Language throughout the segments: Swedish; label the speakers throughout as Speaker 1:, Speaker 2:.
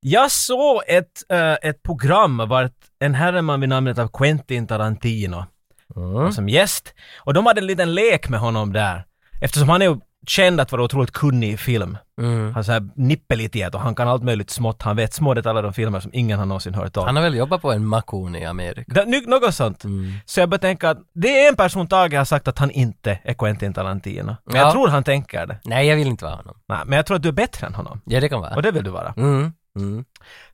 Speaker 1: Jag såg ett, eh, ett program vart en herreman vid namnet av Quentin Tarantino
Speaker 2: Mm.
Speaker 1: var som gäst. Och de hade en liten lek med honom där. Eftersom han är ju känd att vara otroligt kunnig i film.
Speaker 2: Mm.
Speaker 1: Han är så här nippelitet och han kan allt möjligt smått. Han vet små detaljer om filmer som ingen har någonsin hört om.
Speaker 2: Han Mm. har väl jobbat på en makon i Amerika?
Speaker 1: Det- nu- Något sånt. Så jag började tänka att det är en person Tage har sagt att han inte är Quentin Tarantino. Men
Speaker 2: Ja.
Speaker 1: jag tror han tänker det.
Speaker 2: Nej, jag vill inte vara honom.
Speaker 1: Nej, men jag tror att du är bättre än honom.
Speaker 2: Ja, det kan vara.
Speaker 1: Och det vill du vara.
Speaker 2: Mm. Mm.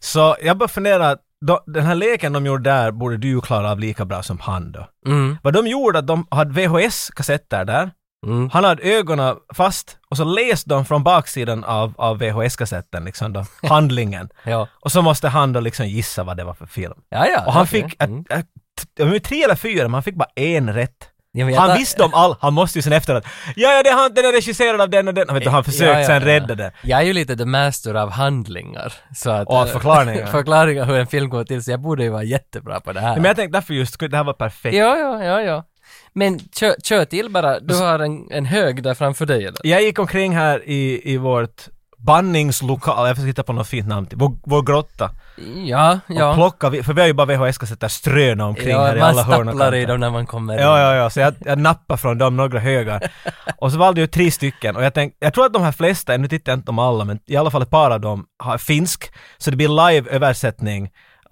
Speaker 1: Så jag började fundera, att då, den här leken de gjorde där borde du ju klara av lika bra som han då.
Speaker 2: Mm.
Speaker 1: Vad de gjorde att de hade VHS-kassetter där.
Speaker 2: Mm.
Speaker 1: Han hade ögonen fast och så läste de från baksidan av, av VHS-kassetten liksom då, handlingen.
Speaker 2: Ja.
Speaker 1: Och så måste han då liksom gissa vad det var för film.
Speaker 2: Ja, ja.
Speaker 1: Och han
Speaker 2: okej.
Speaker 1: fick,
Speaker 2: Mm.
Speaker 1: äh, äh, t- jag vet inte, tre eller fyra, men han fick bara en rätt.
Speaker 2: Ja, men jag
Speaker 1: Han
Speaker 2: tar-
Speaker 1: visste om all, han måste ju sen efteråt, ja ja det är han, den är regisserad av den och den, vet du, han försökte
Speaker 2: Ja, ja,
Speaker 1: sen
Speaker 2: ja.
Speaker 1: rädda det.
Speaker 2: Jag är ju lite the master av handlingar. Så att, eh,
Speaker 1: Och av förklaringar.
Speaker 2: förklaringar hur en film går till, så jag borde ju vara jättebra på det här.
Speaker 1: Men jag tänkte därför just, det här var perfekt.
Speaker 2: Ja, ja, ja, ja. Men kör, kör till bara, du har en, en hög där framför dig eller?
Speaker 1: Jag gick omkring här i, i vårt banningslokal, jag försöker hitta på något fint namn till, vår, vår grotta.
Speaker 2: Ja,
Speaker 1: Och
Speaker 2: ja.
Speaker 1: plockade, vi- för vi har ju bara VHS-kassetter ströna omkring här i
Speaker 2: man
Speaker 1: alla hörn och
Speaker 2: stapplar i
Speaker 1: kanter.
Speaker 2: dem när man kommer
Speaker 1: Ja,
Speaker 2: in.
Speaker 1: ja, ja, så jag, jag nappade från dem några högar. Och så valde jag tre stycken och jag tänkte, jag tror att de här flesta, nu tittar jag inte om alla, men i alla fall ett par av dem har finsk, så det blir live-översättning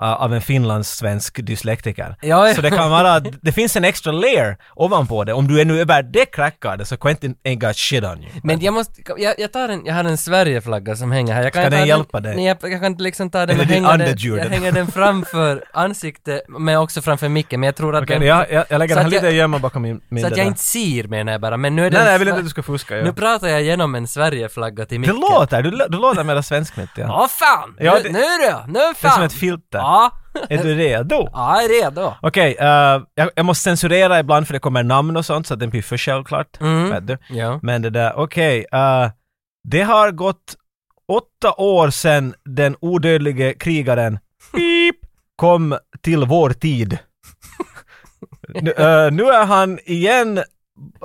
Speaker 1: uh, av en finlandssvensk dyslektiker.
Speaker 2: Ja, ja.
Speaker 1: Så det kan vara att det finns en extra layer ovanpå det. Om du är nu över det crackade så Quentin ain't got shit on you.
Speaker 2: Men jag måste, jag, jag tar en, jag har en Sverigeflagga som hänger här. Jag kan
Speaker 1: Ska
Speaker 2: ta
Speaker 1: den hjälpa dig?
Speaker 2: Nej, jag, jag kan inte liksom ta den
Speaker 1: Eller
Speaker 2: och
Speaker 1: din
Speaker 2: hänga den,
Speaker 1: underdjur,
Speaker 2: jag
Speaker 1: den.
Speaker 2: hänger den framför ansiktet, men också framför micken, men jag tror att
Speaker 1: Okej,
Speaker 2: den,
Speaker 1: jag, jag, jag lägger
Speaker 2: så
Speaker 1: den här
Speaker 2: att jag-
Speaker 1: lite gömma bakom min, min
Speaker 2: så att
Speaker 1: det
Speaker 2: jag
Speaker 1: där.
Speaker 2: inte ser menar jag bara, men nu är den
Speaker 1: Nej, nej, jag vill
Speaker 2: sva-
Speaker 1: inte att du ska fuska.
Speaker 2: Nu
Speaker 1: Ja.
Speaker 2: pratar jag genom en Sverigeflagga till
Speaker 1: Det
Speaker 2: micken.
Speaker 1: låter, du, lå- du låter mera svensknytt ja.
Speaker 2: Ja, fan!
Speaker 1: Ja,
Speaker 2: nu,
Speaker 1: det-
Speaker 2: nu då! Nu fan!
Speaker 1: Det är som ett filter.
Speaker 2: Ja,
Speaker 1: Är du redo?
Speaker 2: ja, jag är redo.
Speaker 1: Okej, eh, jag, jag måste censurera ibland för det kommer namn och sånt så att den piffar självklart.
Speaker 2: Mm.
Speaker 1: Vet du?
Speaker 2: Ja.
Speaker 1: Men det där, okej. eh, det har gått åtta år sedan den odödlige krigaren pip, kom till vår tid. nu, eh, nu är han igen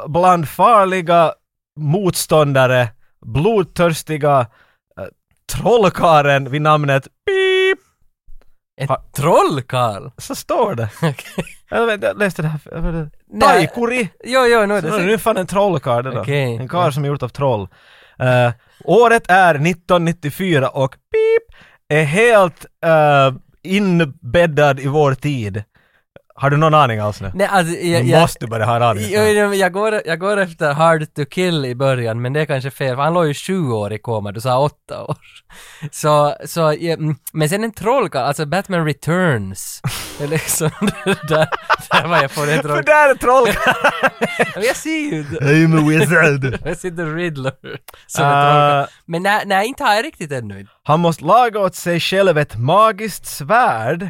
Speaker 1: bland farliga motståndare, blodtörstiga uh, trollkaren vid namnet pip.
Speaker 2: Ett
Speaker 1: Ha-
Speaker 2: troll, Karl!
Speaker 1: Så står det.
Speaker 2: Okej.
Speaker 1: Jag, vet, jag läste det här. för- jag vet inte.
Speaker 2: Nej.
Speaker 1: Taikuri!
Speaker 2: Jo, jo, nu är
Speaker 1: Typ. Så nu är det
Speaker 2: det säkert.
Speaker 1: nu fan en trollkarl det då.
Speaker 2: Okej.
Speaker 1: En karl som är gjort av troll. Eh, året är 1994 och pip är helt eh, inbäddad i vår tid. Har du någon aning alls nu?
Speaker 2: Nej, alltså, jag,
Speaker 1: nu
Speaker 2: jag,
Speaker 1: måste du börja ha en aning.
Speaker 2: jag, jag, jag, går, jag går efter Hard to kill i början, men det är kanske fel, för han låg ju sju år i koma, du sa åtta år. Så, så, ja, mm, men sen en trollkarl, alltså Batman Returns. Det är liksom, där, där var jag på det
Speaker 1: För
Speaker 2: troll.
Speaker 1: där är trollkarlen!
Speaker 2: Men jag ser ju inte.
Speaker 1: I'm a wizard!
Speaker 2: Jag ser The Riddler som en
Speaker 1: Ah.
Speaker 2: trollkarl. Men nej, nej, inte har jag riktigt ännu.
Speaker 1: Eh, han måste laga åt sig själv ett magiskt svärd.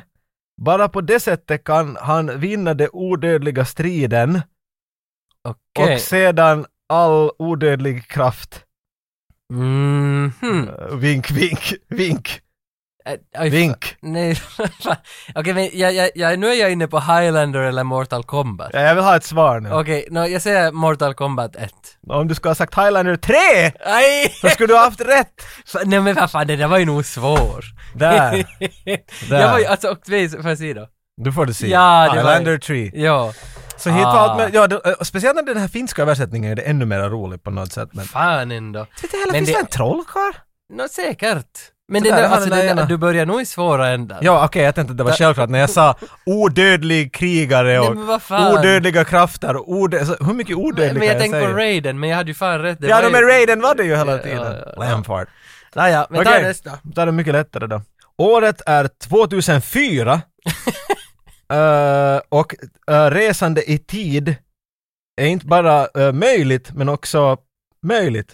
Speaker 1: Bara på det sättet kan han vinna den odödliga striden
Speaker 2: Okej.
Speaker 1: och sedan all odödlig kraft.
Speaker 2: Mhm.
Speaker 1: Eh, vink, vink, vink,
Speaker 2: Äh, oj,
Speaker 1: vink.
Speaker 2: Nej, fan. okej men jag, jag, jag, nu är jag inne på Highlander eller Mortal Kombat.
Speaker 1: Ja, jag vill ha ett svar nu.
Speaker 2: Okej, nå, jag säger Mortal Kombat 1.
Speaker 1: Om du skulle ha sagt Highlander 3
Speaker 2: Nej!
Speaker 1: så skulle du ha haft rätt!
Speaker 2: Fan, Nej men vad fan, det där var ju nog svår.
Speaker 1: Där,
Speaker 2: jag var ju,
Speaker 1: där.
Speaker 2: alltså, och, vis- får jag se då?
Speaker 1: Du får du se.
Speaker 2: Ja, det var-
Speaker 1: Highlander 3.
Speaker 2: Ja.
Speaker 1: Så hit var
Speaker 2: Ah.
Speaker 1: allt med, ja, det, och speciellt när den här finska översättningen är det ännu mer roligt på något sätt. Men,
Speaker 2: Fan ändå.
Speaker 1: vet du, hela,
Speaker 2: Men
Speaker 1: finns
Speaker 2: det-
Speaker 1: det, en trollkarl?
Speaker 2: Nå säkert. Men
Speaker 1: Så
Speaker 2: det,
Speaker 1: där
Speaker 2: där,
Speaker 1: har
Speaker 2: alltså,
Speaker 1: den där
Speaker 2: det, där-
Speaker 1: ena.
Speaker 2: du börjar nog i svåra ändar.
Speaker 1: Ja, okej, jag tänkte att det var självklart när jag sa odödlig krigare
Speaker 2: Nej,
Speaker 1: och
Speaker 2: men vad fan.
Speaker 1: odödliga krafter och odö- så, hur mycket odödliga
Speaker 2: Men jag tänkte på
Speaker 1: säger?
Speaker 2: Raiden, men jag hade ju fan rätt. Det
Speaker 1: Ja,
Speaker 2: var
Speaker 1: de
Speaker 2: ju-
Speaker 1: är Raiden var det ju hela
Speaker 2: Ja,
Speaker 1: tiden.
Speaker 2: ja, ja.
Speaker 1: Lampard.
Speaker 2: Naja, men
Speaker 1: Okej.
Speaker 2: ta nästa.
Speaker 1: Då är det mycket lättare då. Året är 2004 Eh, och eh, resande i tid är inte bara eh, möjligt men också möjligt.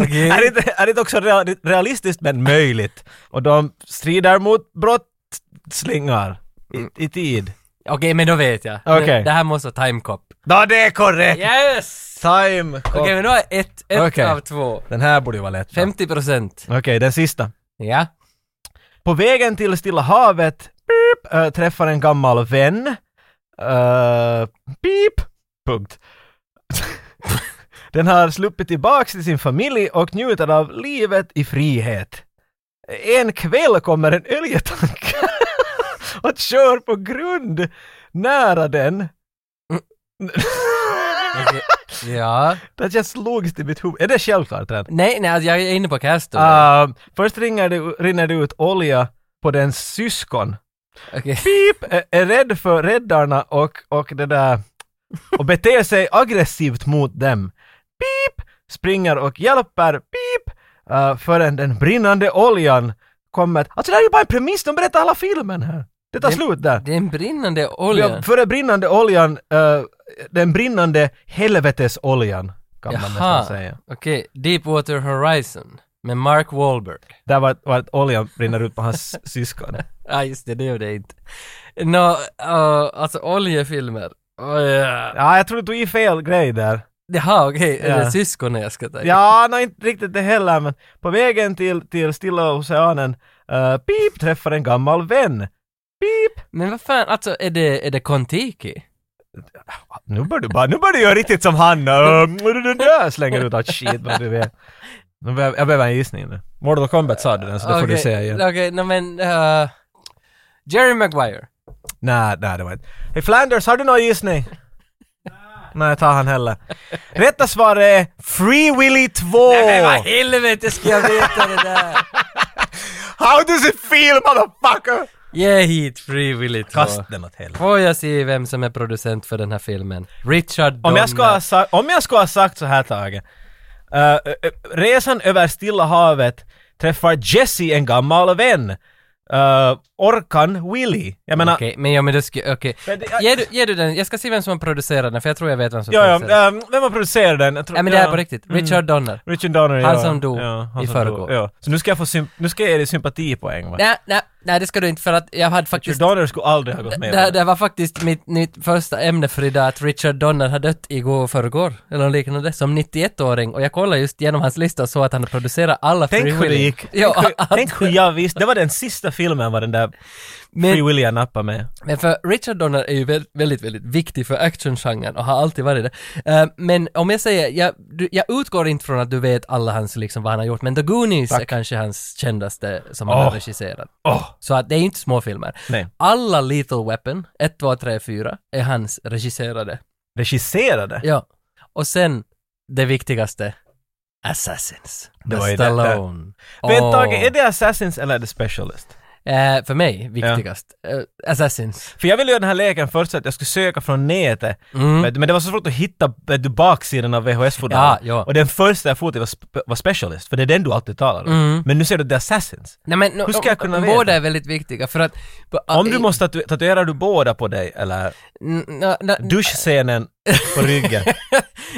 Speaker 2: Okej.
Speaker 1: Är det, inte- är det inte också real, realistiskt men möjligt? Och de strider mot brottslingar i, i tid.
Speaker 2: Okej, men då vet jag.
Speaker 1: Okej.
Speaker 2: Det här måste vara Time Cop.
Speaker 1: Ja, det är korrekt!
Speaker 2: Yes!
Speaker 1: Time
Speaker 2: Okej,
Speaker 1: cop.
Speaker 2: men då är ett, ett
Speaker 1: Okej.
Speaker 2: av två.
Speaker 1: Den här borde ju vara lätt. då.
Speaker 2: 50 procent.
Speaker 1: Okej, den sista.
Speaker 2: Ja.
Speaker 1: På vägen till Stilla havet beep, äh, träffar en gammal vän. Äh, beep, punkt. Den har sluppit tillbaks till sin familj och njuter av livet i frihet. En kväll kommer en öljetank och kör på grund nära den.
Speaker 2: Ja.
Speaker 1: Det just slogs till mitt huvud. Är det självklart redan?
Speaker 2: Nej, nej, alltså, jag är inne på Castor.
Speaker 1: Ehm, först ringer det, rinner det ut olja på den syskon.
Speaker 2: Okej.
Speaker 1: Pip! Är, är rädd för räddarna och, och det där och beter sig aggressivt mot dem. Pip! Springer och hjälper. Pip! Uh, förrän den brinnande oljan kommer. Alltså det här är ju bara en premiss, de berättar alla filmen här. Det tar
Speaker 2: Det-
Speaker 1: slut där.
Speaker 2: Det är en brinnande olja.
Speaker 1: Ja, Före brinnande oljan, eh, den brinnande helvetesoljan kan man
Speaker 2: Jaha.
Speaker 1: nästan säga.
Speaker 2: Okej, Deepwater Horizon med Mark Wahlberg.
Speaker 1: Där var, var att oljan brinner ut på hans syskon.
Speaker 2: Ja, ah, just det, det gör det inte. Nå, eh, alltså oljefilmer. Oh, yeah.
Speaker 1: Ja, jag tror du tog i fel grej där.
Speaker 2: Jaha, okej, är
Speaker 1: Ja.
Speaker 2: det syskonen jag ska ta?
Speaker 1: Ja, nej inte riktigt det heller, men på vägen till, till Stilla Oceanen, eh, pip, träffar en gammal vän. Pip!
Speaker 2: Men vad fan, alltså är det, är det Kontiki?
Speaker 1: Nu börjar du bara, nu börjar du göra riktigt som han. Ehm, det där Slänger ut allt shit, vad du vet. Nu behöver- Jag behöver en gissning nu. Mortal Kombat sa du den, så det får du
Speaker 2: Okej,
Speaker 1: säga igen.
Speaker 2: Okej, nå men... eh, Jerry Maguire.
Speaker 1: Nej, nej det var inte. Hey Flanders, har du någon gissning? Nej, ta han heller. Rätta svaret är Free Willy 2!
Speaker 2: helvete ska jag veta det där?
Speaker 1: How does it feel motherfucker?
Speaker 2: Ge hit Free Willy 2.
Speaker 1: Kast den åt helvete.
Speaker 2: Får jag se vem som är producent för den här filmen? Richard
Speaker 1: Om
Speaker 2: Donner.
Speaker 1: jag, ska ha sa- om jag ska ha sagt så här Tage. Eh, eh, resan över Stilla havet träffar Jesse en gammal vän. Eh, orkan Willy. Jag menar...
Speaker 2: Okej, men ja men du ska, okej.
Speaker 1: Men det- jag-
Speaker 2: Ge du, ge du den, jag ska se vem som har producerat den för jag tror jag vet vem som
Speaker 1: Ja, ja,
Speaker 2: producerar den.
Speaker 1: ehm, vem har producerat den? Jag tror-
Speaker 2: Nej men det här
Speaker 1: ja. Mm.
Speaker 2: är på riktigt. Richard Donner.
Speaker 1: Richard Donner,
Speaker 2: Han
Speaker 1: ja.
Speaker 2: som dog
Speaker 1: ja, han
Speaker 2: i
Speaker 1: som
Speaker 2: förrgår.
Speaker 1: dog, Ja. Så nu ska jag få symp- nu ska jag ge dig sympatipoäng va?
Speaker 2: Nej, nej, nej det ska du inte för att jag hade
Speaker 1: Richard
Speaker 2: faktiskt...
Speaker 1: Donner skulle aldrig ha gått med
Speaker 2: Det, här- det här var faktiskt mitt, mitt första ämne för idag, att Richard Donner har dött igår och förrgår, eller något liknande, som 91-åring. Och jag kollade just genom hans lista och såg att han producerat alla
Speaker 1: Tänk
Speaker 2: Free
Speaker 1: hur det
Speaker 2: Willy.
Speaker 1: gick.
Speaker 2: Ja,
Speaker 1: tänk, hur,
Speaker 2: att-
Speaker 1: tänk hur jag visste. Det var den sista filmen var den där
Speaker 2: men-
Speaker 1: Free Willy jag nappade med.
Speaker 2: Men för Richard Donner är ju vä- väldigt, väldigt viktig för actiongenren och har alltid varit det. Eh, men om jag säger, jag, du, jag utgår inte från att du vet alla hans, liksom vad han har gjort, men The Goonies är kanske hans kändaste som han har
Speaker 1: Åh.
Speaker 2: regisserat.
Speaker 1: Åh!
Speaker 2: Så att det är inte småfilmer.
Speaker 1: Nej.
Speaker 2: Alla Little Weapon, 1, 2, 3, 4, är hans regisserade.
Speaker 1: Regisserade?
Speaker 2: Ja. Och sen, det viktigaste, Assassins.
Speaker 1: Det
Speaker 2: med
Speaker 1: var ju det-
Speaker 2: Stallone.
Speaker 1: Vänta
Speaker 2: Åh.
Speaker 1: Tage, är det Assassins eller är det Specialist?
Speaker 2: Eh, för mig, viktigast. Eh, Assassins.
Speaker 1: För jag ville göra den här leken först så att jag skulle söka från nätet.
Speaker 2: Mm.
Speaker 1: Men, men det var så svårt att hitta vet du, baksidan av
Speaker 2: Ja,
Speaker 1: VHS-fodralet.
Speaker 2: ja.
Speaker 1: Och den första jag for till var, sp- var Specialist, för det är den du alltid talar om.
Speaker 2: Mm.
Speaker 1: Men nu ser du The Assassins.
Speaker 2: Nej men, no,
Speaker 1: Hur ska jag kunna
Speaker 2: båda
Speaker 1: veta?
Speaker 2: är väldigt viktiga för att... ah,
Speaker 1: Om du måste tatu- tatuerar du båda på dig eller
Speaker 2: N- n- n-
Speaker 1: duschscenen på ryggen.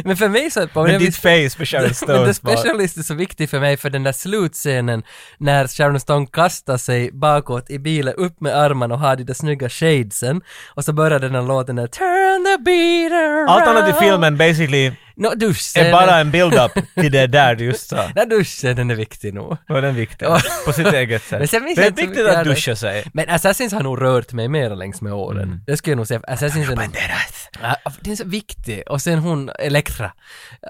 Speaker 2: men för mig så är det på...
Speaker 1: Men ditt face för Sharon
Speaker 2: men The
Speaker 1: Stones bara.
Speaker 2: Specialist är så viktig för mig för den där slutscenen när Sharon Stone kastar sig bakåt i bilen, upp med armarna och har de där snygga shadesen och så börjar den här låten där “Turn the beat around”.
Speaker 1: Allt annat i filmen basically
Speaker 2: No,
Speaker 1: är
Speaker 2: duschscenen.
Speaker 1: bara en build-up till det där du just sa.
Speaker 2: Nej, duschscenen är viktig nog.
Speaker 1: Och den är viktig.
Speaker 2: Ja.
Speaker 1: På sitt eget sätt.
Speaker 2: Men sen minns
Speaker 1: det
Speaker 2: jag
Speaker 1: är
Speaker 2: inte så
Speaker 1: viktigt
Speaker 2: mycket
Speaker 1: att
Speaker 2: annat.
Speaker 1: duscha sig.
Speaker 2: Men Assassins har nog rört mig mer längs med åren.
Speaker 1: Mm.
Speaker 2: Det skulle jag nog säga. för Assassins är nog...
Speaker 1: Banderas.
Speaker 2: Ja, det är så viktig. Och sen hon, Elektra,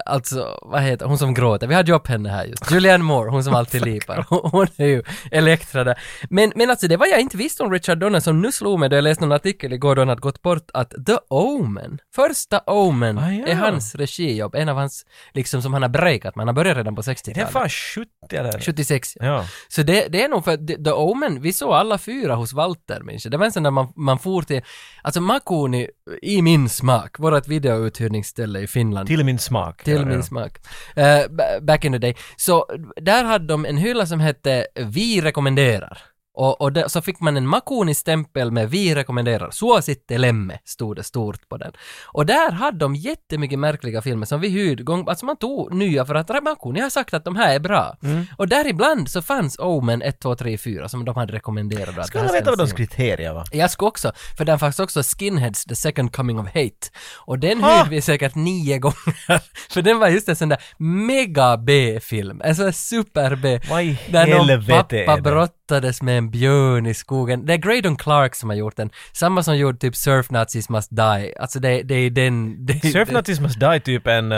Speaker 2: alltså vad heter hon som gråter? Vi hade ju upp henne här just. Julianne Moore, hon som alltid lipar. Hon hon är ju Elektra där. Men, men alltså det var jag inte visste om Richard Donner som nu slog mig då jag läste någon artikel igår då han hade gått bort att The Omen, första Omen,
Speaker 1: Ah, ja.
Speaker 2: är hans regijobb. En av hans, liksom som han har breakat, man har börjat redan på
Speaker 1: Det är
Speaker 2: 60-talet.
Speaker 1: fan 70 eller?
Speaker 2: 76.
Speaker 1: Ja.
Speaker 2: Så det, det är nog för att The- The Omen, vi såg alla fyra hos Walter, minns jag. Det var en sån där man, man for till, alltså Makuni, i min smak, vårat videouthyrningsställe i Finland.
Speaker 1: Till min smak.
Speaker 2: Till
Speaker 1: ja,
Speaker 2: min
Speaker 1: ja.
Speaker 2: smak. Eh, ba- back in the day. Så där hade de en hylla som hette Vi rekommenderar. Och, och där, så fick man en Makuni-stämpel med Vi rekommenderar. Så sitter lemme, stod det stort på den. Och där hade de jättemycket märkliga filmer som vi hyrde gång, alltså man tog nya för att Makuni har sagt att de här är bra.
Speaker 1: Mm.
Speaker 2: Och däribland så fanns Omen 1, 2, 3, 4 som de hade rekommenderat. att
Speaker 1: Ska
Speaker 2: det här
Speaker 1: alla veta
Speaker 2: ska
Speaker 1: vad de
Speaker 2: se.
Speaker 1: kriterier var?
Speaker 2: Jag ska också, för den fanns också Skinheads The Second Coming of Hate. Och den
Speaker 1: Ha!
Speaker 2: hyrde vi säkert nio gånger. För den var just en sån där mega B-film. En sån där super B.
Speaker 1: Vad i
Speaker 2: Där någon
Speaker 1: helvete är
Speaker 2: pappa
Speaker 1: det?
Speaker 2: brottades med en björn i skogen. Det är Graydon Clark som har gjort den. Samma som gjorde typ Surf Nazis Must Die. Alltså det, det är den... Det,
Speaker 1: Surfnatism must die typ en eh,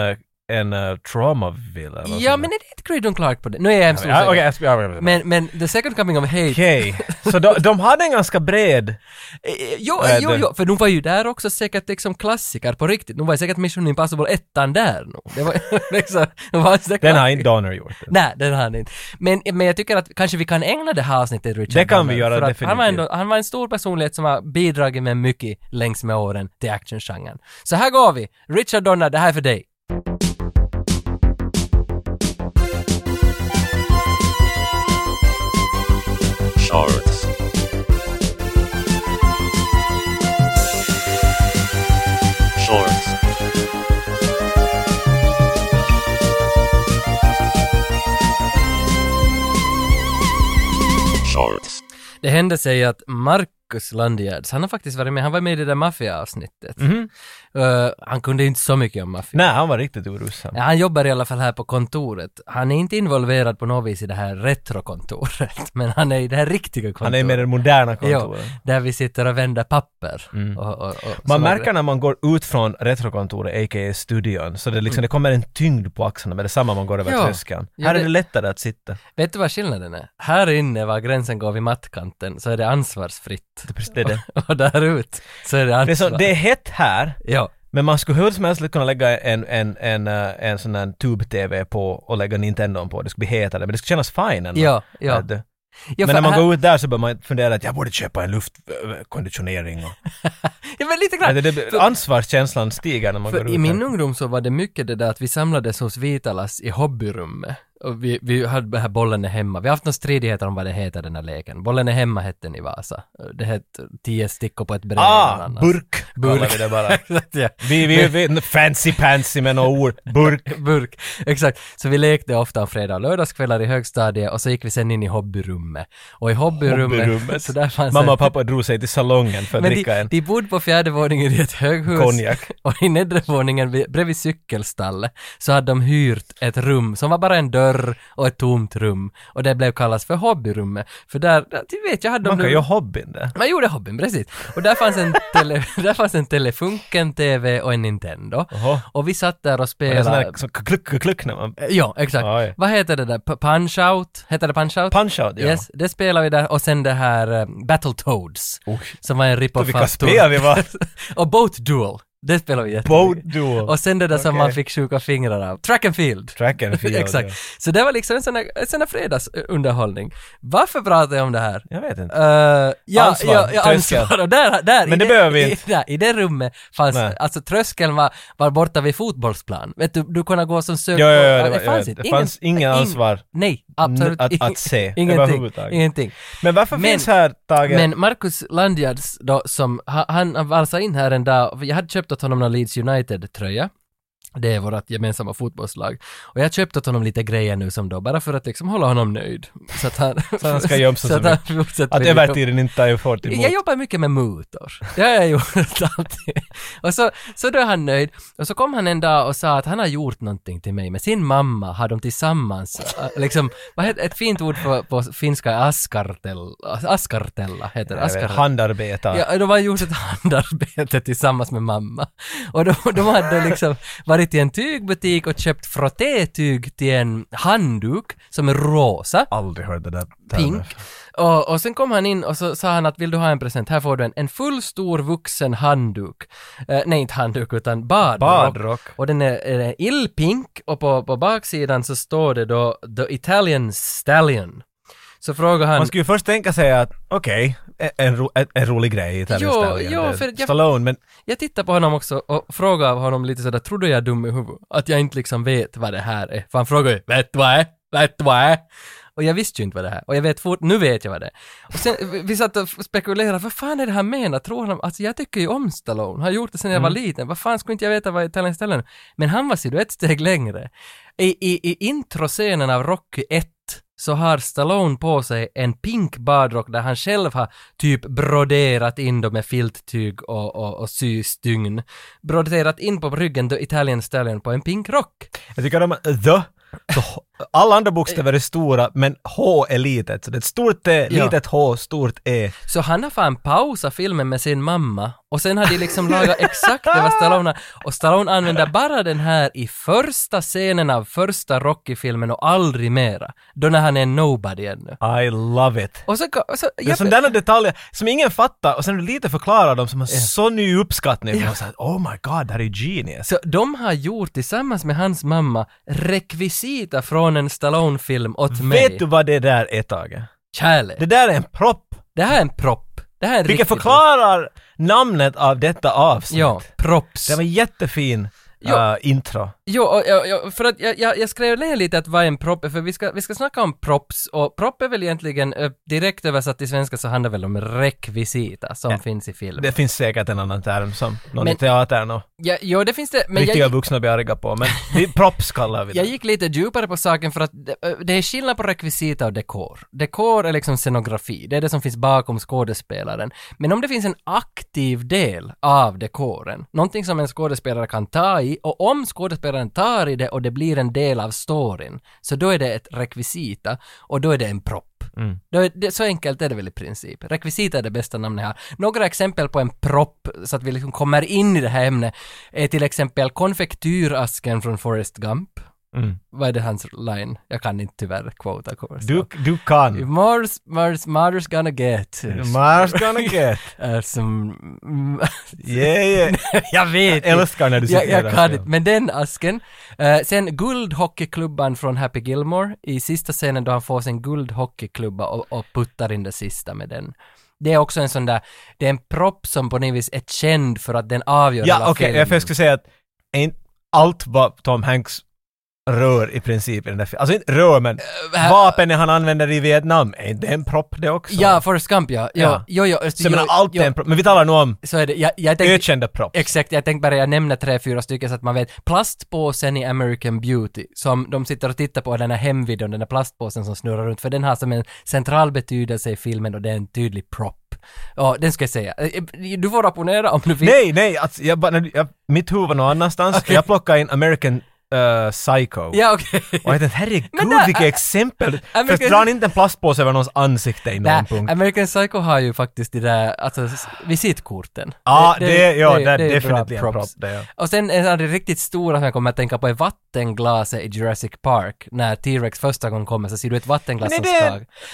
Speaker 1: en uh, Traumaville eller
Speaker 2: Ja, men är det inte Graydon Clark på det? Nu är jag hemskt
Speaker 1: Okej,
Speaker 2: osäker.
Speaker 1: jag ska- ja, men-
Speaker 2: Men, men The Second Coming of Hate.
Speaker 1: Okej, så de, de hade en ganska bred...
Speaker 2: Eh, eh, Jo,
Speaker 1: Vad är
Speaker 2: jo,
Speaker 1: det?
Speaker 2: jo, för de var ju där också säkert liksom klassiker på riktigt. De var ju säkert Mission Impossible ettan där nog. Det var liksom, de var säkert-
Speaker 1: Den har inte Donner gjort.
Speaker 2: Nej, den har han inte. Men, men jag tycker att kanske vi kan ägna det här avsnittet till Richard
Speaker 1: Det kan
Speaker 2: Donner,
Speaker 1: vi göra,
Speaker 2: för att han var,
Speaker 1: definitivt.
Speaker 2: ändå, han var en stor personlighet som har bidragit med mycket längs med åren till actiongenren. Så här går vi! Richard Donner, det här är för dig.
Speaker 3: Shorts. Shorts. Shorts.
Speaker 2: Det hände sig att Marcus Landgärds, han har faktiskt varit med, han var med i det där maffia-avsnittet.
Speaker 1: Mhm.
Speaker 2: Eh, han kunde inte så mycket om maffia.
Speaker 1: Nej, han var riktigt urusel.
Speaker 2: Ja, Han jobbar i alla fall här på kontoret. Han är inte involverad på något vis i det här retrokontoret, men han är i det här riktiga kontoret.
Speaker 1: Han är med i det moderna kontoret.
Speaker 2: Där vi sitter och vänder papper.
Speaker 1: Mm.
Speaker 2: Och, och, och,
Speaker 1: Man
Speaker 2: såna
Speaker 1: märker när man går ut från retrokontoret, a.k.a. studion, så det, liksom, det kommer en tyngd på axlarna med detsamma man går över
Speaker 2: Ja.
Speaker 1: tröskan.
Speaker 2: Ja,
Speaker 1: Här är
Speaker 2: det-
Speaker 1: det lättare att sitta.
Speaker 2: grejer. Vet du vad skillnaden är? Här inne, var gränsen går vid mattkanten, så är det ansvarsfritt.
Speaker 1: Det är precis det det.
Speaker 2: Och där ut så är det
Speaker 1: Det är, så,
Speaker 2: ansvar.
Speaker 1: det är hett här,
Speaker 2: Ja,
Speaker 1: men man skulle hur som helst kunna lägga en, en, en, eh, en sån här tub-tv på och lägga Nintendon på. Det skulle bli hetare, men det skulle kännas fine ändå.
Speaker 2: ja, ja.
Speaker 1: Att-
Speaker 2: ja
Speaker 1: men
Speaker 2: för
Speaker 1: när man
Speaker 2: här,
Speaker 1: går ut där så börjar man fundera att jag borde köpa en luftkonditionering. Och,
Speaker 2: ja, men lite grann.
Speaker 1: Nej, det, det, ansvarskänslan stiger när man går
Speaker 2: För
Speaker 1: ut.
Speaker 2: i min
Speaker 1: där.
Speaker 2: ungdom så var det mycket det där att vi samlades hos Vitalas i hobbyrummet. Och vi, vi hade det här bollen är hemma. Vi har haft några stridigheter om vad det heter den här leken. Bollen är hemma hette den i Vasa. Det hette tio stickor på ett brev. eller
Speaker 1: Ah,
Speaker 2: annars.
Speaker 1: burk kallar
Speaker 2: Burk.
Speaker 1: vi det bara.
Speaker 2: Exakt, ja.
Speaker 1: Vi, vi, vi, fancy pansy med några ord. Burk.
Speaker 2: Burk. Exakt. Så vi lekte ofta om fredag och lördagskvällar i högstadiet och så gick vi sen in i hobbyrummet. Och i hobbyrummet,
Speaker 1: Hobbyrummet.
Speaker 2: så där fanns
Speaker 1: Mamma
Speaker 2: ett-
Speaker 1: och pappa drog sig till salongen för att
Speaker 2: Alltså. Men
Speaker 1: dricka
Speaker 2: de,
Speaker 1: en
Speaker 2: de bodde på fjärde våningen i ett höghus.
Speaker 1: konjak.
Speaker 2: Och i nedre våningen vid- bredvid cykelstallet så hade de hyrt ett rum som var bara en dörr och ett tomt rum. Och det blev kallas för hobbyrummet. För där, där- du vet, jag hade
Speaker 1: Man
Speaker 2: de...
Speaker 1: kan ju ha hobbyn där.
Speaker 2: man gjorde hobbyn, precis. Och där fanns en, tele, där fanns en Telefunken TV och en Nintendo.
Speaker 1: Jaha.
Speaker 2: Och vi satt där och
Speaker 1: Det är sån
Speaker 2: spelade...
Speaker 1: där som kluck, kluck, kluck när man...
Speaker 2: Ja, exakt.
Speaker 1: Oj.
Speaker 2: Vad heter det där? P- Punch-Out? Heter det Punch-Out?
Speaker 1: Punch out, ja.
Speaker 2: Yes, det spelar vi där. Och sen det här eh, Battletoads.
Speaker 1: Oj.
Speaker 2: Som var en
Speaker 1: Så
Speaker 2: rip-off av
Speaker 1: Vilka
Speaker 2: Tor-
Speaker 1: spel det var!
Speaker 2: Och Boat Duel. Det spelar vi jättemycket.
Speaker 1: Boat duel.
Speaker 2: Och sen det där som
Speaker 1: Okej.
Speaker 2: man fick sjuka fingrar av. Track and field.
Speaker 1: Track and field.
Speaker 2: Exakt. Så det var liksom en sån här, en sån här fredagsunderhållning. Varför pratar jag om det här?
Speaker 1: ja. Jag vet inte.
Speaker 2: Uh, ja,
Speaker 1: Ansvar,
Speaker 2: ja, ja,
Speaker 1: tröskel.
Speaker 2: ansvar. Och där, där,
Speaker 1: Men det
Speaker 2: i
Speaker 1: behöver vi
Speaker 2: i-
Speaker 1: inte.
Speaker 2: nej, I det rummet fanns,
Speaker 1: Nej.
Speaker 2: alltså tröskeln var, var borta vid fotbollsplan. Vet du, du kunde gå som sök...
Speaker 1: Ja, ja, ja, det,
Speaker 2: äh, det
Speaker 1: var,
Speaker 2: fanns äh,
Speaker 1: ja,
Speaker 2: inte.
Speaker 1: det fanns ingen ansvar
Speaker 2: Nej, absolut
Speaker 1: att,
Speaker 2: ing-
Speaker 1: att se
Speaker 2: Ingenting,
Speaker 1: överhuvudtaget.
Speaker 2: ingenting.
Speaker 1: Men varför
Speaker 2: Men-
Speaker 1: finns här, Tage?
Speaker 2: Men Marcus Landjards då, som, ha- han valsade in här en dag, jag hade köpt åt honom en Leeds United-tröja. Det är vårt gemensamma fotbollslag. Och jag har köpt åt honom lite grejer nu som då, bara för att liksom hålla honom nöjd. Så att han...
Speaker 1: Så han ska gömsa
Speaker 2: så
Speaker 1: sig
Speaker 2: att han fortsätter
Speaker 1: att
Speaker 2: med-
Speaker 1: övertiden inte har fått emot.
Speaker 2: jag jobbar mycket med mutor. Det har jag gjort alltid. Och så, så då är han nöjd. Och så kom han en dag och sa att han har gjort någonting till mig. Med sin mamma har de tillsammans, äh, liksom, vad heter ett fint ord på, på finska är askartella. Askartella heter
Speaker 1: Jag
Speaker 2: det.
Speaker 1: vet,
Speaker 2: Askartella.
Speaker 1: Handarbetare.
Speaker 2: Ja, de har gjort ett handarbete tillsammans med mamma. Och de, de hade liksom varit i en tygbutik och köpt frottétyg till en handduk som är rosa.
Speaker 1: Aldrig hört det där termen.
Speaker 2: Pink. Och, och sen kom han in och så sa han att vill du ha en present? Här får du en, en full stor vuxen handduk. Eh, nej, inte handduk utan badrock.
Speaker 1: Badrock.
Speaker 2: Och den är, är illpink och på, på baksidan så står det då The Italian Stallion. Så frågar han...
Speaker 1: Man skulle ju först tänka sig att okej, e- en, ro, en, en rolig grej i Italian
Speaker 2: Jo,
Speaker 1: Stallion.
Speaker 2: jo,
Speaker 1: Det-
Speaker 2: för jag-
Speaker 1: Stallone, men
Speaker 2: Jag tittar på honom också och frågar honom lite sådär, tror du jag är dum i huvudet? Att jag inte liksom vet vad det här är. För han frågar ju, vet du vad det är? Vet du vad det är? Och jag visste ju inte vad det här Och jag vet fort, nu vet jag vad det är. Och sen, vi- vi satt och spekulerade, vad fan är det här menar? Tror han, alltså jag tycker ju om Stallone, har gjort det sen jag var liten. Vad fan skulle inte jag veta vad Italian Stallone är? Men han var ser du ett steg längre. I, i, i introscenen av Rocky 1 så har Stallone på sig en pink badrock där han själv har typ broderat in dem med filttyg och, och, och systygn. Broderat in på ryggen The Italian Stallion på en pink rock.
Speaker 1: jag tycker om att the Så H- alla andra bokstäver är stora, men H är litet. Så det är ett stort T,
Speaker 2: Ja.
Speaker 1: litet H, stort E.
Speaker 2: Så han har fan pausat filmen med sin mamma och sen har de liksom lagat exakt det vad Stallone och Stallone använder bara den här i första scenen av första Rocky-filmen och aldrig mera. Då när han är nobody ännu.
Speaker 1: I love it.
Speaker 2: Och så, ka- och så
Speaker 1: Det är
Speaker 2: jag-
Speaker 1: sådana detaljer som ingen fattar och sen är det lite förklarar dem som har så ny uppskattning. Man säger oh my god, det här är genius.
Speaker 2: Så de har gjort tillsammans med hans mamma rekvisita från en Stallone-film åt mig.
Speaker 1: Vet du vad det där är Tage?
Speaker 2: Kärlek.
Speaker 1: Det
Speaker 2: Det,
Speaker 1: där är en propp.
Speaker 2: här är en propp. Det här är en
Speaker 1: Vilket
Speaker 2: riktig propp.
Speaker 1: förklarar namnet av detta avsnitt.
Speaker 2: Ja, props.
Speaker 1: Det var en jättefin
Speaker 2: Ja.
Speaker 1: eh, intro.
Speaker 2: Jo, och, ja, ja, för att jag, jag, jag skrev ner lite att vad en propp är, för vi ska, vi ska snacka om props, och propp är väl egentligen, eh, direkt översatt till svenska så handlar det väl om rekvisita som finns i film.
Speaker 1: Det finns säkert en annan term som någon i
Speaker 2: Men-
Speaker 1: teatern och
Speaker 2: Ja, jo, det finns det, men
Speaker 1: riktiga
Speaker 2: jag,
Speaker 1: vuxna blir arga på. Men vi, props kallar vi det.
Speaker 2: jag gick lite djupare på saken för att det, eh, det är skillnad på rekvisita och dekor. Dekor är liksom scenografi, det är det som finns bakom skådespelaren. Men om det finns en aktiv del av dekoren, någonting som en skådespelare kan ta i, och om skådespelaren tar i det och det blir en del av storyn, så då är det ett rekvisita och då är det en propp.
Speaker 1: Mm.
Speaker 2: Då är det, så enkelt är det väl i princip. Rekvisita är det bästa namnet här. Några exempel på en propp, så att vi liksom kommer in i det här ämnet, är till exempel konfektyrasken från Forrest Gump.
Speaker 1: Mm.
Speaker 2: Vad är det hans line? Jag kan inte tyvärr quota Forrest
Speaker 1: Du,
Speaker 2: Gump.
Speaker 1: du kan.
Speaker 2: Mars, Mars, Mars gonna get
Speaker 1: Mars gonna get.
Speaker 2: är som...
Speaker 1: Yeah, yeah.
Speaker 2: jag vet
Speaker 1: Jag älskar när du
Speaker 2: jag,
Speaker 1: citerar
Speaker 2: jag kan
Speaker 1: fel.
Speaker 2: inte, men den asken. Eh, sen guldhockeyklubban från Happy Gilmore i sista scenen då han får sin guldhockeyklubba och, och puttar in det sista med den. Det är också en sån där, det är en propp som på något vis är känd för att den avgör
Speaker 1: Ja,
Speaker 2: hela
Speaker 1: okej,
Speaker 2: filmen.
Speaker 1: jag jag skulle säga att en, allt vad Tom Hanks rör i princip i den där filmen, alltså inte rör men
Speaker 2: Äh, här-
Speaker 1: vapnen han använder i Vietnam, är inte det en propp det också?
Speaker 2: Ja, Forrest Gump ja. Jo,
Speaker 1: Ja.
Speaker 2: jo, jo,
Speaker 1: så jag menar
Speaker 2: jo,
Speaker 1: allt
Speaker 2: jo,
Speaker 1: är en propp, men vi talar nu om
Speaker 2: Så är det, jag, jag tänkte,
Speaker 1: ökända propp.
Speaker 2: Exakt, jag tänkte bara jag nämner tre, fyra stycken så att man vet. Plastpåsen i American Beauty, som de sitter och tittar på, den här hemvideon, den här plastpåsen som snurrar runt, för den har som en central betydelse i filmen och det är en tydlig prop. Ja, den ska jag säga. Eh, eh, Du får opponera om du vill.
Speaker 1: Nej, nej, alltså, jag, bara- när- jag, mitt huvud var någon annanstans,
Speaker 2: Okej.
Speaker 1: jag plockade in American eh, Psycho.
Speaker 2: Ja, okej.
Speaker 1: Och jag tänkte herregud
Speaker 2: Men där-
Speaker 1: vilket exempel!
Speaker 2: American-
Speaker 1: För drar han inte en plastpåse över någons ansikte i någon
Speaker 2: Nä,
Speaker 1: punkt?
Speaker 2: American Psycho har ju faktiskt de där, alltså s- visitkorten.
Speaker 1: Ja, det, ja, det,
Speaker 2: är
Speaker 1: är
Speaker 2: ju bra
Speaker 1: definitivt en propp
Speaker 2: props.
Speaker 1: det. Ja.
Speaker 2: Och sen en av de riktigt stora som jag kommer att tänka på är vattenglaset i Jurassic Park. När T-Rex första gången kommer så ser du ett vattenglas
Speaker 1: Nej,
Speaker 2: som
Speaker 1: det-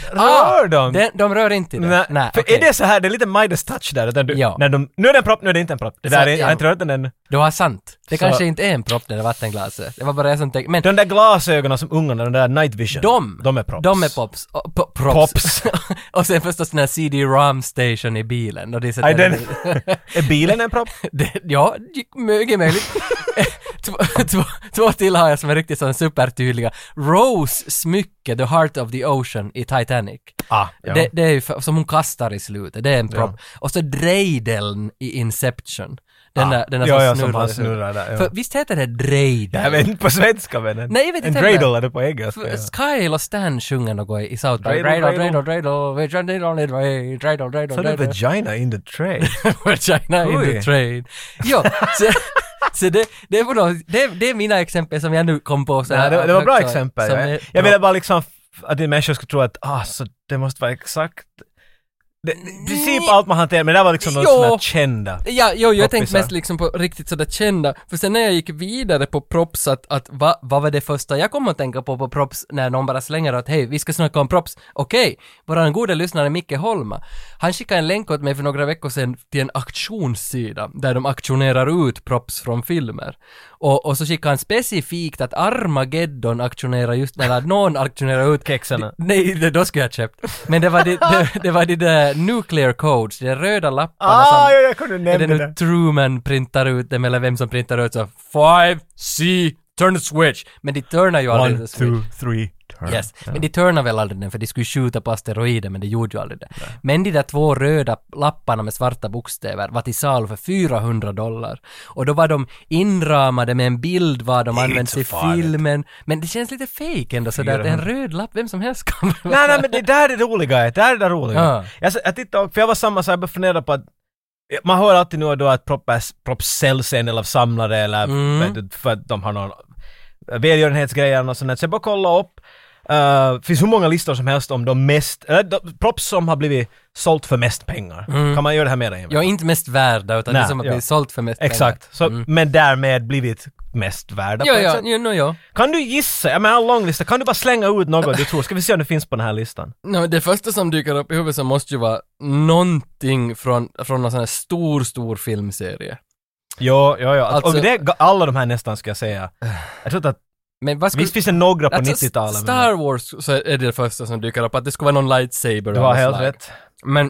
Speaker 2: skakar.
Speaker 1: Rör dem!
Speaker 2: Den, de rör inte i det?
Speaker 1: Nej,
Speaker 2: Nej,
Speaker 1: för
Speaker 2: okej.
Speaker 1: är det så här, det är lite Midas touch där, utan du,
Speaker 2: Ja.
Speaker 1: när de, nu är det en propp, nu är det inte en propp. Det
Speaker 2: Så,
Speaker 1: där är,
Speaker 2: ja.
Speaker 1: jag har inte rört den ännu.
Speaker 2: Du har sant. Det
Speaker 1: Så-
Speaker 2: kanske inte är en propp, det där vattenglaset. Det var bara jag som tänkte. Men
Speaker 1: De där glasögonen som ungarna, de där night vision.
Speaker 2: de,
Speaker 1: de är props.
Speaker 2: De är pops. Och, po, props.
Speaker 1: Pops.
Speaker 2: och sen förstås den här CD-ROM station i bilen. Och det
Speaker 1: Nej, den, är bilen en propp?
Speaker 2: det, ja, det- mycket möjligt. två, två, två till har jag som är riktigt sån supertydliga. Rose smycke, The Heart of the Ocean i Titanic.
Speaker 1: Ah, ja.
Speaker 2: Det, det är ju för, som hon kastar i slutet, det är en propp. Och så dreideln i Inception. Den där, den där
Speaker 1: Ah. ja, ja,
Speaker 2: som
Speaker 1: som
Speaker 2: snurrar.
Speaker 1: han
Speaker 2: i slutet.
Speaker 1: snurrar där. Ja.
Speaker 2: För visst heter det dreidel?
Speaker 1: jag vet inte på svenska men en,
Speaker 2: Nej, jag vet
Speaker 1: en
Speaker 2: inte heller.
Speaker 1: dreidel är det på engelska.
Speaker 2: För
Speaker 1: Ja.
Speaker 2: Skyle och Stan sjunger något i South Park.
Speaker 1: Dreidel,
Speaker 2: Dreidel,
Speaker 1: dreidel.
Speaker 2: dreidel, dreidel, we turned it on it, we- dreidel, dreidel,
Speaker 1: Så det är
Speaker 2: dreidel.
Speaker 1: vagina in the tray.
Speaker 2: Vagina in the
Speaker 1: Oj.
Speaker 2: train. Jo, så, så det, det, är på något, det, det är mina exempel som jag nu kom på. Så
Speaker 1: Nej,
Speaker 2: här,
Speaker 1: det, det var bra
Speaker 2: högt, så-
Speaker 1: exempel.
Speaker 2: som
Speaker 1: Jag,
Speaker 2: är
Speaker 1: jag
Speaker 2: bra.
Speaker 1: ville bara liksom f- att de människor skulle tro att ah, så det måste vara exakt det, i princip
Speaker 2: Nej.
Speaker 1: allt man hanterar, men det där var liksom något
Speaker 2: Jo.
Speaker 1: sånt här kända.
Speaker 2: Ja, jo, jag tänkte
Speaker 1: Proppisar.
Speaker 2: mest liksom på riktigt sådär kända, för sen när jag gick vidare på props att, att va, vad var det första jag kom att tänka på på props när någon bara slänger att hej, vi ska snacka om props. Okej, våran goda lyssnare Micke Holma, han skickade en länk åt mig för några veckor sedan till en auktionssida där de auktionerar ut props från filmer. Och, och så skickade han specifikt att Armageddon auktionerar just, eller att någon auktionerar ut
Speaker 1: Kexarna.
Speaker 2: Nej, det- då skulle jag ha köpt. Men det var de, det, det var de där nuclear codes, de där röda lapparna
Speaker 1: Ah,
Speaker 2: som...
Speaker 1: ja, jag kunde
Speaker 2: Är
Speaker 1: nämna
Speaker 2: det
Speaker 1: det.
Speaker 2: nu Truman printar ut dem eller vem som printar ut så 5C, turn the switch. Men de turnar ju aldrig the
Speaker 1: One,
Speaker 2: switch.
Speaker 1: two, three, turn.
Speaker 2: Yes. Men de turnar väl aldrig den för de skulle skjuta på asteroider men de gjorde ju aldrig det. Men de där två röda lapparna med svarta bokstäver var till salu för 400 dollar. Och då var de inramade med en bild vad de
Speaker 1: är
Speaker 2: används i
Speaker 1: inte så farligt.
Speaker 2: filmen. Men det känns lite fake ändå sådär att en röd lapp, vem som helst kan
Speaker 1: Nej, nej, men det där är det roliga. Det där är det roliga.
Speaker 2: Ja.
Speaker 1: Jag, s- jag tittade, för jag var samma så jag började fundera på att man hör alltid nu och då att propp är- propp säljs en eller av samlare eller
Speaker 2: Mm.
Speaker 1: vet du, för att de har någon välgörenhetsgrejerna och sånt där. Så jag bara kolla upp. Uh, finns hur många listor som helst om de mest, eller de, props som har blivit sålt för mest pengar. Kan man göra det här med en vecka?
Speaker 2: Jag är Mm. inte mest värda utan det
Speaker 1: Nej,
Speaker 2: som har
Speaker 1: ja.
Speaker 2: blivit sålt för mest
Speaker 1: Exakt. Så,
Speaker 2: Mm.
Speaker 1: Men därmed blivit mest värda
Speaker 2: Jo,
Speaker 1: på ett
Speaker 2: ja,
Speaker 1: sätt.
Speaker 2: jo, no, jo.
Speaker 1: Kan du gissa? Jag menar en lång lista. Kan du bara slänga ut något du tror? Ska vi se om det finns på den här listan?
Speaker 2: Nej, men det första som dyker upp i huvudet så måste ju vara någonting från, från någon sån här stor, stor filmserie.
Speaker 1: Jo, jo, jo. Alltså,
Speaker 2: Alltså-
Speaker 1: och det är ga- alla de här nästan ska jag säga. Jag tror inte att,
Speaker 2: Men vad skulle...
Speaker 1: visst finns det några på
Speaker 2: Alltså,
Speaker 1: 90-talet? men-
Speaker 2: Star Wars så är det första som dyker upp, att det skulle vara någon lightsaber
Speaker 1: Du
Speaker 2: av
Speaker 1: har
Speaker 2: något
Speaker 1: helt
Speaker 2: slag.
Speaker 1: rätt.
Speaker 2: Men,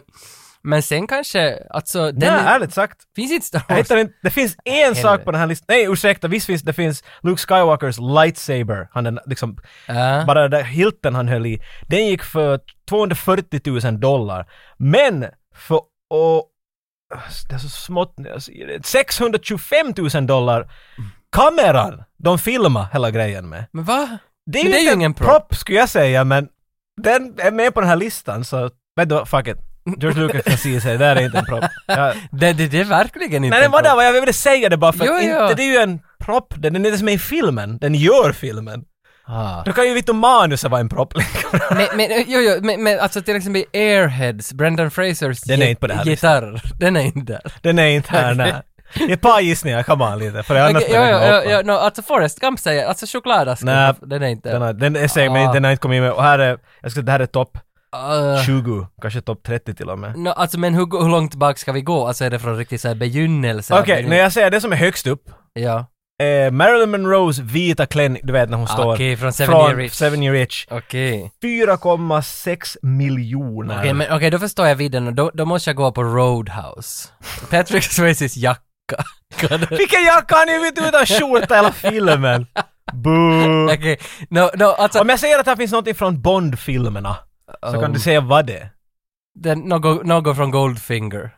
Speaker 2: men sen kanske, alltså, den
Speaker 1: Nej,
Speaker 2: är,
Speaker 1: ärligt sagt.
Speaker 2: finns inte Star
Speaker 1: Jag
Speaker 2: Wars.
Speaker 1: hittar inte, det finns en
Speaker 2: Helvete.
Speaker 1: sak på den här listan. Nej, ursäkta, visst finns det finns Luke Skywalkers lightsaber. Han den liksom,
Speaker 2: Ja.
Speaker 1: bara den där hilten han höll i. Den gick för 240 000 dollar. Men för, och, det är så smått när jag säger det, 625 000 dollar kameran de filmar hela grejen med.
Speaker 2: Men va?
Speaker 1: Det är
Speaker 2: Men
Speaker 1: ju,
Speaker 2: det är ju
Speaker 1: inte en
Speaker 2: ingen prop.
Speaker 1: prop. skulle jag säga, men den är med på den här listan så, vet du vad, fuck it. George Lucas kan säga sig, det där är inte en prop. Jag,
Speaker 2: Det, det, det är verkligen inte
Speaker 1: Nej,
Speaker 2: en
Speaker 1: den var
Speaker 2: prop.
Speaker 1: där, vad jag ville säga det bara för
Speaker 2: Jo,
Speaker 1: att
Speaker 2: jo.
Speaker 1: inte, det är ju en propp, den den är det som är i filmen, den gör filmen.
Speaker 2: Ah.
Speaker 1: Då kan ju Vito manuset vara en propp. liksom.
Speaker 2: men, men, jo, jo, men, men alltså till exempel Airheads, Brendan Frasers
Speaker 1: Den är inte på det här
Speaker 2: gitarr, den är inte där.
Speaker 1: den är inte här, nej. Det är ett par gissningar, come on lite, för annars
Speaker 2: Okej,
Speaker 1: okay,
Speaker 2: jo,
Speaker 1: den
Speaker 2: jo,
Speaker 1: ja,
Speaker 2: jo, jo, no, alltså Forrest Gump säger, alltså chokladask,
Speaker 1: Nej,
Speaker 2: den är inte...
Speaker 1: Den, har, den är säkert, men
Speaker 2: Ah.
Speaker 1: den har inte kommit med. Och här är, jag ska det här är topp
Speaker 2: Ah.
Speaker 1: 20, kanske topp 30 till och med.
Speaker 2: Nå, alltså men hur, hur långt bak ska vi gå? Alltså är det från riktigt såhär begynnelse?
Speaker 1: Okej, när jag säger det som är högst upp,
Speaker 2: Ja.
Speaker 1: eh, Marilyn Monroes vita klänning, du vet när hon står.
Speaker 2: Ah, Okej, från Seven
Speaker 1: från
Speaker 2: Year Itch.
Speaker 1: Seven Year Itch.
Speaker 2: Okej.
Speaker 1: 4,6 miljoner.
Speaker 2: Okej, men okej, då förstår jag vidden och då, då måste jag gå på Roadhouse. Patrick Swayzes jacka. okej,
Speaker 1: Vilken jacka har ni vitt utan skjorta i hela filmen? Boo.
Speaker 2: no, no, alltså...
Speaker 1: Om jag säger att här finns något från Bond-filmerna, så kan
Speaker 2: um,
Speaker 1: du säga vad det är.
Speaker 2: den- Något något från Goldfinger.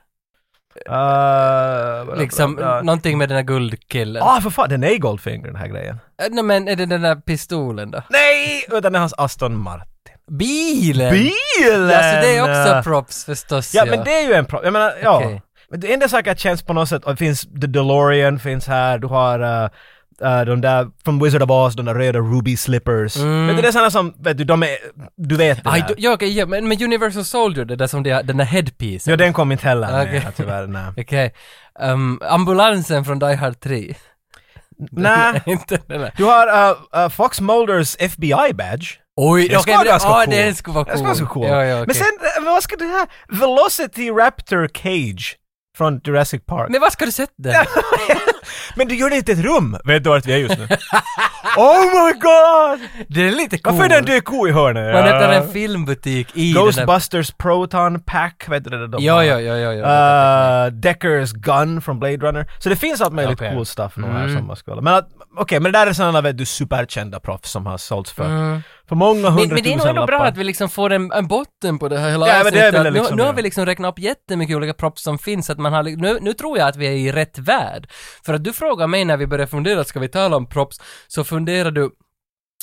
Speaker 1: Uh,
Speaker 2: Liksom,
Speaker 1: blablabla.
Speaker 2: någonting med den där guldkillen.
Speaker 1: Ah, för fan, den är i Goldfinger den här grejen.
Speaker 2: Äh, Nej men är det den där pistolen då?
Speaker 1: Nej! Utan det är hans Aston Martin.
Speaker 2: Bilen!
Speaker 1: Bilen!
Speaker 2: Alltså det är också props förstås
Speaker 1: Ja, men det är ju en pro... Jag menar, ja.
Speaker 2: Okej.
Speaker 1: Men det enda saker känns på något sätt, och det finns The DeLorean finns här, du har eh, eh, de där, från Wizard of Oz, de där röda Ruby Slippers.
Speaker 2: Mm.
Speaker 1: Men det är sådana som, vet du, de är, du vet det
Speaker 2: Aj,
Speaker 1: där.
Speaker 2: då, ja, okej, ja, men, men Universal Soldier, det där som det, den där headpiece.
Speaker 1: Ja, den kom inte heller med
Speaker 2: Okej.
Speaker 1: här, tyvärr. Nej.
Speaker 2: Okej. Ehm, ambulansen från Die Hard 3.
Speaker 1: Nej.
Speaker 2: inte den där.
Speaker 1: Du har eh, eh, Fox Mulders FBI-badge.
Speaker 2: Oj,
Speaker 1: Den
Speaker 2: okej,
Speaker 1: ska
Speaker 2: men-
Speaker 1: vara ganska
Speaker 2: ah,
Speaker 1: cool.
Speaker 2: den skulle vara cool.
Speaker 1: Den ska vara så cool.
Speaker 2: Ja, ja, okej.
Speaker 1: Men sen, eh, vad ska det här? Velocity Raptor Cage från Jurassic Park.
Speaker 2: Men vad ska du sätta den?
Speaker 1: Men du gör det inte i ett rum! Vet du vart vi är just nu? oh my god!
Speaker 2: Det är lite cool.
Speaker 1: Varför är det en död ko i hörnet?
Speaker 2: Man
Speaker 1: Ja.
Speaker 2: öppnar en filmbutik i den där...
Speaker 1: Ghostbusters Proton Pack, vet du det de
Speaker 2: Ja,
Speaker 1: har?
Speaker 2: ja, ja, ja, ja.
Speaker 1: Uh, Deckers Gun från Blade Runner. Så det finns allt möjligt
Speaker 2: Okej.
Speaker 1: cool stuff nog här
Speaker 2: Mm.
Speaker 1: som man skulle... Men att- okej, men det där är sådana vet du superkända proffs som har sålts för,
Speaker 2: Mm.
Speaker 1: för många
Speaker 2: Men,
Speaker 1: hundratusen
Speaker 2: men det är nog ändå bra
Speaker 1: lappar.
Speaker 2: att vi liksom får en, en botten på det här hela
Speaker 1: Ja, men det är
Speaker 2: avsnittet.
Speaker 1: väl
Speaker 2: Att
Speaker 1: liksom
Speaker 2: nu, nu har
Speaker 1: det.
Speaker 2: vi liksom räknat upp jättemycket olika props som finns, att man har, li- nu, nu tror jag att vi är i rätt värld. För att du frågar mig när vi började fundera, ska vi tala om props, så funderar du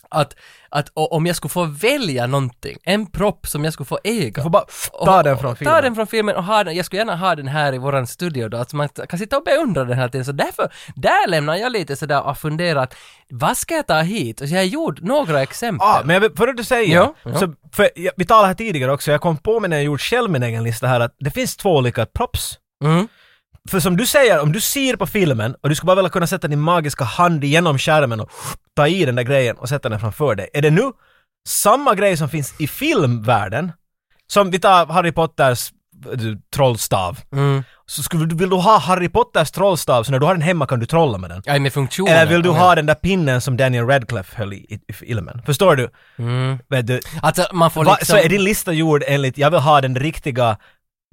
Speaker 2: att, att o- om jag skulle få välja någonting, en propp som jag skulle få
Speaker 1: Du
Speaker 2: äga.
Speaker 1: får bara
Speaker 2: och
Speaker 1: ta
Speaker 2: ha-
Speaker 1: den från filmen.
Speaker 2: Ta den från filmen och ha den, jag skulle gärna ha den här i våran studio då, att man kan sitta och beundra den här tiden. Så därför, där lämnar jag lite sådär och funderar att vad ska jag ta hit? Och så jag gjorde några exempel.
Speaker 1: Ja, ah, men jag vill- före du säger,
Speaker 2: Ja,
Speaker 1: Så, för jag, vi talade här tidigare också, jag kom på mig när jag gjorde själv min egen lista här att det finns två olika props.
Speaker 2: Mm.
Speaker 1: För som du säger, om du ser på filmen och du skulle bara vilja kunna sätta din magiska hand igenom skärmen och ta i den där grejen och sätta den framför dig. Är det nu samma grej som finns i filmvärlden, som vi tar Harry Potters eh, du, trollstav,
Speaker 2: Mm.
Speaker 1: så skulle, du- vill du ha Harry Potters trollstav så när du har den hemma kan du trolla med den.
Speaker 2: Oh, Ja, med funktionen.
Speaker 1: Eller vill du ha den där pinnen som Daniel Radcliffe höll i, i, i filmen? Förstår du?
Speaker 2: Mm.
Speaker 1: Vet du?
Speaker 2: Alltså man får
Speaker 1: Va,
Speaker 2: liksom...
Speaker 1: så är din lista gjord enligt, jag vill ha den riktiga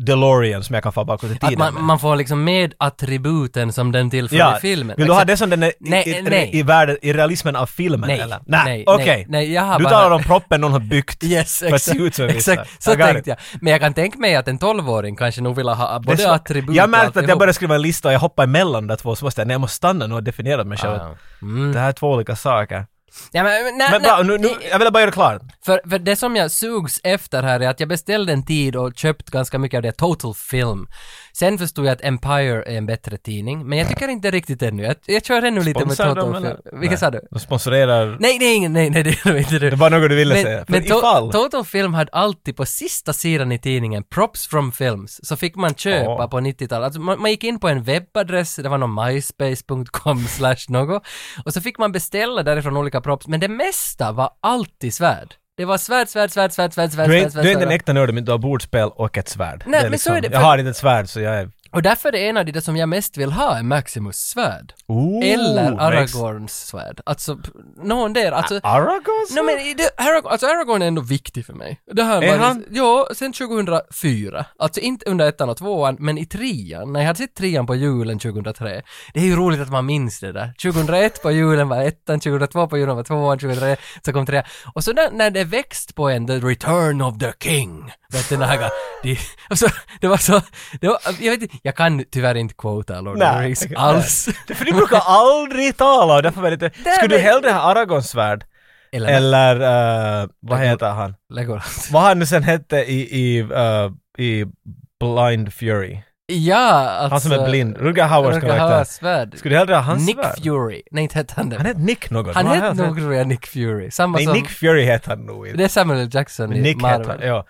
Speaker 1: DeLorean som jag kan få bakåt i
Speaker 2: att
Speaker 1: tiden
Speaker 2: man,
Speaker 1: med.
Speaker 2: man får liksom med attributen som den tillför
Speaker 1: Ja,
Speaker 2: i filmen.
Speaker 1: Vill du ha
Speaker 2: Exakt.
Speaker 1: det som den är i,
Speaker 2: Nej,
Speaker 1: i,
Speaker 2: nej.
Speaker 1: i, i, världen, i realismen av filmen
Speaker 2: Nej,
Speaker 1: eller?
Speaker 2: nej,
Speaker 1: okej.
Speaker 2: nej, nej, jag har
Speaker 1: Du
Speaker 2: bara-
Speaker 1: talar om proppen någon har byggt
Speaker 2: Yes,
Speaker 1: för att se
Speaker 2: exakt.
Speaker 1: ut som en vissa.
Speaker 2: exakt. Så
Speaker 1: I got it.
Speaker 2: tänkte jag. Men jag kan tänka mig att en tolvåring kanske nog vill ha
Speaker 1: Det är
Speaker 2: både
Speaker 1: så-
Speaker 2: attribut
Speaker 1: Jag
Speaker 2: och
Speaker 1: märkte att jag
Speaker 2: alltihop.
Speaker 1: började skriva en lista och jag hoppade emellan de två så måste jag, nej jag måste stanna nu och definiera mig själv.
Speaker 2: Ja. Mm.
Speaker 1: Det här är två olika saker.
Speaker 2: Ja, men, men, nej,
Speaker 1: Men bra,
Speaker 2: nej,
Speaker 1: nu, nu,
Speaker 2: i-
Speaker 1: jag ville bara göra klart.
Speaker 2: För, för det som jag sugs efter här är att jag beställde en tid och köpt ganska mycket av det, Total Film. Sen förstod jag att Empire är en bättre tidning, men jag tycker inte riktigt ännu. Jag, jag kör ännu lite med
Speaker 1: Sponsrar de
Speaker 2: Total
Speaker 1: eller?
Speaker 2: Film. Vilka
Speaker 1: Nej.
Speaker 2: sa du?
Speaker 1: De sponsorerar...
Speaker 2: Nej, nej, nej, nej, det är nog inte
Speaker 1: Det
Speaker 2: du.
Speaker 1: var något du ville säga.
Speaker 2: Men,
Speaker 1: För
Speaker 2: men to-
Speaker 1: ifall...
Speaker 2: Total Film hade alltid på sista sidan i tidningen “Props from Films” så fick man köpa
Speaker 1: Ja.
Speaker 2: på 90-talet. Alltså man, man gick in på en webbadress, det var någon myspace.com slash något och så fick man beställa därifrån olika props men det mesta var alltid svärd. Det var svärd, svärd, svärd, svärd, svärd, svärd,
Speaker 1: du är,
Speaker 2: svärd,
Speaker 1: inte- du är
Speaker 2: svärd,
Speaker 1: inte en
Speaker 2: svärd.
Speaker 1: äkta nörd om inte du har bordspel och ett svärd. liksom-
Speaker 2: Nej, men så är det,
Speaker 1: Jag
Speaker 2: för-
Speaker 1: har inte ett svärd så jag är...
Speaker 2: Och därför är en av de som jag mest vill ha är Maximus svärd.
Speaker 1: Ooh,
Speaker 2: Eller
Speaker 1: makes-
Speaker 2: Aragorns svärd. Alltså, p- någon där. Alltså,
Speaker 1: Ah, Aragorn?
Speaker 2: Nej men i det, Aragorn, alltså Aragorn är ändå viktig för mig. Det här
Speaker 1: Är
Speaker 2: var- liksom-
Speaker 1: han?
Speaker 2: Ja, sen 2004. Alltså inte under ettan och tvåan, men i trean. När jag hade sett trean på julen 2003. Det är ju roligt att man minns det där. 2001 på julen var ettan, 2002 på julen var tvåan, 2003 så kom trean. Och så när, när det växt på en, the return of the king. Vet du, den här det, alltså, det var så, det var, jag vet inte, jag kan tyvärr inte quota Lord of the
Speaker 1: Nej,
Speaker 2: Rings
Speaker 1: okej,
Speaker 2: alls.
Speaker 1: Det- För ni brukar aldrig tala och därför var jag lite...
Speaker 2: Nej,
Speaker 1: Skulle du
Speaker 2: men-
Speaker 1: hellre ha Aragorns svärd?
Speaker 2: Eller,
Speaker 1: Eller eh, vad
Speaker 2: Aragorn.
Speaker 1: heter han?
Speaker 2: Legolas.
Speaker 1: Vad han nu sen hette i, i, eh, i Blind Fury?
Speaker 2: Ja, alltså.
Speaker 1: Han som är blind. Rutger Hauers
Speaker 2: Rutger Hauers
Speaker 1: karaktär.
Speaker 2: svärd.
Speaker 1: Skulle du hellre ha hans
Speaker 2: Nick
Speaker 1: svärd?
Speaker 2: Fury. Nej, inte hette han det.
Speaker 1: Han hette Nick något.
Speaker 2: Han
Speaker 1: Vad
Speaker 2: hette
Speaker 1: heter
Speaker 2: nog tror jag Nick Fury. Samma
Speaker 1: Nej,
Speaker 2: som...
Speaker 1: Nick Fury hette han nog inte.
Speaker 2: Det är Samuel L. Jackson i
Speaker 1: Nick hette han,
Speaker 2: Marvel.
Speaker 1: ja.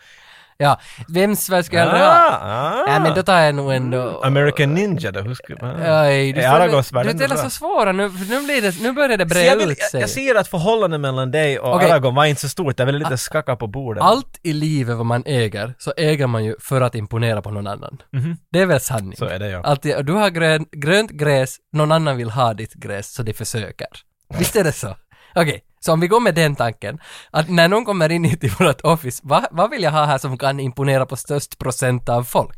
Speaker 2: Ja. Vems svärd ska jag hellre ha?
Speaker 1: Ah,
Speaker 2: Nej, men då tar jag nog ändå...
Speaker 1: American Ninja då, hur skulle man...
Speaker 2: Aj, du
Speaker 1: Är
Speaker 2: ställer,
Speaker 1: Aragorn svärd
Speaker 2: du
Speaker 1: ändå
Speaker 2: ställer
Speaker 1: bra?
Speaker 2: så svåra nu, för nu, blir det, nu börjar det
Speaker 1: Så jag,
Speaker 2: breda
Speaker 1: vill,
Speaker 2: ut
Speaker 1: jag,
Speaker 2: sig.
Speaker 1: jag ser att förhållandet mellan dig och
Speaker 2: Okej. Ah.
Speaker 1: Aragorn var inte så stort, jag ville lite skaka på bordet.
Speaker 2: Allt i livet vad man äger, så äger man ju för att imponera på någon annan.
Speaker 1: Mhm.
Speaker 2: Det är väl sanning?
Speaker 1: Så är det ja.
Speaker 2: Alltid, och du har grön, grönt gräs, någon annan vill ha ditt gräs så de försöker. Visst är det så? Okej, så om vi går med den tanken, att när någon kommer in hit i vårt office, vad, vad vill jag ha här som kan imponera på störst procent av folk?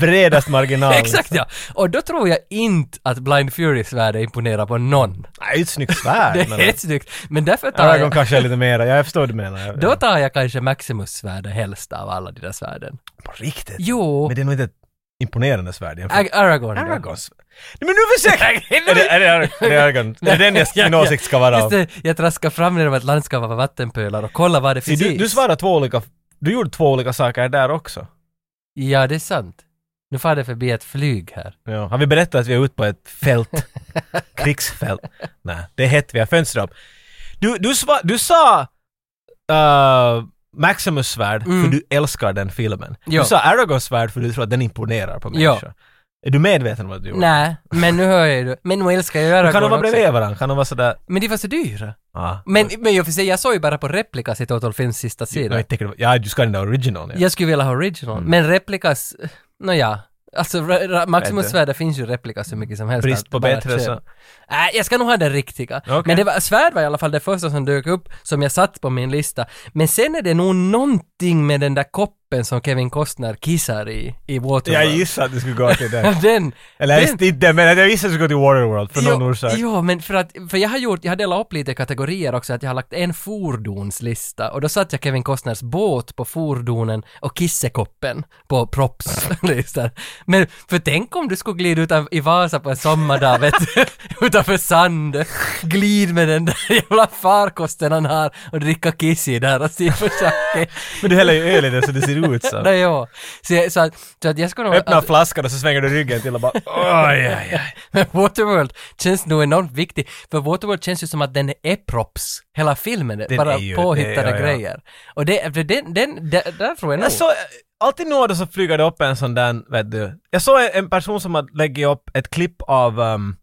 Speaker 1: Bredast marginal.
Speaker 2: Exakt ja! Och då tror jag inte att Blind Furys värde imponerar på någon.
Speaker 1: Nej, det är ett snyggt svärd.
Speaker 2: Det
Speaker 1: men-
Speaker 2: är ett snyggt, men därför tar
Speaker 1: Aragorn
Speaker 2: jag,
Speaker 1: kanske är lite mera, jag förstår vad du menar. Jag-
Speaker 2: då tar jag kanske Maximus svärde helst av alla de där svärden.
Speaker 1: På riktigt?
Speaker 2: Jo,
Speaker 1: Men det är nog inte ett imponerande svärd jämfört
Speaker 2: Ag- Aragorn. då.
Speaker 1: Aragons. Nej men nu försöker jag! Är det, är det, Arag- är det Aragorn? Det är den jag, min åsikt ska vara
Speaker 2: Just
Speaker 1: av.
Speaker 2: det, jag traskar fram genom ett landskap av vattenpölar och kolla vad det
Speaker 1: Se,
Speaker 2: finns
Speaker 1: Du, du
Speaker 2: is.
Speaker 1: svarade två olika, du gjorde två olika saker där också.
Speaker 2: Ja, det är sant. Nu far det förbi ett flyg här.
Speaker 1: Ja. Har vi berättat att vi är ute på ett fält? Krigsfält? Nej, det är hett, vi har fönster upp. Du, du, sva, du sa eh, Maximus svärd
Speaker 2: Mm.
Speaker 1: för du älskar den filmen.
Speaker 2: Ja.
Speaker 1: Du sa Aragons svärd för du tror att den imponerar på
Speaker 2: Ja.
Speaker 1: människor. Är du medveten om vad du gjorde?
Speaker 2: Nej, men nu hör jag ju. Men nu älskar jag Aragorn
Speaker 1: Kan de vara
Speaker 2: också. Mm,
Speaker 1: bredvid varandra? Kan de vara sådär...
Speaker 2: Men de var så dyra.
Speaker 1: Ah.
Speaker 2: Men, men jag, för sig, jag såg ju bara på replikas i Total Films sista
Speaker 1: Ja,
Speaker 2: sida.
Speaker 1: jag tänker, ja, du ska ha den där original. Ja. Mm.
Speaker 2: Jag skulle vilja ha original. Men replikas, nåja. Alltså, ra- ra- Maximus
Speaker 1: Bättre.
Speaker 2: svärd, det finns ju replikas så mycket som helst.
Speaker 1: Brist på
Speaker 2: Bara
Speaker 1: bättre
Speaker 2: köp.
Speaker 1: så.
Speaker 2: Nej, jag ska nog ha den riktiga.
Speaker 1: Okej.
Speaker 2: Men det var, svärd var i alla fall det första som dök upp, som jag satt på min lista. Men sen är det nog någonting med den där koppen som Kevin Costner kissar i, i
Speaker 1: Jag
Speaker 2: Waterworld.
Speaker 1: gissade att du skulle gå till den.
Speaker 2: Den,
Speaker 1: Eller jag
Speaker 2: den-
Speaker 1: visste inte, men jag visste att du skulle gå till Waterworld för någon orsak.
Speaker 2: Jo, men för att, för jag har gjort, jag har delat upp lite kategorier också, att jag har lagt en fordonslista och då satt jag Kevin Costners båt på fordonen och kissekoppen på propslistan. Men, för tänk om du skulle glida utan, i Vasa på en sommardag, vet du, utanför sand, glid med den där jävla farkosten han har och dricka kiss i där och se på Jackie.
Speaker 1: Men du häller ju öl i den så det ser ut så.
Speaker 2: Nej, ja. Så, jag- så, att, så att jag skulle nog...
Speaker 1: Öppnar flaskan och så svänger du ryggen till och bara oj, oj, oj.
Speaker 2: Men Waterworld känns nog enormt viktig, för Waterworld känns ju som att den är props. Hela filmen är
Speaker 1: Den
Speaker 2: bara
Speaker 1: är ju-
Speaker 2: påhittade
Speaker 1: det- ja, Alltså- ja.
Speaker 2: grejer. Och det, för den, den, där, där tror jag nog.
Speaker 1: Jag såg, alltid några så flyger det upp en sån där, vet du. Jag såg en person som hade lagt upp ett klipp av um,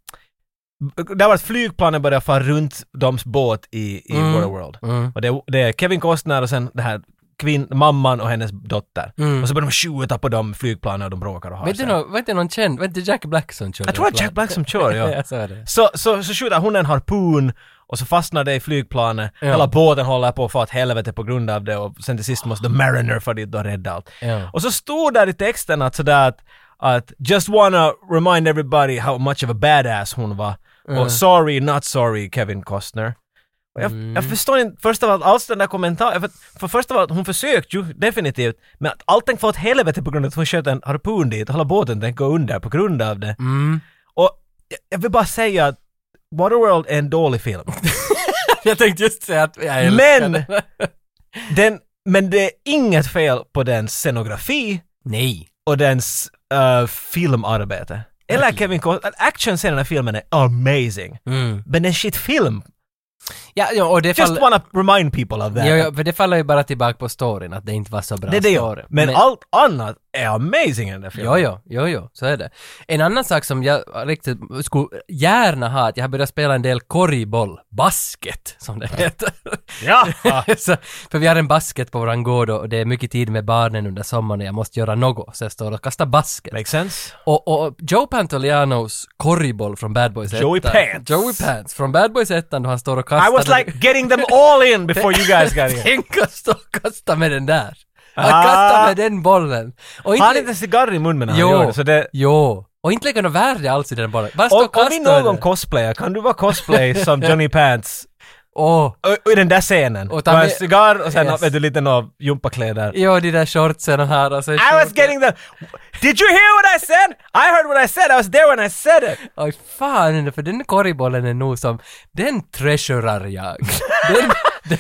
Speaker 1: där var ett flygplanen började fara runt dems båt i, i
Speaker 2: Mm.
Speaker 1: Waterworld.
Speaker 2: Mm.
Speaker 1: Och det, det är Kevin Costner och sen det här kvinn, mamman och hennes dotter.
Speaker 2: Mm.
Speaker 1: Och så börjar de skjuta på de flygplanen och de bråkar och har
Speaker 2: Vet du
Speaker 1: sig.
Speaker 2: någon, var inte någon känd, var inte Jack Black som körde?
Speaker 1: Jag tror att
Speaker 2: plan?
Speaker 1: Jack Black som kör, ja.
Speaker 2: ja, så är det.
Speaker 1: Så, så, så skjuter hon en harpun och så fastnar det i flygplanet.
Speaker 2: Ja.
Speaker 1: Hela båten håller på att få åt helvete på grund av det och sen till sist måste The Mariner för dit och rädda allt.
Speaker 2: Ja.
Speaker 1: Och så stod där i texten att sådär att, att “Just wanna remind everybody how much of a badass hon var” och “Sorry, not sorry, Kevin Costner”. Och jag, jag förstår inte, först av allt, alls den där kommentaren, för, för först av allt, hon försökte ju definitivt, men att allt tänk få åt helvete på grund av att hon sköt en harpun dit och hela båten tänk gå under på grund av det.
Speaker 2: Mm.
Speaker 1: Och jag, jag vill bara säga att Waterworld är en dålig film.
Speaker 2: jag tänkte just säga att jag älskar
Speaker 1: Men!
Speaker 2: den.
Speaker 1: Den, men det är inget fel på den scenografi
Speaker 2: Nej.
Speaker 1: och dens eh, filmarbete. Eller
Speaker 2: Nej.
Speaker 1: Kevin Costner, actionscenen i filmen är amazing.
Speaker 2: Mm.
Speaker 1: Men det är shitfilm.
Speaker 2: Ja, ja, och det
Speaker 1: Just
Speaker 2: faller...
Speaker 1: wanna remind people of that.
Speaker 2: Ja, ja, för det faller ju bara tillbaka på storyn, att det inte var så bra
Speaker 1: det är det
Speaker 2: story.
Speaker 1: jag. Men, allt annat är amazing i den där filmen.
Speaker 2: Jo, jo, jo, jo, så är det. En annan sak som jag riktigt skulle gärna ha, att jag har börjat spela en del korgboll, basket, som det heter.
Speaker 1: Ja!
Speaker 2: så, för vi har en basket på våran gård och det är mycket tid med barnen under sommaren och jag måste göra något, så jag står och kastar basket.
Speaker 1: Makes sense.
Speaker 2: Och, och Joe Pantolianos korgboll från Bad Boys 1.
Speaker 1: Joey Pants.
Speaker 2: Joey Pants från Bad Boys 1 då han står och kastar.
Speaker 1: I was like getting them all in before you guys got here.
Speaker 2: Tänk att stå och kasta med den där. Han
Speaker 1: Ah.
Speaker 2: kastar med den bollen. Och
Speaker 1: Han hade inte cigarr i munnen när han
Speaker 2: Jo.
Speaker 1: gjorde det, så det...
Speaker 2: Jo. Och inte lägga något värde alls i den bollen. Bara stå och,
Speaker 1: Och om Alltså, vi
Speaker 2: kasta med
Speaker 1: någon
Speaker 2: den.
Speaker 1: cosplayar, kan du vara cosplay som Johnny Pants?
Speaker 2: Åh.
Speaker 1: Och, och i den där scenen.
Speaker 2: Och
Speaker 1: Och
Speaker 2: ta
Speaker 1: med en
Speaker 2: med-
Speaker 1: cigarr och sen
Speaker 2: Yes.
Speaker 1: vet du, lite några gympakläder.
Speaker 2: Jo, de där shortsen och här alltså.
Speaker 1: I was getting the... Did you hear what I said? I heard what I said, I was there when I said it!
Speaker 2: Oj, fan, för den korgbollen är nog som... Den treasurar jag. den,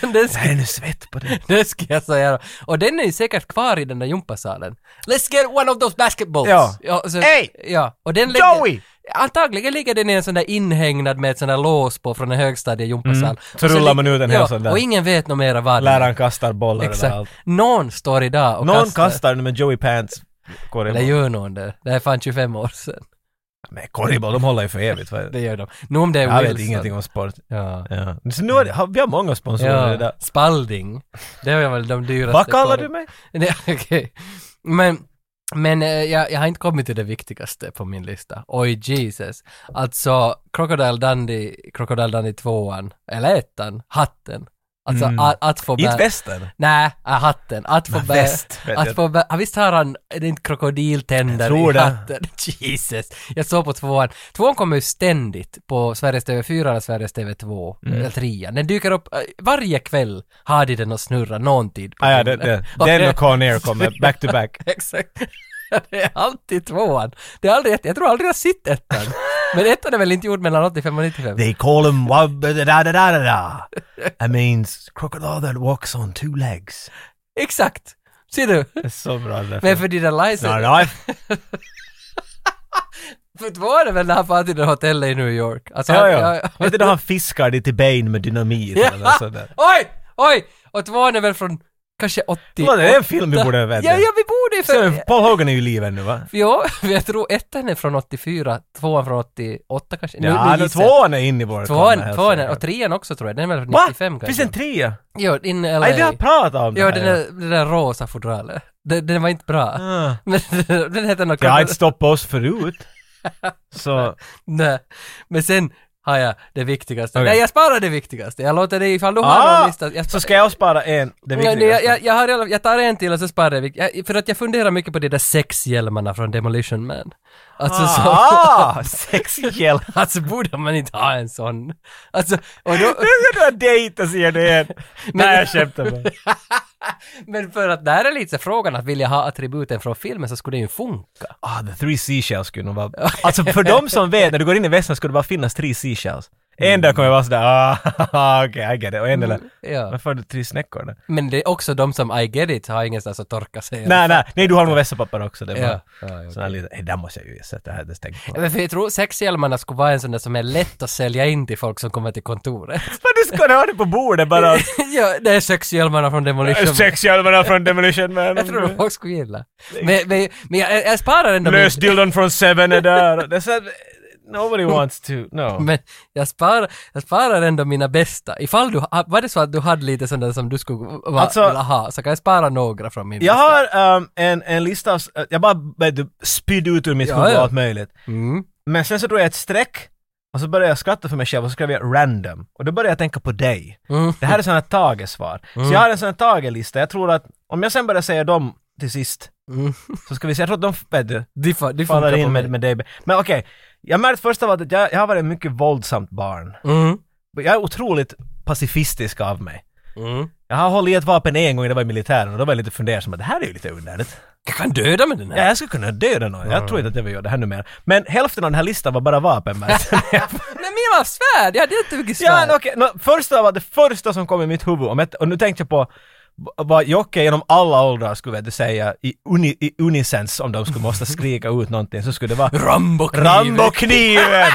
Speaker 2: den, den, ska,
Speaker 1: Jag är nu svett på det.
Speaker 2: den ska jag säga. Och den är ju säkert kvar i den där gympasalen. Let's get one of those basketballs!
Speaker 1: Ja.
Speaker 2: så,
Speaker 1: Hey!
Speaker 2: Ja, och den ligger...
Speaker 1: Joey!
Speaker 2: Antagligen ligger den i en sån där inhägnad med ett sån där lås på från en högstadiegympasal. Mm.
Speaker 1: Så rullar man ut en hel sån där.
Speaker 2: Och ingen vet nog mera vad det är.
Speaker 1: Läraren kastar bollar
Speaker 2: Exakt.
Speaker 1: överallt.
Speaker 2: Någon står idag och
Speaker 1: Någon
Speaker 2: kastar.
Speaker 1: kastar nu med Joey Pants
Speaker 2: Eller
Speaker 1: korriboll.
Speaker 2: gör någon det. Det här är fan 25 år sedan.
Speaker 1: Men korriboll, de håller ju för evigt. va?
Speaker 2: Det gör de. Nu om det är
Speaker 1: Jag
Speaker 2: Wilson.
Speaker 1: vet ingenting om sport.
Speaker 2: Ja.
Speaker 1: Ja. Så nu har, har- vi har många sponsorer
Speaker 2: ja.
Speaker 1: idag.
Speaker 2: Spalding. Det var väl de dyraste.
Speaker 1: Vad kallar
Speaker 2: korv-
Speaker 1: du mig?
Speaker 2: Nej, okej. Men, men eh, jag, jag har inte kommit till det viktigaste på min lista. Oj Jesus. Alltså Crocodile Dundee, Crocodile Dundee 2an, eller ettan, hatten. Alltså
Speaker 1: Mm.
Speaker 2: att, att få
Speaker 1: Inte
Speaker 2: bära...
Speaker 1: västen?
Speaker 2: Nej, äh, hatten. Att få
Speaker 1: Men
Speaker 2: bära...
Speaker 1: väst, vet
Speaker 2: Att
Speaker 1: jag.
Speaker 2: få bä- ah, visst har han, är det inte krokodiltänder
Speaker 1: Jag tror
Speaker 2: i
Speaker 1: det.
Speaker 2: hatten? Jesus! Jag såg på tvåan. Tvåan kommer ju ständigt på Sveriges TV4 eller Sveriges TV2,
Speaker 1: Mm.
Speaker 2: eller trean. Den dyker upp, eh, varje kväll har de den och snurrar någon tid på
Speaker 1: Ah, ja, det,
Speaker 2: dygnet.
Speaker 1: det.
Speaker 2: Och
Speaker 1: Den
Speaker 2: det-
Speaker 1: och Conair kommer back to back.
Speaker 2: Exakt. Det är alltid tvåan. Det är aldrig ett, jag tror aldrig jag har sett ettan. Men ettan är väl inte gjord mellan 85 och 95?
Speaker 1: They call him wabba da da da da da. That means crocodile that walks on two legs.
Speaker 2: Exakt! Ser du?
Speaker 1: Det är så bra det
Speaker 2: Men för dina license...
Speaker 1: Snarare.
Speaker 2: För tvåan är väl när han far till det hotellet i New York? Alltså,
Speaker 1: Ja,
Speaker 2: han-
Speaker 1: ja. Vet du då han fiskar dit i Bane med dynamit eller något sånt där.
Speaker 2: Oj! Oj! Och tvåan är väl från kanske 80...
Speaker 1: Vad, Det är en film vi borde veta.
Speaker 2: Ja, ja, vi borde ju
Speaker 1: Så
Speaker 2: för...
Speaker 1: Paul Hogan är ju i livet nu va?
Speaker 2: Ja, jag tror ettan är från 84, tvåan från 88 kanske. Nu- nu
Speaker 1: Ja, då
Speaker 2: gissar jag.
Speaker 1: tvåan är inne i vår kamera,
Speaker 2: Tvåan,
Speaker 1: helt
Speaker 2: tvåan är,
Speaker 1: säkert.
Speaker 2: och trean också tror jag. Den är väl från
Speaker 1: Va?
Speaker 2: 95
Speaker 1: Finns
Speaker 2: kanske.
Speaker 1: det en trea?
Speaker 2: Jo, in LA.
Speaker 1: Nej, vi har pratat om det
Speaker 2: Ja,
Speaker 1: här.
Speaker 2: den där, det där rosa fodralet. Den, den var inte bra.
Speaker 1: Ah.
Speaker 2: Men den hette något...
Speaker 1: Det har inte stoppat oss förut. Så,
Speaker 2: Nej. Men sen har jag det viktigaste.
Speaker 1: Okej.
Speaker 2: Nej, jag sparar det viktigaste. Jag låter dig, ifall du har
Speaker 1: Ah!
Speaker 2: någon lista. Jag
Speaker 1: så ska jag spara en, det alltså.
Speaker 2: Nej, nej, jag,
Speaker 1: viktigaste.
Speaker 2: jag, jag, har, i alla- jag tar en till och så sparar jag. vik- jag. För att jag funderar mycket på de där sexhjälmarna från Demolition Man. Alltså, så,
Speaker 1: Ah, sexhjälp!
Speaker 2: alltså borde man inte ha en sån? Alltså, och då,
Speaker 1: Nu ska du ha dejt och se det igen! Nej, jag skämtar bara.
Speaker 2: men för att där är lite så frågan att vill jag ha attributen från filmen så skulle det ju funka.
Speaker 1: Ah, the three seashells skulle nog vara... Alltså för de som vet, när du går in i västen skulle det bara finnas tre seashells. En dag kommer jag vara sådär ah, okej, I get it. Och en eller...
Speaker 2: Ja.
Speaker 1: Varför har du tre snäckor där?
Speaker 2: Men det är också de som I get it har ingenstans att torka sig.
Speaker 1: Nej, nej, nej, du har nog vässapapper också. Det är
Speaker 2: Ja.
Speaker 1: bara
Speaker 2: Ja, ja,
Speaker 1: sån här liten... Hey, där måste jag ju sätta här, det stänker på.
Speaker 2: Men för jag tror sexhjälmarna skulle vara en sån där som är lätt att sälja in till folk som kommer till kontoret.
Speaker 1: Men du ska ha det på bordet bara!
Speaker 2: ja, det är sexhjälmarna från Demolition Man.
Speaker 1: Sexhjälmarna från Demolition Man.
Speaker 2: Jag tror folk skulle gilla. Men, men, men jag, jag sparar ändå min,
Speaker 1: Lösdildon från Seven är där. Det är så här, nobody wants to, no.
Speaker 2: men jag, sparar, jag sparar ändå mina bästa. Ifall du, ha- var det så att du hade lite sådana som du skulle va,
Speaker 1: Alltså-
Speaker 2: vilja ha, så kan jag spara några från min
Speaker 1: Jag
Speaker 2: lista.
Speaker 1: har um, en, en lista, av s- eh, jag bara började spydde ut ur mitt
Speaker 2: Ja,
Speaker 1: huvud
Speaker 2: ja.
Speaker 1: allt möjligt.
Speaker 2: Mm.
Speaker 1: Men sen så drog jag ett streck och så började jag skratta för mig själv och så skrev jag random. Och då började jag tänka på dig.
Speaker 2: Mm.
Speaker 1: Det här är sådana Tage-svar. Så jag har en sån här Tage-lista. Jag tror att om jag sen börjar säga dem till sist
Speaker 2: Mm.
Speaker 1: så ska vi se, jag tror att de, vet du,
Speaker 2: Det, fa, det funkar
Speaker 1: faller
Speaker 2: på
Speaker 1: in
Speaker 2: mig.
Speaker 1: med, med dig. Men okej, jag märkte först av allt att jag, jag har varit ett mycket våldsamt barn.
Speaker 2: Mm.
Speaker 1: Jag är otroligt pacifistisk av mig.
Speaker 2: Mm.
Speaker 1: Jag har hållit i ett vapen en gång, det var i militären och då var jag lite fundersam att det här är ju lite underligt.
Speaker 2: Jag kan döda med den
Speaker 1: Ja,
Speaker 2: här.
Speaker 1: jag skulle kunna döda någon. Jag tror inte att jag vill göra det här nu mer. Men hälften av den här listan var bara vapen. märkte jag.
Speaker 2: Men min var svärd! Jag hade inte mycket svärd.
Speaker 1: ja, no, okej. nå, första var det första som kom i mitt huvud. Om jag, och nu tänkte jag på vad Jocke genom alla åldrar skulle vet du, säga i, uni, i unisens om de skulle måste skrika ut någonting så skulle det vara
Speaker 2: Rambo-kniven.
Speaker 1: Rambo-kniven!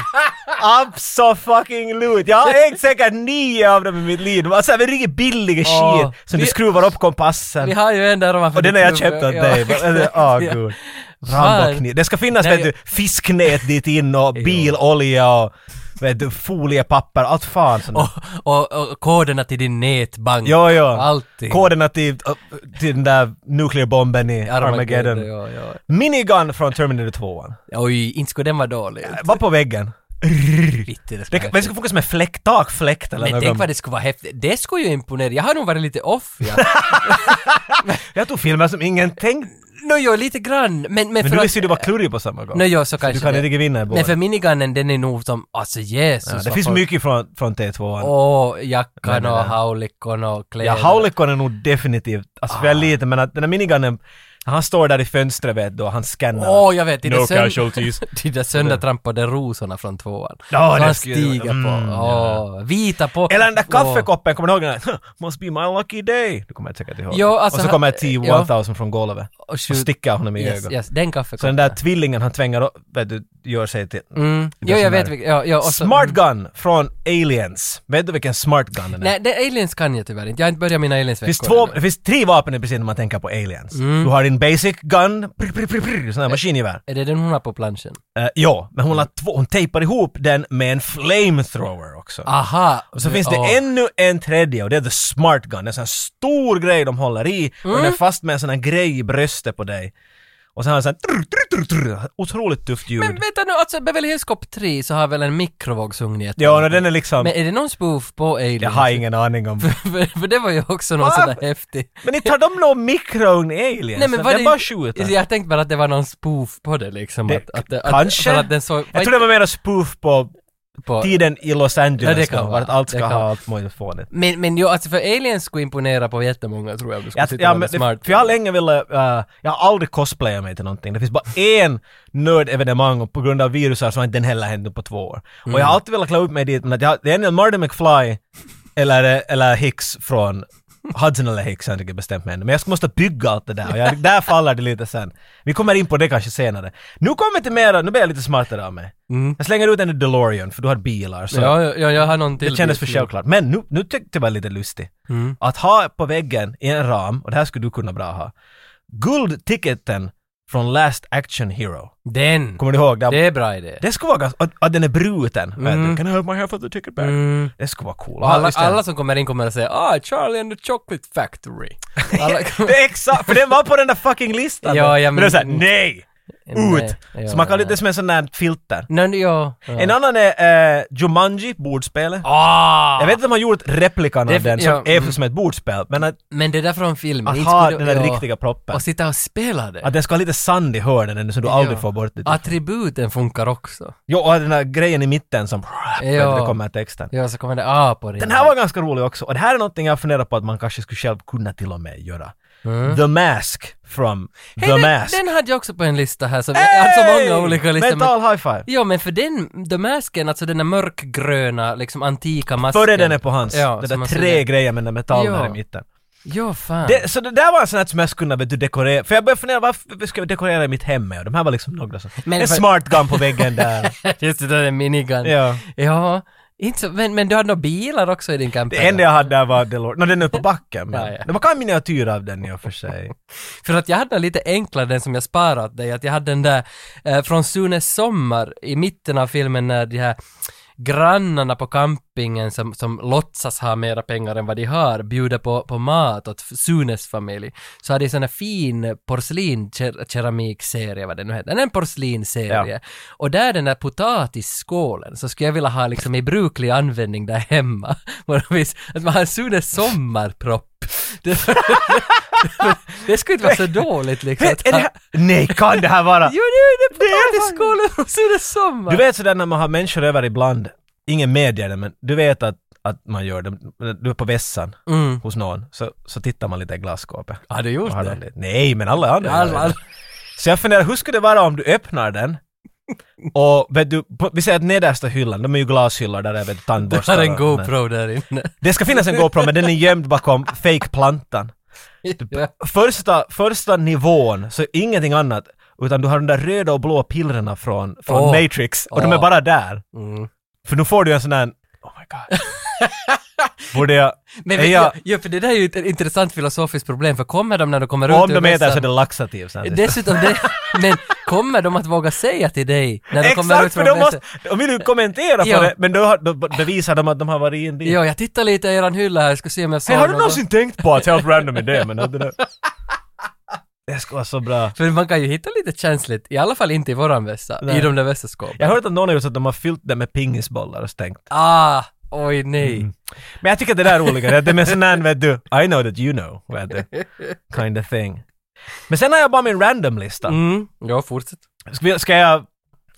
Speaker 1: Absolut! Jag har ägt säkert nio av dem i mitt liv. De var såhär riktigt billiga
Speaker 2: Åh,
Speaker 1: skit som du
Speaker 2: vi-
Speaker 1: skruvar upp
Speaker 2: Vi
Speaker 1: kompassen.
Speaker 2: har ju en där ovanför
Speaker 1: Och den har
Speaker 2: ditt
Speaker 1: jag
Speaker 2: huvud.
Speaker 1: köpt åt
Speaker 2: Ja.
Speaker 1: dig. Åh gud. Rambo-kniv. Det ska finnas
Speaker 2: Nej,
Speaker 1: vet du, fisknät dit in och
Speaker 2: Jo.
Speaker 1: bilolja och vet du, foliepapper. Allt fan sånt.
Speaker 2: Och, och, och koderna till din nätbank.
Speaker 1: Jo, jo.
Speaker 2: Allting.
Speaker 1: Koderna till, eh, till den där nuklearbomben i Armageddon.
Speaker 2: Ja, ja.
Speaker 1: Minigun från Terminator 2.
Speaker 2: Oj, inte skulle den vara dålig.
Speaker 1: Var på väggen.
Speaker 2: Bitte, det ska
Speaker 1: Det,
Speaker 2: vara
Speaker 1: men det ska funka som en fläkt, takfläkt eller
Speaker 2: Men
Speaker 1: något.
Speaker 2: tänk vad det skulle vara häftigt. Det skulle ju imponera. Jag har nog varit lite off. Ja.
Speaker 1: Jag tog filmer som ingen tänkte.
Speaker 2: Nå jo, lite grann. Men, men,
Speaker 1: Men
Speaker 2: för
Speaker 1: du
Speaker 2: att-
Speaker 1: visste ju du var klurig på samma gång.
Speaker 2: Nå jo, så
Speaker 1: du
Speaker 2: kanske
Speaker 1: kan
Speaker 2: det.
Speaker 1: inte riktigt vinna i båda.
Speaker 2: Men för minigunnen, den är nog som, alltså Jesus.
Speaker 1: ja, det
Speaker 2: vad
Speaker 1: finns
Speaker 2: folk-
Speaker 1: mycket från, från T2. an
Speaker 2: Åh,
Speaker 1: Nej,
Speaker 2: jackan
Speaker 1: nej,
Speaker 2: och
Speaker 1: nej.
Speaker 2: haulikon och kläder.
Speaker 1: Ja, Haulikon är nog definitivt, alltså
Speaker 2: Ah.
Speaker 1: för jag är liten, men att den där minigunnen, han står där i fönstret vet du och han scannar.
Speaker 2: Åh, jag vet. Det
Speaker 1: no
Speaker 2: är sönd...
Speaker 1: casualties.
Speaker 2: de där söndertrampade rosorna från tvåan.
Speaker 1: Ja,
Speaker 2: så
Speaker 1: det
Speaker 2: han
Speaker 1: skulle jag-
Speaker 2: stiger
Speaker 1: mm,
Speaker 2: på.
Speaker 1: ja.
Speaker 2: Åh, vita på.
Speaker 1: Eller den där
Speaker 2: Åh.
Speaker 1: kaffekoppen, kommer du ihåg den? Must be my lucky day. Du kommer jag säkert ihåg.
Speaker 2: Jo, alltså
Speaker 1: och så
Speaker 2: han-
Speaker 1: kommer T-1000 från golvet
Speaker 2: Och,
Speaker 1: och
Speaker 2: skjut-
Speaker 1: sticker honom i
Speaker 2: yes,
Speaker 1: ögonet.
Speaker 2: yes,
Speaker 1: Så
Speaker 2: den
Speaker 1: den
Speaker 2: kaffekoppen.
Speaker 1: där tvillingen han tvingar upp, vet du, gör sig till
Speaker 2: Mm. Jo,
Speaker 1: som
Speaker 2: jag
Speaker 1: är-
Speaker 2: vet vilken. Ja, ja, och så-
Speaker 1: Smart Gun från Aliens. Vet du vilken Smart Gun den är?
Speaker 2: Nej, det, aliens kan jag tyvärr inte. Jag har inte börjat mina
Speaker 1: Det finns,
Speaker 2: aliens-veckor
Speaker 1: två,
Speaker 2: ännu.
Speaker 1: det finns tre vapen i princip när man tänker på aliens.
Speaker 2: Mm.
Speaker 1: Du har din basic gun, prr, prr, prr, prr, sån här maskingevär.
Speaker 2: Är det den hon har på planschen?
Speaker 1: Eh, ja, men hon, har två, hon tejpar ihop den med en flamethrower också.
Speaker 2: Aha!
Speaker 1: Och så finns det
Speaker 2: ah.
Speaker 1: ännu en tredje och det är the smart gun. Det är en sån här stor grej de håller i och
Speaker 2: Mm.
Speaker 1: den är fast med en sån här grej i bröstet på dig. Och så har den sån här trr, trr, trr, trr, otroligt tufft ljud.
Speaker 2: Men vänta nu, alltså Beverly Hills Cop 3 så har väl en mikrovågsugn i ett
Speaker 1: ja, och den är liksom...
Speaker 2: Men är det någon spoof på aliens?
Speaker 1: jag har ingen aning om...
Speaker 2: för, för det var ju också någon
Speaker 1: Va?
Speaker 2: sån där häftig...
Speaker 1: men inte har de någon mikrougn i aliens?
Speaker 2: var
Speaker 1: det är bara skjuter.
Speaker 2: Jag tänkte bara att det var någon spoof på det liksom.
Speaker 1: Det-
Speaker 2: att, att, att,
Speaker 1: kanske?
Speaker 2: Att, för att den såg...
Speaker 1: Jag tror det var mer en spoof på
Speaker 2: på,
Speaker 1: tiden i Los Angeles.
Speaker 2: Ja, det kan
Speaker 1: då,
Speaker 2: vara.
Speaker 1: Att allt ska
Speaker 2: Det kan
Speaker 1: ha
Speaker 2: vara.
Speaker 1: allt möjligt fånigt.
Speaker 2: men, men jo, alltså för aliens skulle imponera på jättemånga tror jag. om Du skulle
Speaker 1: Jag,
Speaker 2: sitta
Speaker 1: ja,
Speaker 2: med
Speaker 1: men
Speaker 2: en
Speaker 1: det,
Speaker 2: smart.
Speaker 1: för jag har länge velat, eh, jag har aldrig cosplayat mig till någonting. Det finns bara en nördevenemang och på grund av virusar så har inte den heller hänt nu på två år. Och
Speaker 2: Mm.
Speaker 1: jag har alltid velat klä upp mig dit men att jag, det är en Marty McFly eller, eh, eller Hicks från Hudson eller Hicks har jag inte riktigt bestämt mig ännu. Men jag ska- måste bygga allt det där och jag, där faller det lite sen. Vi kommer in på det kanske senare. Nu kommer det mera, nu blir jag lite smartare av mig.
Speaker 2: Mm.
Speaker 1: Jag slänger ut en DeLorean för du har bilar så
Speaker 2: Ja, ja, ja, jag har någon till.
Speaker 1: det kändes för
Speaker 2: bild.
Speaker 1: självklart. Men nu, nu tyckte jag det var lite lustigt.
Speaker 2: Mm.
Speaker 1: Att ha på väggen i en ram, och det här skulle du kunna bra ha, guldticketen från Last Action Hero.
Speaker 2: Den!
Speaker 1: Kommer du ihåg? Det,
Speaker 2: Det är bra idé.
Speaker 1: det skulle vara ganska, att, att den är bruten.
Speaker 2: Mm.
Speaker 1: Mm. Can I have my half of the ticket back?
Speaker 2: Mm.
Speaker 1: Det skulle vara cool.
Speaker 2: Och alla,
Speaker 1: Just det.
Speaker 2: alla som kommer in kommer att säga ah, Charlie and the Chocolate Factory. Alla,
Speaker 1: det är exakt, för den var på den där fucking listan.
Speaker 2: Ja, ja,
Speaker 1: men det är såhär,
Speaker 2: men-
Speaker 1: nej! Ut! så man kan lite som en sån där filter.
Speaker 2: Nej, nej, ja. ja.
Speaker 1: En annan är eh, Jumanji, bordspelet.
Speaker 2: Ah!
Speaker 1: Jag vet att de har gjort replikan av
Speaker 2: Det-
Speaker 1: den som
Speaker 2: ja,
Speaker 1: är
Speaker 2: mm.
Speaker 1: som ett bordspel, men att,
Speaker 2: Men det där från filmen.
Speaker 1: Ah! att
Speaker 2: inte
Speaker 1: ha
Speaker 2: skulle-
Speaker 1: den där
Speaker 2: ja.
Speaker 1: riktiga proppen.
Speaker 2: Och sitta och spela det.
Speaker 1: Att den ska ha lite sand i hörnen ännu, så du aldrig
Speaker 2: Ja. Ah.
Speaker 1: får bort det.
Speaker 2: Attributen funkar också.
Speaker 1: Jo, och den där grejen i mitten som...
Speaker 2: Ja.
Speaker 1: Det kommer texten.
Speaker 2: Ja, så kommer det A på det.
Speaker 1: Den här var ganska rolig också, och det här är någonting jag funderar på att man kanske skulle själv kunna till och med göra.
Speaker 2: Mm.
Speaker 1: The Mask from
Speaker 2: Hej,
Speaker 1: The
Speaker 2: den,
Speaker 1: Mask.
Speaker 2: den hade jag också på en lista här, så vi jag hade så många olika listor. men-
Speaker 1: Mental high five!
Speaker 2: Ja, men för den, The Masken, alltså den där mörkgröna, liksom antika masken.
Speaker 1: Före den är på hans,
Speaker 2: Ja,
Speaker 1: det
Speaker 2: som
Speaker 1: där
Speaker 2: man
Speaker 1: tre
Speaker 2: ser.
Speaker 1: grejer med den metallen
Speaker 2: Ja.
Speaker 1: här i mitten.
Speaker 2: Ja, fan.
Speaker 1: Det, så det där var en sån här som jag skulle kunna vet du, dekorera, för jag började fundera varför ska jag dekorera i mitt hem med? Och de här var liksom några som...
Speaker 2: Men
Speaker 1: en
Speaker 2: för-
Speaker 1: smart gun på väggen där.
Speaker 2: Just det, den är minigun.
Speaker 1: ja.
Speaker 2: Ja, inte så, men, men du hade några bilar också i din camping?
Speaker 1: Det enda jag hade där var Delore. Nå, den är på backen. Men
Speaker 2: Ja, ja.
Speaker 1: Det var kanske en miniatyr av den i och för sig.
Speaker 2: För att jag hade en lite enklare, den som jag sparat åt dig, att jag hade den där eh, från Sunes sommar i mitten av filmen när de här grannarna på campingen som, som låtsas ha mera pengar än vad de har bjuder på, på mat åt Sunes familj. Så hade jag sån här fin porslinkeramikserie, vad det nu heter, en porslinserie.
Speaker 1: Ja.
Speaker 2: Och där den där potatisskålen så skulle jag vilja ha liksom i bruklig användning där hemma. På något vis. Att man har Sunes sommarpropp. Det, det skulle inte vara så dåligt liksom.
Speaker 1: Vet, är det här... Nej, kan det här vara?
Speaker 2: Jo, nu är det
Speaker 1: Det är
Speaker 2: potatisskålen och Sunes sommar.
Speaker 1: Du vet sådär när man har människor över ibland, ingen media men du vet att att man gör det. Du är på vässan
Speaker 2: Mm.
Speaker 1: hos någon, så, så tittar man lite i glasskåpet.
Speaker 2: Har du
Speaker 1: Och
Speaker 2: gjort
Speaker 1: har
Speaker 2: det?
Speaker 1: den lite- Nej, men alla andra gör det.
Speaker 2: Alla,
Speaker 1: Så jag funderar, hur skulle det vara om du öppnar den och vet du, på, vi säger att nedersta hyllan, de är ju glashyllor där är vet,
Speaker 2: du
Speaker 1: tandborstar.
Speaker 2: har en
Speaker 1: och sånt där.
Speaker 2: GoPro där inne.
Speaker 1: Det ska finnas en GoPro men den är gömd bakom fake-plantan.
Speaker 2: Ja.
Speaker 1: Första, första nivån, så ingenting annat, utan du har de där röda och blå pillren från, från
Speaker 2: Åh.
Speaker 1: Matrix och de är
Speaker 2: Åh.
Speaker 1: bara där.
Speaker 2: Mm.
Speaker 1: För nu får du en sån där, oh my god. Borde jag,
Speaker 2: Men
Speaker 1: Är
Speaker 2: vet,
Speaker 1: jag-
Speaker 2: ja. Ja, för det där är ju ett intressant filosofiskt problem, för kommer de när de kommer ut
Speaker 1: om
Speaker 2: ur
Speaker 1: de äter så är det
Speaker 2: mässan-
Speaker 1: laxativ sen.
Speaker 2: Dessutom, det, men kommer de att våga säga till dig när de kommer ut
Speaker 1: Exakt, för
Speaker 2: från
Speaker 1: de
Speaker 2: mässan?
Speaker 1: måste, de vill ju kommentera
Speaker 2: Ja.
Speaker 1: på det, men då, har- då bevisar de att de har varit i en deal.
Speaker 2: Ja, jag tittar lite i eran hylla här, jag ska se om jag såg
Speaker 1: Hey, har du
Speaker 2: något.
Speaker 1: någonsin tänkt på att helt random idé men att det där... Det ska vara så bra.
Speaker 2: För man kan ju hitta lite känsligt, i alla fall inte i våran vässa,
Speaker 1: Nej.
Speaker 2: i de där
Speaker 1: Jag
Speaker 2: vässaskåpen.
Speaker 1: har hört att någon har gjort så att de har fyllt det med pingisbollar och stängt.
Speaker 2: Ah, oj nej.
Speaker 1: Mm. Men jag tycker att det där är roligare, det är mer sån där vet du, I know that you know, vet du. Kind of thing. Men sen har jag bara min random-lista.
Speaker 2: Mm. Ja, fortsätt.
Speaker 1: Ska, vi- ska jag...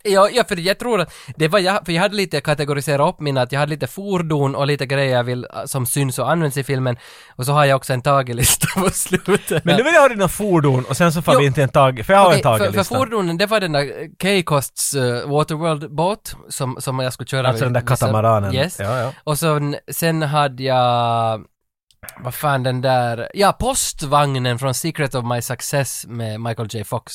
Speaker 2: Ja, ja, för jag tror att det var jag, för jag hade lite kategoriserat upp mina, att jag hade lite fordon och lite grejer jag vill, äh, som syns och används i filmen. Och så har jag också en tagelista på slutet.
Speaker 1: Men nu vill jag ha dina fordon och sen så får
Speaker 2: Jo.
Speaker 1: vi inte en tag... För jag har
Speaker 2: Okej,
Speaker 1: en tag
Speaker 2: för, för fordonen, det var den där K-Costs eh, Waterworld-båt som, som jag skulle köra.
Speaker 1: Alltså den
Speaker 2: vid-
Speaker 1: där
Speaker 2: vid sen-
Speaker 1: katamaranen.
Speaker 2: Yes.
Speaker 1: Ja, ja.
Speaker 2: Och sen, sen hade jag, vad fan den där, ja postvagnen från Secret of My Success med Michael J Fox.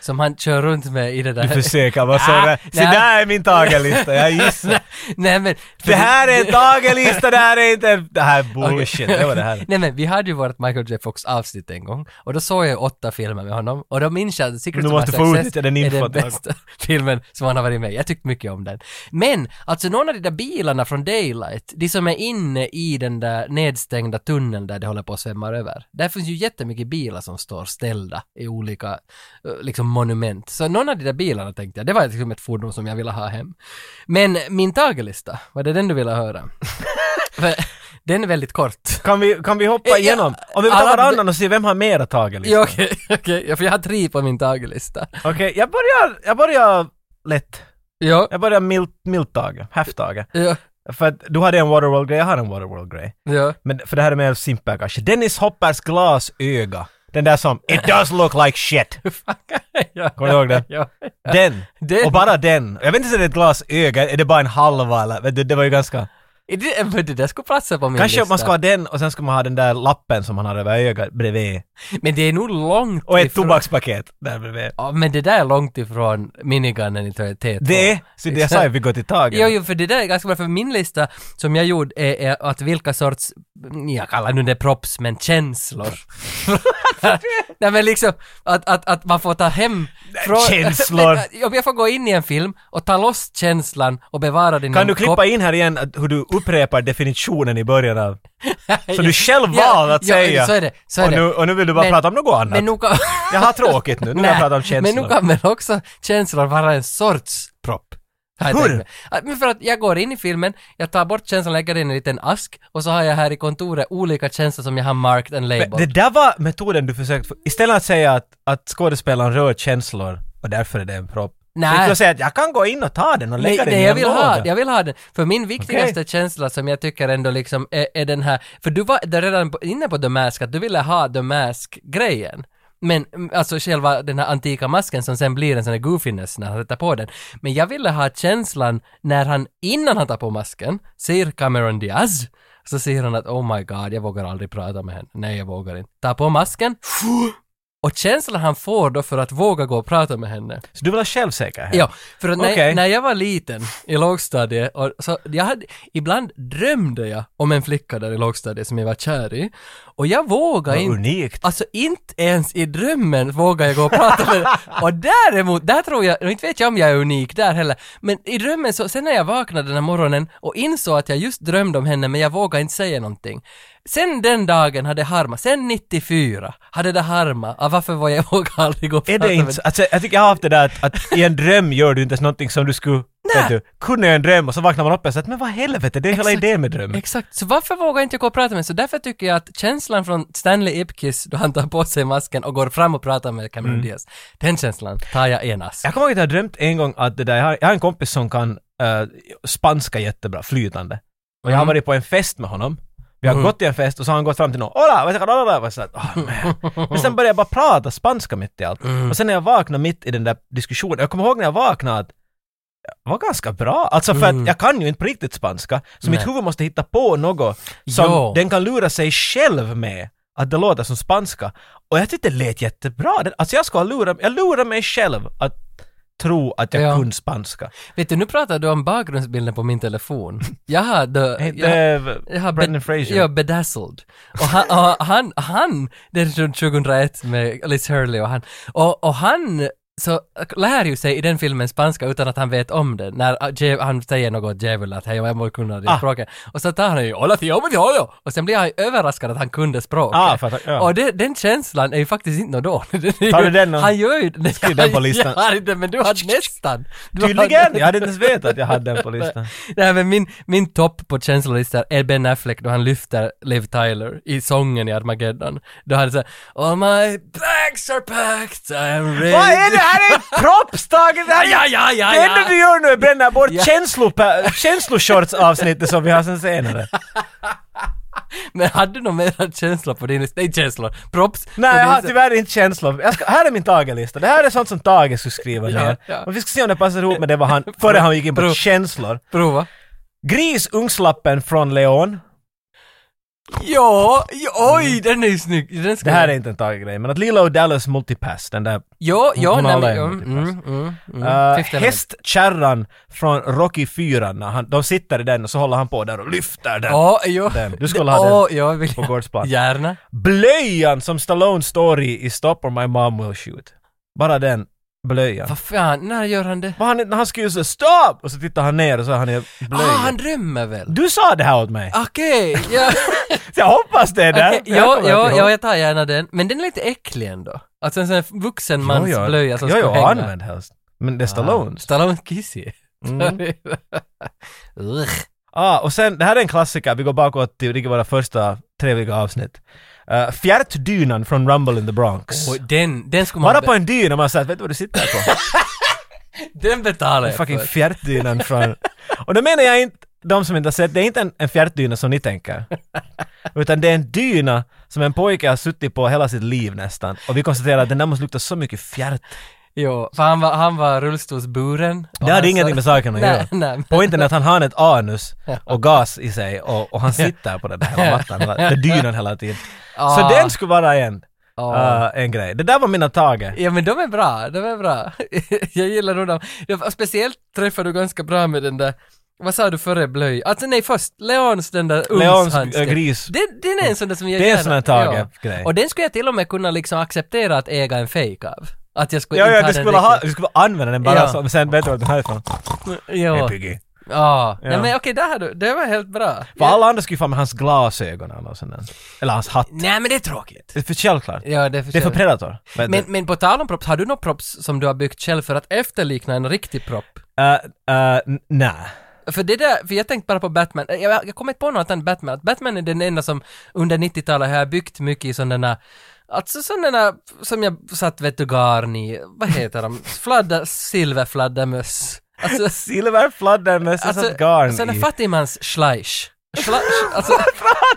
Speaker 2: Som han kör runt med i det
Speaker 1: Du
Speaker 2: där.
Speaker 1: försöker bara så
Speaker 2: Ah,
Speaker 1: där. Se
Speaker 2: nej.
Speaker 1: där är min tagelista, jag gissar.
Speaker 2: Nej men.
Speaker 1: Det här är en tagelista, det här är inte... en- Det här är bullshit, det var det här.
Speaker 2: Nej men vi hade ju vårt Michael J Fox avsnitt en gång och då såg jag ju åtta filmer med honom och då minns jag att Secret
Speaker 1: Du
Speaker 2: of My
Speaker 1: måste få
Speaker 2: Success
Speaker 1: utnyttja den
Speaker 2: är
Speaker 1: infon.
Speaker 2: den bästa filmen som han har varit med i. Jag tyckte mycket om den. Men alltså någon av de där bilarna från Daylight, de som är inne i den där nedstängda tunneln där det håller på att svämma över. Där finns ju jättemycket bilar som står ställda i olika eh, liksom monument. Så någon av de där bilarna tänkte jag, det var liksom ett fordon som jag ville ha hem. Men min tagelista, var det den du ville höra? För den är väldigt kort.
Speaker 1: Kan vi, kan vi
Speaker 2: Eh,
Speaker 1: hoppa
Speaker 2: ja,
Speaker 1: igenom? Om vi tar
Speaker 2: alla-
Speaker 1: varannan och ser vem har mera tagelista?
Speaker 2: Ja, okej, okej. Ja, för jag har tre på min tagelista.
Speaker 1: Okej, jag börjar, jag börjar lätt.
Speaker 2: Ja,
Speaker 1: Jag börjar milt, milt tage, halvtage.
Speaker 2: ja,
Speaker 1: För att du hade en Waterworld-grej, jag har en Waterworld-grej.
Speaker 2: ja.
Speaker 1: Men för det här är mer simpel kanske. Dennis Hoppers glasöga. Den där som “It does look like shit”.
Speaker 2: Hur fan kan jag göra?
Speaker 1: Kommer du ihåg det?
Speaker 2: Ja.
Speaker 1: Den.
Speaker 2: Den.
Speaker 1: Och bara den. Jag vet inte om det är ett glasöga, är det bara en halva eller? Vet du, det var ju ganska...
Speaker 2: Är Det, men det där skulle platsa på min
Speaker 1: Kanske
Speaker 2: lista.
Speaker 1: man ska ha den och sen ska man ha den där lappen som man har över ögat bredvid.
Speaker 2: Men det är nog långt
Speaker 1: Och ett
Speaker 2: ifrån...
Speaker 1: tobakspaket där bredvid.
Speaker 2: Ja, men det där är långt ifrån minigunnen i T2.
Speaker 1: Det är... Så det jag sa ju, vi går till taget.
Speaker 2: Jo, jo, för det där är ganska bra, för min lista som jag gjorde är, är att vilka sorts, jag kallar nu det props, men känslor. Nej men liksom, att, att, att man får ta hem
Speaker 1: Känslor.
Speaker 2: Men, Om jag får gå in i en film och ta loss känslan och bevara den i
Speaker 1: Kan
Speaker 2: en
Speaker 1: du klippa
Speaker 2: kopp-
Speaker 1: in här igen att- hur du upprepar definitionen i början av... Så du själv
Speaker 2: Ja,
Speaker 1: valde att
Speaker 2: ja,
Speaker 1: säga.
Speaker 2: så är det, så är
Speaker 1: och,
Speaker 2: det.
Speaker 1: nu, och nu vill du bara
Speaker 2: Men-
Speaker 1: prata om något annat.
Speaker 2: Men nog kan...
Speaker 1: Jag har tråkigt nu, nu vill jag
Speaker 2: Nej,
Speaker 1: prata om känslor.
Speaker 2: Men nog kan väl också känslor vara en sorts propp? har jag
Speaker 1: Hur?
Speaker 2: tänkt mig. Att- Men för att jag går in i filmen, jag tar bort känslan, lägger den i en liten ask och så har jag här i kontoret olika känslor som jag har marked and labeled.
Speaker 1: Men det där var metoden du försökte... Istället att säga att, att skådespelaren rör känslor och därför är det en propp.
Speaker 2: Nej.
Speaker 1: Så gick du och säga att jag kan gå in och ta den och lägga
Speaker 2: Nej,
Speaker 1: den
Speaker 2: nej
Speaker 1: i
Speaker 2: jag
Speaker 1: en
Speaker 2: vill
Speaker 1: låda.
Speaker 2: ha, jag vill ha den. För min viktigaste känsla som jag tycker ändå liksom är, är den här, för du var där redan på- inne på The Mask, att du ville ha The Mask-grejen. Men mm, alltså själva den här antika masken som sen blir en sån här goofiness när han sätter på den. Men jag ville ha känslan när han, innan han tar på masken, ser Cameron Diaz. Så säger han att oh my god, jag vågar aldrig prata med henne. Nej, jag vågar inte. Tar på masken. Och känslan han får då för att våga gå och prata med henne.
Speaker 1: Så du vill ha självsäkerhet?
Speaker 2: Ja, för att när,
Speaker 1: Okej.
Speaker 2: när jag var liten i lågstadiet, och så jag hade, ibland drömde jag om en flicka där i lågstadiet som jag var kär i. Och jag vågade
Speaker 1: Vad
Speaker 2: inte,
Speaker 1: unikt.
Speaker 2: alltså inte ens i drömmen vågade jag gå och prata med henne. Och däremot, där tror jag, och inte vet jag om jag är unik där heller, men i drömmen så, sen när jag vaknade den här morgonen och insåg att jag just drömde om henne men jag vågade inte säga någonting. Sen den dagen hade harma, sen 94 hade det harma, ah, varför var jag vågade aldrig gå och
Speaker 1: Är
Speaker 2: prata
Speaker 1: det
Speaker 2: med
Speaker 1: inte... så- Alltså, jag tycker jag har haft det där att, att i en dröm gör du inte ens någonting som du skulle... Vet du, kunde jag en dröm och så vaknar man upp och säger att men vad helvete, det är hela
Speaker 2: Exakt.
Speaker 1: idén med drömmen.
Speaker 2: Exakt, så varför vågar jag inte gå och prata med Så därför tycker jag att känslan från Stanley Ipkiss då han tar på sig masken och går fram och pratar med Cameron Diaz, den känslan tar jag enas.
Speaker 1: Jag kommer ihåg att jag har drömt en gång att det där, jag har, jag har en kompis som kan eh, spanska jättebra, flytande. Och jag har varit på en fest med honom. Vi har
Speaker 2: Mm.
Speaker 1: gått till en fest och så har han gått fram till någon. Hola! vad heter det?" Och jag sa, "Åh, man." Men sen började jag bara prata spanska mitt i allt.
Speaker 2: Mm.
Speaker 1: Och sen när jag vaknade mitt i den där diskussionen, jag kommer ihåg när jag vaknade att jag var ganska bra. Alltså för
Speaker 2: Mm.
Speaker 1: att jag kan ju inte på riktigt spanska, så
Speaker 2: Nej.
Speaker 1: mitt huvud måste hitta på något som
Speaker 2: Jo.
Speaker 1: den kan lura sig själv med att det låter som spanska. Och jag tyckte det lät jättebra. Det- Alltså jag ska lura, jag lurar mig själv att tro att jag
Speaker 2: Ja.
Speaker 1: kunde spanska.
Speaker 2: Vet du, nu pratar du om bakgrundsbilden på min telefon. Jag har...
Speaker 1: Jag
Speaker 2: The, jag,
Speaker 1: hette
Speaker 2: jag har
Speaker 1: Eh, Brendan
Speaker 2: bed-
Speaker 1: Fraser.
Speaker 2: Ja, bedazzled. Och han, och han, han, det är från 2001 med Liz Hurley och han, och, och han så lär ju sig i den filmen spanska utan att han vet om det. När äh, djä- han säger något djävul att hej, jag måste kunna det
Speaker 1: Ah.
Speaker 2: språket. Och så tar han ju ”Hola tio, men jag, ja." Och sen blir han ju överraskad att han kunde språket.
Speaker 1: Ah, fattar. Ja.
Speaker 2: Och det, den känslan är ju faktiskt inte något dåligt.
Speaker 1: Tar du den och-
Speaker 2: Han gör ju det.
Speaker 1: Skriv den på listan.
Speaker 2: Jag har inte, men du har nästan. Du har-
Speaker 1: Tydligen! Jag hade inte ens vetat att jag hade den på listan.
Speaker 2: Nej men min, min topp på känslolistan är Ben Affleck då han lyfter Liv Tyler i sången i Armageddon. Då han säger All my bags are packed, I'm ready.
Speaker 1: Vad är det här? är en kroppsdag! Det här är
Speaker 2: Ja, ja, ja,
Speaker 1: Det enda
Speaker 2: ja.
Speaker 1: du gör nu är att bränna bort
Speaker 2: Ja.
Speaker 1: känslopa- känsloshorts-avsnittet som vi har sen senare.
Speaker 2: Men hade du någon mer känsla på din lista? Nej känslor, props.
Speaker 1: Nej, jag har
Speaker 2: På din-
Speaker 1: tyvärr inte känslor. Jag ska, här är min Tage-lista. Det här är sånt som Tage skulle skriva
Speaker 2: Ja,
Speaker 1: ner.
Speaker 2: ja.
Speaker 1: Och vi ska se om det passar ihop med det vad han, före han gick in
Speaker 2: Prov.
Speaker 1: på känslor.
Speaker 2: Prova.
Speaker 1: Gris Ungslappen från Leon.
Speaker 2: Ja, ja, oj den är ju snygg. Den ska
Speaker 1: Mm. Det här är
Speaker 2: jag-
Speaker 1: inte en Tage-grej, men att Lilo Dallas Multipass, den där
Speaker 2: Ja,
Speaker 1: Hon- typ
Speaker 2: ja,
Speaker 1: hon
Speaker 2: nej
Speaker 1: har
Speaker 2: men...
Speaker 1: alla
Speaker 2: ja,
Speaker 1: emot i
Speaker 2: Mm, mm, mm.
Speaker 1: Uh,
Speaker 2: Fifth Element.
Speaker 1: hästkärran från Rocky 4, när han, de sitter i den och så håller han på där och lyfter den
Speaker 2: Ja, jo.
Speaker 1: Den. Du skulle ha den
Speaker 2: Ja, jag vill...
Speaker 1: på gårdsplanen.
Speaker 2: Gärna.
Speaker 1: Blöjan som Stallone står i i Stop or My Mom Will Shoot. Bara den blöjan.
Speaker 2: Vad fan, när gör han det?
Speaker 1: Vad han, när han skulle säga stopp! Och så tittar han ner och så har han i
Speaker 2: Ah,
Speaker 1: blöjan.
Speaker 2: han drömmer väl?
Speaker 1: Du sa det här åt mig!
Speaker 2: Okej, ja.
Speaker 1: Så jag hoppas det är där!
Speaker 2: Okej,
Speaker 1: Jag
Speaker 2: ja,
Speaker 1: kommer
Speaker 2: ja,
Speaker 1: inte
Speaker 2: ja,
Speaker 1: ihåg.
Speaker 2: jag tar gärna den. Men den är lite äcklig ändå. Alltså en sån här vuxen mans
Speaker 1: Jo, jo.
Speaker 2: blöja som
Speaker 1: Jo,
Speaker 2: ska
Speaker 1: jo,
Speaker 2: hänga. Ah.
Speaker 1: använd helst. Men det är Stallones.
Speaker 2: Stallone Kissy.
Speaker 1: Mm.
Speaker 2: Ugh.
Speaker 1: Ah, och sen, det här är en klassiker, vi går bakåt till till våra första trevliga avsnitt. Uh, Fjärtdynan från Rumble in the Bronx.
Speaker 2: Och den, den skulle man...
Speaker 1: Bara
Speaker 2: be-
Speaker 1: på en dyna man säger vet du vad du sitter på?
Speaker 2: Den betalar jag
Speaker 1: fucking
Speaker 2: för.
Speaker 1: fjärtdynan från... Och då menar jag inte de som inte har sett, det är inte en, en fjärtdyna som ni tänker. Utan det är en dyna som en pojke har suttit på hela sitt liv nästan. Och vi konstaterar att den där måste lukta så mycket fjärt.
Speaker 2: Jo, för han var, han var rullstolsburen. och
Speaker 1: Det
Speaker 2: han
Speaker 1: hade ingenting
Speaker 2: sa-
Speaker 1: med saken att göra.
Speaker 2: Nej, nej.
Speaker 1: Poängen är att han har ett anus och gas i sig och, och han sitter på den där hela mattan, hela- den dynan hela tiden. Så
Speaker 2: Ah.
Speaker 1: den skulle vara en,
Speaker 2: Ah.
Speaker 1: eh, en grej. Det där var mina tager.
Speaker 2: Ja men de är bra, de är bra. jag gillar nog dem. Jag- Speciellt träffar du ganska bra med den där, vad sa du före blöj? Alltså nej först, Leons den där
Speaker 1: Leons
Speaker 2: ugnshandsken.
Speaker 1: äh, gris.
Speaker 2: Den, den är en sån där som jag
Speaker 1: Det är en
Speaker 2: gärna-
Speaker 1: sån här Tage-grej.
Speaker 2: Och den skulle jag till och med kunna liksom acceptera att äga en fake av. Att jag skulle
Speaker 1: Ja,
Speaker 2: inte
Speaker 1: ja,
Speaker 2: ha
Speaker 1: du
Speaker 2: den
Speaker 1: skulle, ha,
Speaker 2: riktigt.
Speaker 1: du skulle använda den bara
Speaker 2: Ja.
Speaker 1: så, men sen vet du vad den här är ifrån. Hey,
Speaker 2: Ja.
Speaker 1: Piggy.
Speaker 2: Ja. Nej
Speaker 1: Ja.
Speaker 2: men okej, där har du, det var helt bra.
Speaker 1: För alla andra skulle ju fan med hans glasögon eller något sånt där. Eller hans hatt.
Speaker 2: Nej men det är tråkigt.
Speaker 1: Det är för självklart.
Speaker 2: Ja, det
Speaker 1: Det är för
Speaker 2: förstår jag.
Speaker 1: Predator. vet
Speaker 2: Men,
Speaker 1: du.
Speaker 2: men på tal om props, har du någon props som du har byggt själv för att efterlikna en riktig propp?
Speaker 1: Äh, äh, n- nej.
Speaker 2: För det där, för jag tänkte bara på Batman, jag, jag kommer inte på något annat än Batman, att Batman är den enda som under 90-talet har byggt mycket i sådana Alltså sådana som jag satt vet du garn i, vad heter de, fladda, silverfladdermöss. Alltså,
Speaker 1: Silverfladdermössa alltså, satt garn
Speaker 2: sådana
Speaker 1: i.
Speaker 2: fattigmans-schleich. Schleich, alltså,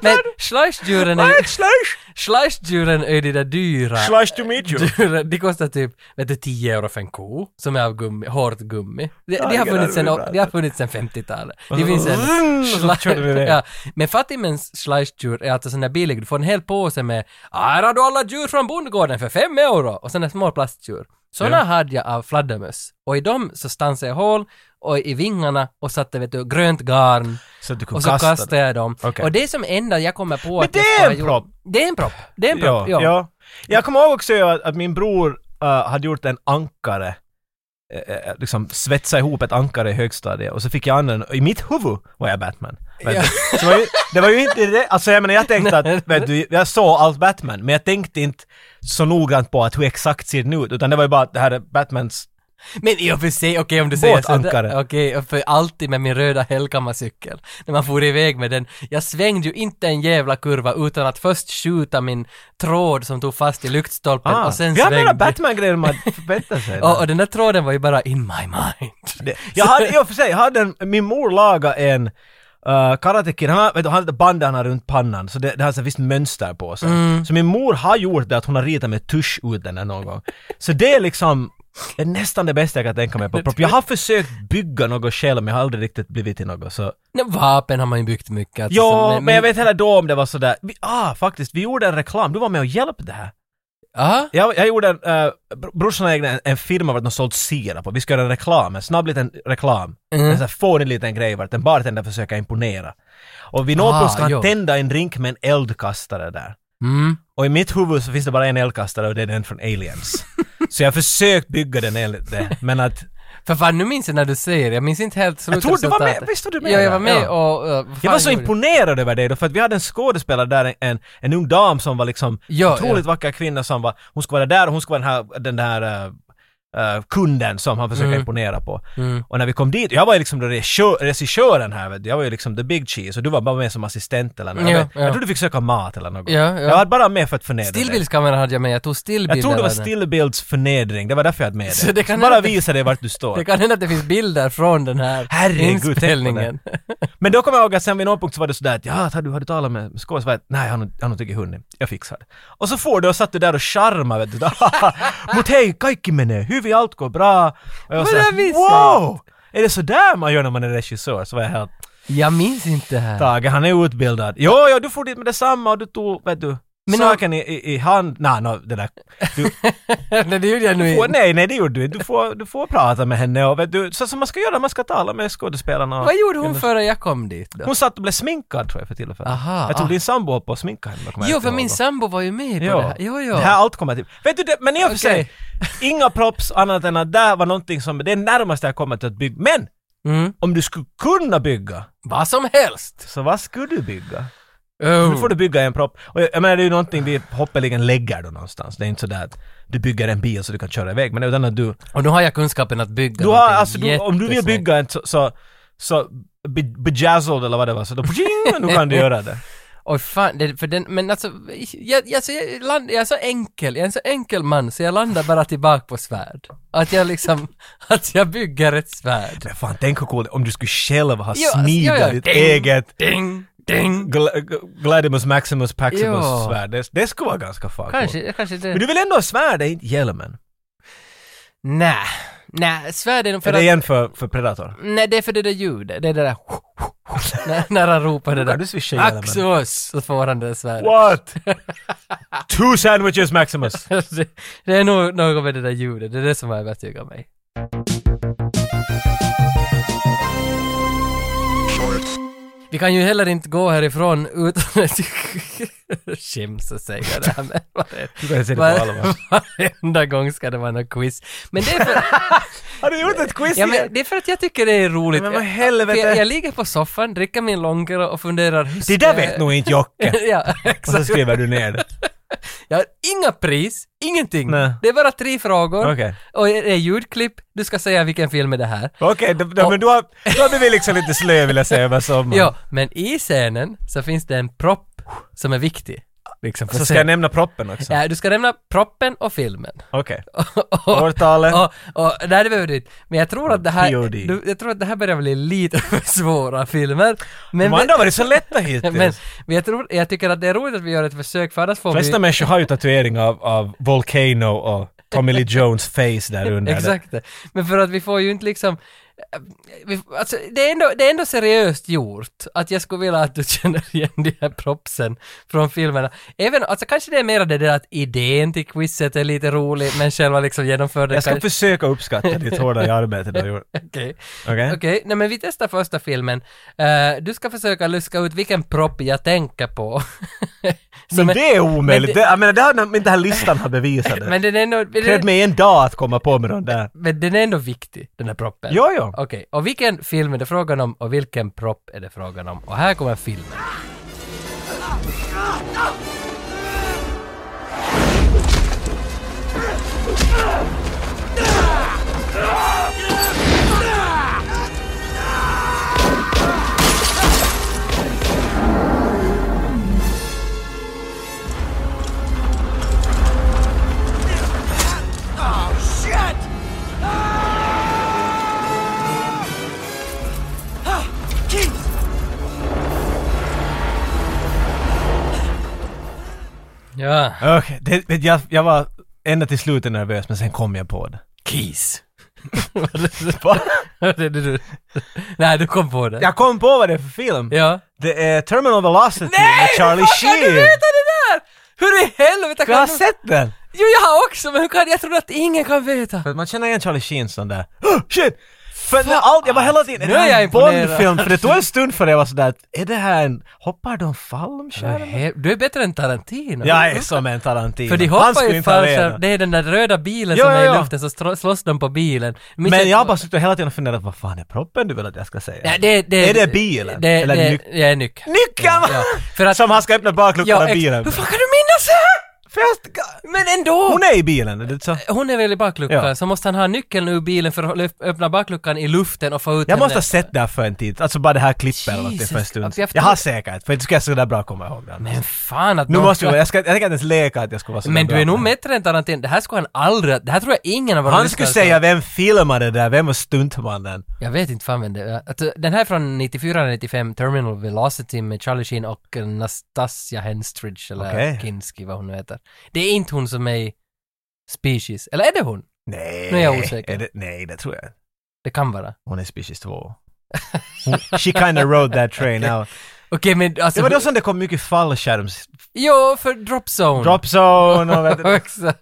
Speaker 2: men schleichdjuren är ju-
Speaker 1: Slush!
Speaker 2: schleichdjuren är ju de där dyra.
Speaker 1: Slush to meet you!
Speaker 2: Djuren, de kostar typ, vet du, 10 euro för en ko som är av gummi, hårt gummi. De, de, har,
Speaker 1: Tiger,
Speaker 2: funnits sen,
Speaker 1: det är bra.
Speaker 2: de har funnits sen 50-talet.
Speaker 1: Och
Speaker 2: Det
Speaker 1: så-
Speaker 2: finns en...
Speaker 1: Vroom! Så
Speaker 2: Schla-
Speaker 1: körde vi det.
Speaker 2: ja. Men fattigmens schleichdjur är alltså sån där billig, du får en hel påse med ”Här har du alla djur från bondgården för fem euro” och såna små plastdjur. Såna
Speaker 1: Ja.
Speaker 2: hade jag av fladdermöss. Och i dem så stansade jag hål och i vingarna och satte vet du, grönt garn
Speaker 1: Så att du kunde
Speaker 2: och så
Speaker 1: kasta den.
Speaker 2: kastade jag dem.
Speaker 1: Okej.
Speaker 2: Och det är som enda jag kommer på
Speaker 1: Men
Speaker 2: att jag
Speaker 1: det är
Speaker 2: ska ha
Speaker 1: en
Speaker 2: gjort-
Speaker 1: propp.
Speaker 2: Det är en propp! Det är en propp,
Speaker 1: Ja,
Speaker 2: ja.
Speaker 1: ja. Jag kommer ihåg också att, att min bror äh, hade gjort en ankare. eh, eh, liksom svetsa ihop ett ankare i högstadiet och så fick jag använda den. I mitt huvud var jag Batman. Vet
Speaker 2: Ja.
Speaker 1: du. Så det var ju, det var ju inte det. Alltså jag menar jag tänkte att, vet du, jag såg allt Batman men jag tänkte inte så noggrant på att hur exakt ser den ut utan det var ju bara att det här är Batmans
Speaker 2: Men i och för sig, okej om du säger
Speaker 1: Båtankare.
Speaker 2: sådär. Okej, och för alltid med min röda Hellkammarcykel. När man for iväg med den. Jag svängde ju inte en jävla kurva utan att först skjuta min tråd som tog fast i lyktstolpen
Speaker 1: Ah,
Speaker 2: och sen
Speaker 1: vi har
Speaker 2: svängde.
Speaker 1: mera Batman-grejer man förväntar sig.
Speaker 2: och, och den där tråden var ju bara in my mind.
Speaker 1: Det- jag hade i och för sig, jag hade en, min mor lagade en Uh, Karate Kid, han har, vet du, han har lite bandana runt pannan, så det, det har ett visst mönster på sig. Så min mor har gjort det att hon har ritat med tusch ut den där någon gång. Så det är liksom det är nästan det bästa jag kan tänka mig på prop. Jag har försökt bygga något själv, men jag har aldrig riktigt blivit till något. Så.
Speaker 2: Nej, vapen har man ju byggt mycket. Alltså,
Speaker 1: Ja, men, jag vet heller då om det var sådär. Vi, ah, faktiskt, vi gjorde en reklam. Du var med och hjälpte det här.
Speaker 2: Aha.
Speaker 1: Jag, jag gjorde en, uh, brorsan ägde en, en firma vart de sålde sirap och vi ska göra en reklam, en snabb liten reklam.
Speaker 2: Mm.
Speaker 1: En sån här fånig liten grej vart en bartender försöker imponera. Och vid något
Speaker 2: Ah,
Speaker 1: punkt ska han
Speaker 2: jo.
Speaker 1: tända en drink med en eldkastare där.
Speaker 2: Mm.
Speaker 1: Och i mitt huvud så finns det bara en eldkastare och det är den från Aliens. så jag har försökt bygga den enligt det, men att...
Speaker 2: För fan, nu minns jag när du säger det. Jag minns inte helt
Speaker 1: Jag tror du var med,
Speaker 2: slutresultatet.
Speaker 1: visst var du med?
Speaker 2: Ja,
Speaker 1: där?
Speaker 2: jag var med
Speaker 1: Ja.
Speaker 2: och... eh, vad fan
Speaker 1: Jag var så
Speaker 2: gjorde-
Speaker 1: imponerad över dig då, för att vi hade en skådespelare där, en- en, en ung dam som var liksom
Speaker 2: Ja,
Speaker 1: otroligt vacker kvinna som var, hon skulle vara där och hon skulle vara den här, den här eh, eh, kunden som han försöker
Speaker 2: Mm.
Speaker 1: imponera på.
Speaker 2: Mm.
Speaker 1: Och när vi kom dit, jag var ju liksom då regissör, regissören här vet du, jag var ju liksom the big cheese och du var bara med som assistent eller något.
Speaker 2: Ja,
Speaker 1: jag, vet-
Speaker 2: ja.
Speaker 1: jag tror du fick söka mat eller något.
Speaker 2: Ja, ja.
Speaker 1: Jag var bara med för att förnedra dig.
Speaker 2: Stillbildskamera hade jag med, jag tog stillbilder.
Speaker 1: Jag tror det var
Speaker 2: av den.
Speaker 1: stillbildsförnedring, det var därför jag hade med dig.
Speaker 2: Så det kan
Speaker 1: bara
Speaker 2: hända-
Speaker 1: visa dig vart du står.
Speaker 2: Det kan hända att det finns bilder från den här
Speaker 1: Herregud, tänk på det.
Speaker 2: inspelningen.
Speaker 1: Men då kommer jag ihåg att sen vid någon punkt så var det sådär att ja, har du, har du talat med med skådespelaren? Nej, jag har nog- jag har nog inte hunnit. Jag fixar det. Och så får du och satt du där och charmade vet du. Mot hej, kaikki menee hyvin, allt går bra. Och jag var
Speaker 2: På det
Speaker 1: såhär,
Speaker 2: viset.
Speaker 1: wow! Är det sådär man gör när man är regissör? Så var jag helt,
Speaker 2: Jag minns inte det här.
Speaker 1: Tage han är utbildad. Jo, jo, du får dit med detsamma och du tog, vet du,
Speaker 2: Men
Speaker 1: saken i, i, i hand. Nej, no, det där. Du,
Speaker 2: Nej, det gjorde jag nu
Speaker 1: får,
Speaker 2: inte.
Speaker 1: nej, nej, det gjorde du inte. Du får, du får prata med henne och vet du, så som man ska göra, man ska tala med skådespelarna. och-
Speaker 2: Vad gjorde hon före jag kom dit då?
Speaker 1: Hon satt och blev sminkad tror jag för tillfället.
Speaker 2: Aha,
Speaker 1: jag tror
Speaker 2: ah.
Speaker 1: din sambo höll på att sminka henne. kommer jag
Speaker 2: Jo,
Speaker 1: inte
Speaker 2: för
Speaker 1: ihåg.
Speaker 2: min sambo var ju med på
Speaker 1: Jo.
Speaker 2: det här. Jo, jo.
Speaker 1: Det här allt kommer till. Vet du, det, men i och för sig,
Speaker 2: Okej.
Speaker 1: inga props annat än att där var någonting som, det är närmaste jag kommer till att bygga. Men!
Speaker 2: Mm.
Speaker 1: Om du skulle kunna bygga,
Speaker 2: Vad som helst!
Speaker 1: så vad skulle du bygga? Nu
Speaker 2: Oh.
Speaker 1: får du bygga en propp. Och jag, jag menar det är ju någonting vi hoppeligen lägger då någonstans. Det är inte sådär att du bygger en bil så du kan köra iväg. Men utan att du...
Speaker 2: Och nu har jag kunskapen att bygga
Speaker 1: du har,
Speaker 2: någonting
Speaker 1: alltså, du, om du vill
Speaker 2: jättesnyggt.
Speaker 1: bygga en så... så, så be, bejazzled eller vad det var, så då pjing, nu kan du göra det.
Speaker 2: Oj fan, det, för den, men alltså, jag, jag, så jag, land, jag är så enkel, jag är en så enkel man så jag landar bara tillbaka på svärd. Att jag liksom, att jag bygger ett svärd.
Speaker 1: Men fan, tänk hur coolt om du skulle själv ha
Speaker 2: Jo, alltså,
Speaker 1: smidat
Speaker 2: jo, jo.
Speaker 1: ditt
Speaker 2: Ding,
Speaker 1: eget
Speaker 2: Ding, ding!
Speaker 1: Gla- G- Gladimus Maximus Paximus
Speaker 2: Jo.
Speaker 1: svärd. Det, det skulle vara ganska fan coolt.
Speaker 2: Kanske, kanske det.
Speaker 1: Men du vill ändå ha svärd, inte hjälmen?
Speaker 2: Nej, nej, svärd är nog
Speaker 1: Är
Speaker 2: för
Speaker 1: det
Speaker 2: att,
Speaker 1: igen för, för Predator?
Speaker 2: nej det är för det där ljudet, det är det där, när, när han ropar det
Speaker 1: Kan
Speaker 2: där
Speaker 1: du swisha hjälmen?
Speaker 2: Axos! Så får han det där svärdet.
Speaker 1: What? Two sandwiches Maximus!
Speaker 2: det, det är nog något med det där ljudet, det är det som har övertygat mig. Vi kan ju heller inte gå härifrån utan att... Skäms att säga det här men... vad är-
Speaker 1: Du kan se det på allvar.
Speaker 2: var- Varenda gång ska det vara något quiz. Men det är för,
Speaker 1: Har du gjort ett quiz
Speaker 2: ja,
Speaker 1: igen?
Speaker 2: men det är för att jag tycker det är roligt.
Speaker 1: Men vad helvete.
Speaker 2: För Jag, jag ligger på soffan, dricker min longero och funderar... hur
Speaker 1: Det
Speaker 2: ska
Speaker 1: där
Speaker 2: jag-
Speaker 1: vet nog inte Jocke.
Speaker 2: ja,
Speaker 1: Och så
Speaker 2: exakt.
Speaker 1: skriver du ner det.
Speaker 2: Jag har inga pris, ingenting.
Speaker 1: Nej.
Speaker 2: Det är bara tre frågor.
Speaker 1: Okej.
Speaker 2: Och det är ljudklipp, du ska säga vilken film är det här.
Speaker 1: Okej, då- då- men du har, då har blivit liksom lite slö vill jag säga över sommaren.
Speaker 2: Ja, men i scenen så finns det en propp som är viktig. Liksom för
Speaker 1: Så ska
Speaker 2: scenen.
Speaker 1: jag nämna proppen också?
Speaker 2: Ja, du ska nämna proppen och filmen.
Speaker 1: Okej.
Speaker 2: Och-
Speaker 1: Årtalet?
Speaker 2: Och, och, nej, det behöver du inte. Men jag tror att det här,
Speaker 1: POD.
Speaker 2: du, jag tror att det här börjar bli lite för svåra filmer. Men,
Speaker 1: De andra har varit så lätta hittills.
Speaker 2: men, men jag tror, jag tycker att det är roligt att vi gör ett försök för annars får
Speaker 1: De flesta
Speaker 2: vi...
Speaker 1: människor har ju tatuering av, av Volcano och Tommy Lee Jones face där under.
Speaker 2: Exakt. Men för att vi får ju inte liksom... äh, Vi, alltså, det, är ändå, det är ändå seriöst gjort. Att jag skulle vilja att du känner igen de här propsen från filmerna. Även, alltså kanske det är mer det där att idén till quizet är lite rolig, men själva liksom genomförandet
Speaker 1: Jag ska
Speaker 2: kanske-
Speaker 1: försöka uppskatta ditt hårda arbete du har gjort.
Speaker 2: Okej.
Speaker 1: Okej?
Speaker 2: Okej, nej men vi testar första filmen. Eh, du ska försöka luska ut vilken propp jag tänker på.
Speaker 1: Men
Speaker 2: Som är-
Speaker 1: det är omöjligt.
Speaker 2: men det-
Speaker 1: Det, jag menar, det har, den här listan har bevisat det.
Speaker 2: men den är ändå... den
Speaker 1: Krävde
Speaker 2: är-
Speaker 1: mig en dag att komma på med de där.
Speaker 2: Men den är ändå viktig, den här proppen.
Speaker 1: Jo, jo.
Speaker 2: Okej, och vilken film är det frågan om och vilken propp är det frågan om? Och här kommer filmen.
Speaker 4: Keith!
Speaker 2: Ja.
Speaker 1: Okej, det- det- jag, jag var ända till slutet nervös men sen kom jag på det.
Speaker 2: Keys. Vad är det du... Nej, du kom på det.
Speaker 1: Jag kom på vad det är för film!
Speaker 2: Ja.
Speaker 1: Det är Terminal Velocity med Charlie
Speaker 2: hur fan kan du
Speaker 1: Sheen!
Speaker 2: veta det där? Hur i helvete
Speaker 1: Jag
Speaker 2: kan
Speaker 1: har
Speaker 2: du...
Speaker 1: sett den!
Speaker 2: Jo, jag har också, men hur kan... Jag tror att ingen kan veta.
Speaker 1: För att man känner igen Charlie Sheen sån där oh, shit! För när allt, jag var hela tiden,
Speaker 2: Nu
Speaker 1: är
Speaker 2: är
Speaker 1: det här
Speaker 2: jag
Speaker 1: en
Speaker 2: imponerad.
Speaker 1: Bondfilm? För det tog en stund för det jag var sådär, att, är det här en, hoppar de fallskärm?
Speaker 2: Hel- Du är bättre än Tarantino.
Speaker 1: Jag är som en Tarantino.
Speaker 2: För de
Speaker 1: Han
Speaker 2: hoppar
Speaker 1: skulle
Speaker 2: ju
Speaker 1: inte ha
Speaker 2: fallskärm,
Speaker 1: redan.
Speaker 2: det är den där röda bilen
Speaker 1: Ja,
Speaker 2: som
Speaker 1: ja,
Speaker 2: är
Speaker 1: ja.
Speaker 2: i luften, så stro- slåss de på bilen. Minns
Speaker 1: Men jag har
Speaker 2: inte-
Speaker 1: bara suttit och hela tiden och funderat, vad fan är proppen du vill att jag ska säga?
Speaker 2: Ja, det, det,
Speaker 1: Är det bilen?
Speaker 2: Det,
Speaker 1: Eller
Speaker 2: det,
Speaker 1: nyc-
Speaker 2: det är nyckeln.
Speaker 1: Nyckeln!
Speaker 2: Ja, för att...
Speaker 1: Som han ska öppna bakluckan
Speaker 2: ja,
Speaker 1: av
Speaker 2: ex-
Speaker 1: bilen.
Speaker 2: Hur fan kan du minnas det här?
Speaker 1: För jag-
Speaker 2: Men ändå!
Speaker 1: Hon är i bilen, är det så?
Speaker 2: Hon är väl i bakluckan,
Speaker 1: Ja.
Speaker 2: så måste han ha nyckeln ur bilen för att lyf- öppna bakluckan i luften och få ut
Speaker 1: Jag
Speaker 2: henne.
Speaker 1: måste ha sett det här för en tid, alltså bara det här klippet eller någonting
Speaker 2: Jesus. alltså
Speaker 1: för en stund
Speaker 2: Jag
Speaker 1: Jag,
Speaker 2: tror-
Speaker 1: har säkert, för inte ska jag sådär bra komma ihåg det.
Speaker 2: Men fan att
Speaker 1: Nu
Speaker 2: någon
Speaker 1: måste
Speaker 2: ska-
Speaker 1: jag, jag, ska, jag tänker inte ens leka att jag ska vara sådär
Speaker 2: Men du
Speaker 1: bra
Speaker 2: är nog
Speaker 1: på det.
Speaker 2: bättre än Tarantino. Det här skulle han aldrig... Det här tror jag ingen av våra
Speaker 1: Han
Speaker 2: lyssnare
Speaker 1: skulle
Speaker 2: skulle-
Speaker 1: säga vem filmade det där, vem var stuntmannen?
Speaker 2: Jag vet inte fan vem det är. Att, eh, Den här är från 94-95, Terminal Velocity med Charlie Sheen och eh, Nastasia Henstridge, eller
Speaker 1: Okej.
Speaker 2: Kinski vad hon nu heter. Det är inte hon som är i Species. Eller är det hon?
Speaker 1: Nej.
Speaker 2: Nu är jag osäker.
Speaker 1: Är det, nej, det tror jag inte.
Speaker 2: Det kan vara.
Speaker 1: Hon är Species 2. Hon, she kinda rode that train out.
Speaker 2: Okej men alltså...
Speaker 1: Det var då som det kom mycket fallskärms...
Speaker 2: Jo, för Drop Zone.
Speaker 1: Drop zone och vet du-
Speaker 2: Också.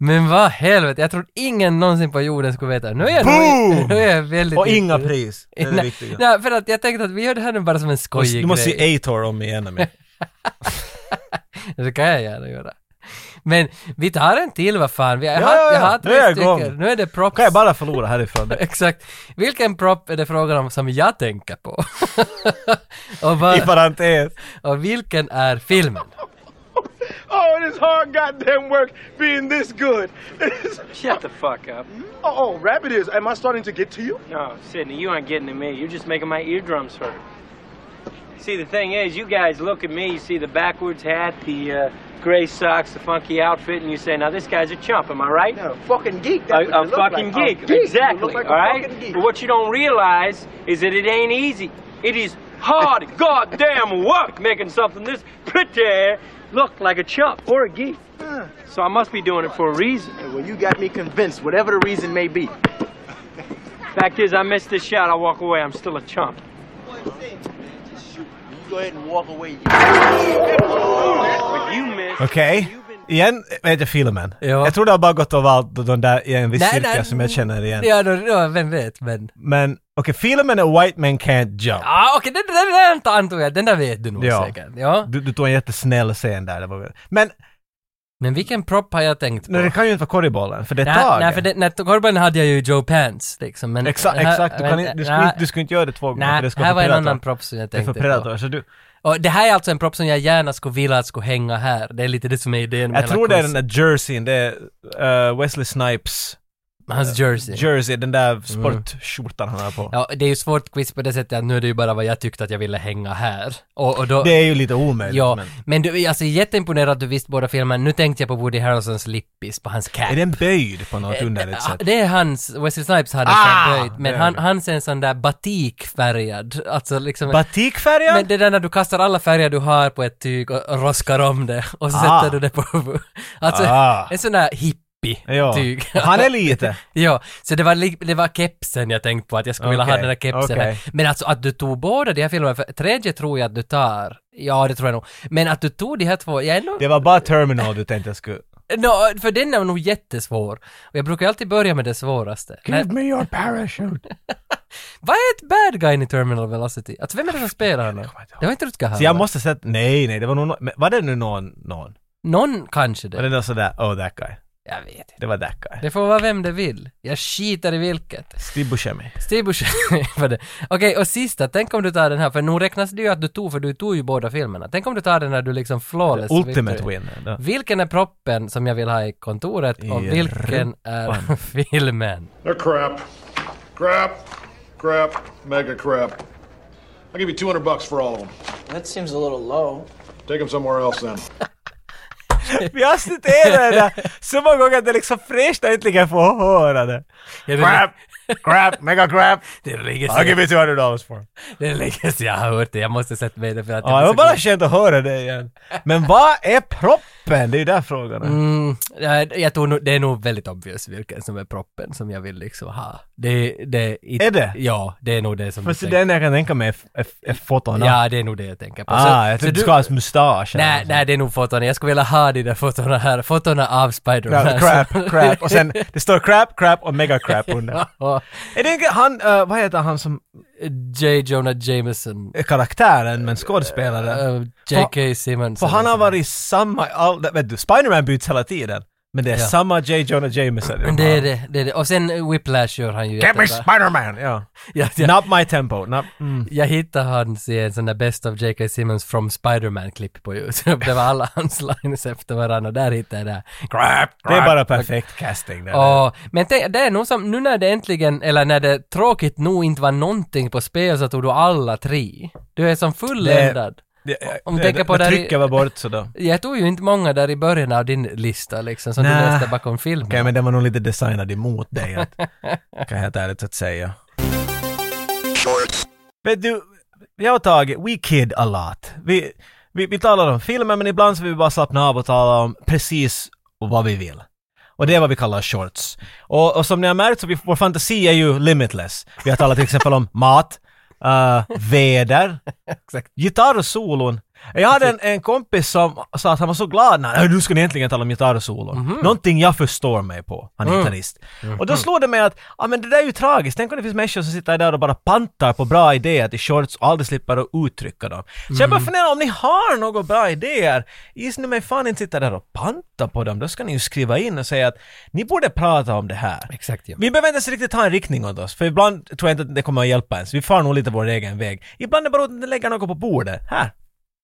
Speaker 2: Men vad helvete, jag tror ingen någonsin på jorden skulle veta. Nu är jag,
Speaker 1: Boom!
Speaker 2: nu är jag väldigt...
Speaker 1: Och inga pris. Det är det
Speaker 2: Nej,
Speaker 1: viktiga.
Speaker 2: Nej, för att jag tänkte att vi gör det här nu bara som en skojig
Speaker 1: Du måste
Speaker 2: grej.
Speaker 1: se A-Tor om igen. Amin.
Speaker 2: Ja, Det kan jag gärna göra. Men vi tar en till vad fan. Vi har,
Speaker 1: Ja,
Speaker 2: jag har- jag
Speaker 1: ja,
Speaker 2: har
Speaker 1: ja.
Speaker 2: tre
Speaker 1: Nu är jag
Speaker 2: stycken.
Speaker 1: igång.
Speaker 2: Nu är det props.
Speaker 1: Kan jag bara förlora härifrån?
Speaker 2: Exakt. Vilken prop är det frågan om som jag tänker på? och,
Speaker 1: I
Speaker 2: vad,
Speaker 1: parentes.
Speaker 2: och vilken är filmen?
Speaker 4: Oh, it is hard goddamn work being this good.
Speaker 5: Shut the fuck up.
Speaker 4: oh, oh, rap it is. Am I starting to get to you?
Speaker 5: No, Sidney, you aren't getting to me. You're just making my eardrums hurt. See, the thing is, you guys look at me, you see the backwards hat, the uh, gray socks, the funky outfit, and you say, now this guy's a chump, am I right?
Speaker 4: No, fucking geek.
Speaker 5: A,
Speaker 4: That's what
Speaker 5: a
Speaker 4: you look
Speaker 5: fucking
Speaker 4: like. Oh, A
Speaker 5: geek.
Speaker 4: You look
Speaker 5: exactly.
Speaker 4: like a
Speaker 5: all right.
Speaker 4: fucking geek.
Speaker 5: But what you don't realize is that it ain't easy. It is hard, goddamn work making something this pretty look like a chump or a geek. So I must be doing it for a reason.
Speaker 4: Well, you got me convinced, whatever the reason may be.
Speaker 5: Fact is, I miss this shot, I walk away, I'm still a chump.
Speaker 4: Go ahead and walk away.
Speaker 5: But you miss.
Speaker 1: Okej. Igen vet jag filmen.
Speaker 2: Ja.
Speaker 1: Jag tror det har bara gått av allt och de där i en viss
Speaker 2: Nej,
Speaker 1: cirkel
Speaker 2: nej.
Speaker 1: som jag känner igen.
Speaker 2: Ja, då, då, vem vet, men...
Speaker 1: Men okej, filmen är White Man Can't Jump.
Speaker 2: Ah, okej, den, den, den, den antog jag. Den där vet du nog
Speaker 1: Ja.
Speaker 2: säkert. Ja.
Speaker 1: Du, du tog en jättesnäll scen där. Det var... Men
Speaker 2: Men vilken prop har jag tänkt på?
Speaker 1: nej, det kan ju inte vara korgbollen, för det är
Speaker 2: Nej,
Speaker 1: taget.
Speaker 2: nej, för det, när Corban hade jag ju Joe Pants liksom, men...
Speaker 1: Exakt,
Speaker 2: här-
Speaker 1: exakt. Du, kan
Speaker 2: men-
Speaker 1: inte, du,
Speaker 2: nej,
Speaker 1: skulle, inte- du skulle inte göra det två gånger. för
Speaker 2: Nej,
Speaker 1: det ska vara
Speaker 2: här var en
Speaker 1: Predator.
Speaker 2: annan prop som jag
Speaker 1: Det är för
Speaker 2: tänkte på.
Speaker 1: Predator. Så du,
Speaker 2: Och det här är alltså en prop som jag gärna skulle vilja att skulle hänga här. Det är lite det som är idén med
Speaker 1: jag
Speaker 2: hela
Speaker 1: tror det är den
Speaker 2: quiz.
Speaker 1: där jerseyn, det är eh, Wesley Snipes
Speaker 2: Hans jersey.
Speaker 1: jersey, den där sportskjortan han har på.
Speaker 2: Mm. ja, det är ju svårt quiz på det sättet att nu är det ju bara vad jag tyckte att jag ville hänga här. Och, och då...
Speaker 1: Det är ju lite omöjligt
Speaker 2: ja, men,
Speaker 1: men...
Speaker 2: du, alltså jätteimponerad att du visste båda filmerna. Nu tänkte jag på Woody Harrelsons lippis på hans cap.
Speaker 1: Är den böjd på något
Speaker 2: Eh,
Speaker 1: underligt
Speaker 2: ah,
Speaker 1: sätt?
Speaker 2: Det är hans, Wesley Snipes hade
Speaker 1: Ah!
Speaker 2: ah, böjt, men
Speaker 1: Det är
Speaker 2: han,
Speaker 1: det.
Speaker 2: hans är en sån där batikfärgad, alltså liksom...
Speaker 1: Batikfärgen?
Speaker 2: Men det där när du kastar alla färger du har på ett tyg och, och roskar om det och så
Speaker 1: Ah.
Speaker 2: sätter du det på huvudet. Alltså,
Speaker 1: Ah.
Speaker 2: en sån där
Speaker 1: Ja.
Speaker 2: hippie-tyg.
Speaker 1: Han är lite.
Speaker 2: ja, så det var, li- det var kepsen jag tänkte på, att jag skulle vilja ha
Speaker 1: Okej,
Speaker 2: den där kepsen.
Speaker 1: okej.
Speaker 2: här. Men alltså att du tog båda de här filmerna, för tredje tror jag att du tar. Ja, det tror jag nog. Men att du tog de här två, jag är nog...
Speaker 1: Det var bara Terminal du tänkte jag skulle...
Speaker 2: Nå, för den är nog jättesvår. Och jag brukar ju alltid börja med det svåraste. Nej,
Speaker 1: me your parachute.
Speaker 2: vad är ett bad guy i Terminal Velocity? Alltså vem är det som spelar honom?
Speaker 1: kommer inte ihåg.
Speaker 2: Det var inte Rutger Hauer.
Speaker 1: Så jag måste säga att nej, nej, det var nog nå- men Var det nu någon, någon?
Speaker 2: Någon kanske
Speaker 1: Var
Speaker 2: det.
Speaker 1: det någon sådär, oh that guy.
Speaker 2: Jag vet inte.
Speaker 1: Det var that guy.
Speaker 2: Det får vara vem det vill. Jag skiter i vilket.
Speaker 1: Steve Buscemi.
Speaker 2: Steve Buscemi var det. Okej, och sista, tänk om du tar den här, för nu räknas det ju att du tog, för du tog ju båda filmerna. Tänk om du tar den här du liksom flawless
Speaker 1: Ultimate
Speaker 2: victory.
Speaker 1: winner. då.
Speaker 2: Vilken är proppen som jag vill ha i kontoret och
Speaker 1: I
Speaker 2: vilken är filmen?
Speaker 6: They're crap. Crap. Crap. Mega crap. I'll give you 200 bucks for all of them.
Speaker 7: That seems a little low.
Speaker 6: Take them somewhere else then.
Speaker 1: Vi har citerat det där så många gånger att det är liksom fräscht att äntligen få höra det.
Speaker 2: Jag vet
Speaker 1: Crap!
Speaker 2: inte,
Speaker 1: Crap! Mega crap!
Speaker 2: Det är länge
Speaker 1: I'll
Speaker 2: sedan-
Speaker 1: give you 200 dollars for it.
Speaker 2: det är länge sedan jag har hört det, jag måste sätta mig i det för att
Speaker 1: Ja, det var
Speaker 2: jag
Speaker 1: bara skönt att höra det igen. Men vad är proppen? Det är ju där frågan är.
Speaker 2: Mm, jag, jag tror nog, det är nog väldigt obvious vilken som är proppen som jag vill liksom ha. Det, det, it,
Speaker 1: Är det?
Speaker 2: Ja, det är nog det som
Speaker 1: Fast
Speaker 2: du
Speaker 1: det
Speaker 2: tänker.
Speaker 1: enda jag kan tänka mig är, f- är, f- är fotona.
Speaker 2: Ja, det är nog det jag tänker på.
Speaker 1: ah, jag
Speaker 2: så
Speaker 1: tänkte du
Speaker 2: du-
Speaker 1: ska ha hans mustasch. eller
Speaker 2: Nej,
Speaker 1: något
Speaker 2: nej, det är nog fotona. Jag skulle vilja ha de där fotona här. Fotona av Spider-Man.
Speaker 1: sånt. Ja, crap, crap. Och sen, det står crap, crap och mega crap under.
Speaker 2: Och
Speaker 1: Är det inte han, eh, vad heter han som
Speaker 2: J. Jonah Jameson.
Speaker 1: är karaktären, men skådespelaren?
Speaker 2: eh, J.K. Simmons.
Speaker 1: För han
Speaker 2: eller
Speaker 1: har
Speaker 2: så.
Speaker 1: varit samma, all, vet du, Spider-Man byts hela tiden. Men det är
Speaker 2: Ja.
Speaker 1: samma J. Jonah Jameson.
Speaker 2: Men det är det, det är det. Och sen Whiplash gör han ju
Speaker 1: Get me Spider-Man! Ja.
Speaker 2: Jag, jag,
Speaker 1: Not my tempo. Not, mm.
Speaker 2: jag hittade hans i en sån där Best of J.K. Simmons from Spider-Man-klipp på Youtube. Det var alla hans lines efter varandra och där hittade jag det. här.
Speaker 1: Crap, Det är bara perfekt casting. där.
Speaker 2: Ja, men det, det är nog som, nu när det äntligen, eller när det tråkigt nog inte var någonting på spel så tog du alla tre. Du är som fulländad.
Speaker 1: Det,
Speaker 2: Om du
Speaker 1: det-
Speaker 2: tänker på
Speaker 1: det,
Speaker 2: där i-
Speaker 1: trycker var bort så då. Okej,
Speaker 2: Jag tog ju inte många där i början av din lista liksom, som du
Speaker 1: Nä.
Speaker 2: läste bakom filmen.
Speaker 1: men den var nog lite designad emot dig, att, kan jag helt ärligt att säga. Vet du, vi har tagit We Kid a lot. Vi, vi, vi talar om filmer, men ibland så vill vi bara slappna av och tala om precis vad vi vill. Och det är vad vi kallar shorts. Och, och som ni har märkt så vi, vår fantasi är ju limitless. Vi har talat till exempel om mat, eh, väder, gitarrsolon. Jag hade en, en kompis som sa att han var så glad när "Äh, nu ska ni äntligen tala om gitarrsolon.
Speaker 2: Mhm.
Speaker 1: Någonting jag förstår mig på. Han är
Speaker 2: Mm.
Speaker 1: gitarrist. Och då slog det mig att, ja men det där är ju tragiskt. Tänk om det finns människor som sitter där och bara pantar på bra idéer till shorts och aldrig slipper att uttrycka dem. Så jag
Speaker 2: Mm.
Speaker 1: bara funderar, om ni har några bra idéer, is ni mig fan inte sitta där och panta på dem. Då ska ni ju skriva in och säga att ni borde prata om det här.
Speaker 2: Exakt ja.
Speaker 1: Vi behöver inte ens riktigt ha en riktning åt oss, för ibland tror jag inte att det kommer att hjälpa ens. Vi far nog lite vår egen väg. Ibland är det bara att lägga något på bordet. Här!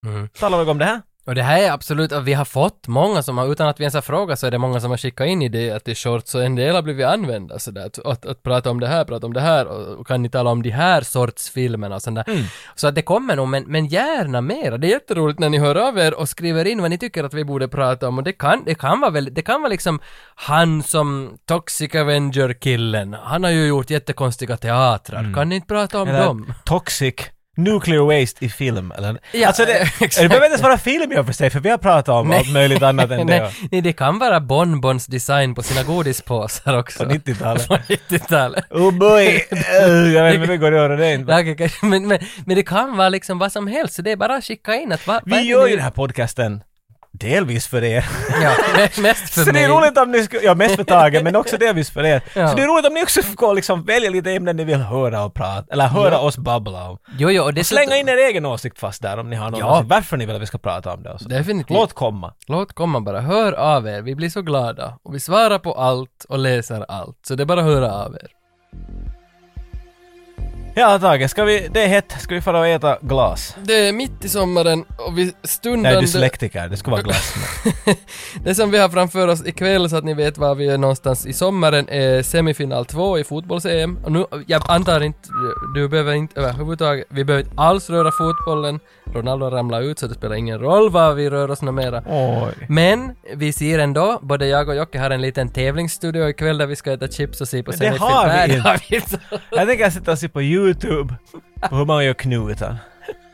Speaker 2: Mm.
Speaker 1: Talar vi om det här?
Speaker 2: Och det här är absolut, och vi har fått många som har, utan att vi ens har frågat så är det många som har skickat in idéer till shorts och en del har blivit använda sådär. Att, att, att prata om det här, prata om det här och, och kan ni tala om de här sorts filmerna och sådär. Så att det kommer nog, men, men gärna mera. Det är jätteroligt när ni hör av er och skriver in vad ni tycker att vi borde prata om och det kan, det kan vara väldigt, det kan vara liksom han som Toxic Avenger-killen, han har ju gjort jättekonstiga teatrar, kan ni inte prata om dem?
Speaker 1: toxic nuclear waste i film, eller?
Speaker 2: Ja,
Speaker 1: alltså det,
Speaker 2: exakt.
Speaker 1: det behöver inte ens vara film i och för sig, för vi har pratat om allt möjligt annat än det.
Speaker 2: Nej, nej, det kan vara Bonbons design på sina godispåsar också.
Speaker 1: På 90-talet.
Speaker 2: Från 90-talet.
Speaker 1: Oh boy! Eh, jag vet inte om det går att göra det inte.
Speaker 2: Ja, okej, kanske, men, men, men det kan vara liksom vad som helst, så det är bara att skicka in att vad, vad
Speaker 1: Vi
Speaker 2: är det
Speaker 1: gör
Speaker 2: ni-
Speaker 1: ju den här podcasten delvis för er.
Speaker 2: Ja, me- mest för
Speaker 1: Så det
Speaker 2: mig.
Speaker 1: är roligt om ni skulle, ja mest för Tage men också delvis för er.
Speaker 2: Ja.
Speaker 1: Så det är roligt om ni också får liksom välja lite ämnen ni vill höra och prata, eller höra oss babbla om.
Speaker 2: Jo, jo, och det
Speaker 1: Slänga in er egen åsikt fast där om ni har någon
Speaker 2: Ja.
Speaker 1: åsikt, varför ni vill att vi ska prata om det och så.
Speaker 2: Definitivt. Låt.
Speaker 1: Låt komma.
Speaker 2: Låt komma bara, hör av er, vi blir så glada. Och vi svarar på allt och läser allt, så det är bara att höra av er.
Speaker 1: Ja Tage, ska vi, det är hett, ska vi fara och äta glas?
Speaker 2: Det är mitt i sommaren och vi stundande...
Speaker 1: Nej, dyslektiker, det ska vara glass.
Speaker 2: Det som vi har framför oss ikväll så att ni vet var vi är någonstans i sommaren är semifinal 2 i fotbolls-EM. Och nu, jag antar inte, du behöver inte överhuvudtaget, vi behöver inte alls röra fotbollen. Ronaldo ramlar ut så det spelar ingen roll var vi rör oss numera.
Speaker 1: Oj.
Speaker 2: Men vi ser ändå, både jag och Jocke har en liten tävlingsstudio ikväll där vi ska äta chips och se på
Speaker 1: Men det har vi
Speaker 2: Nej,
Speaker 1: inte.
Speaker 2: har vi inte.
Speaker 1: Jag tänker sitta och se på YouTube på hur man gör knutar.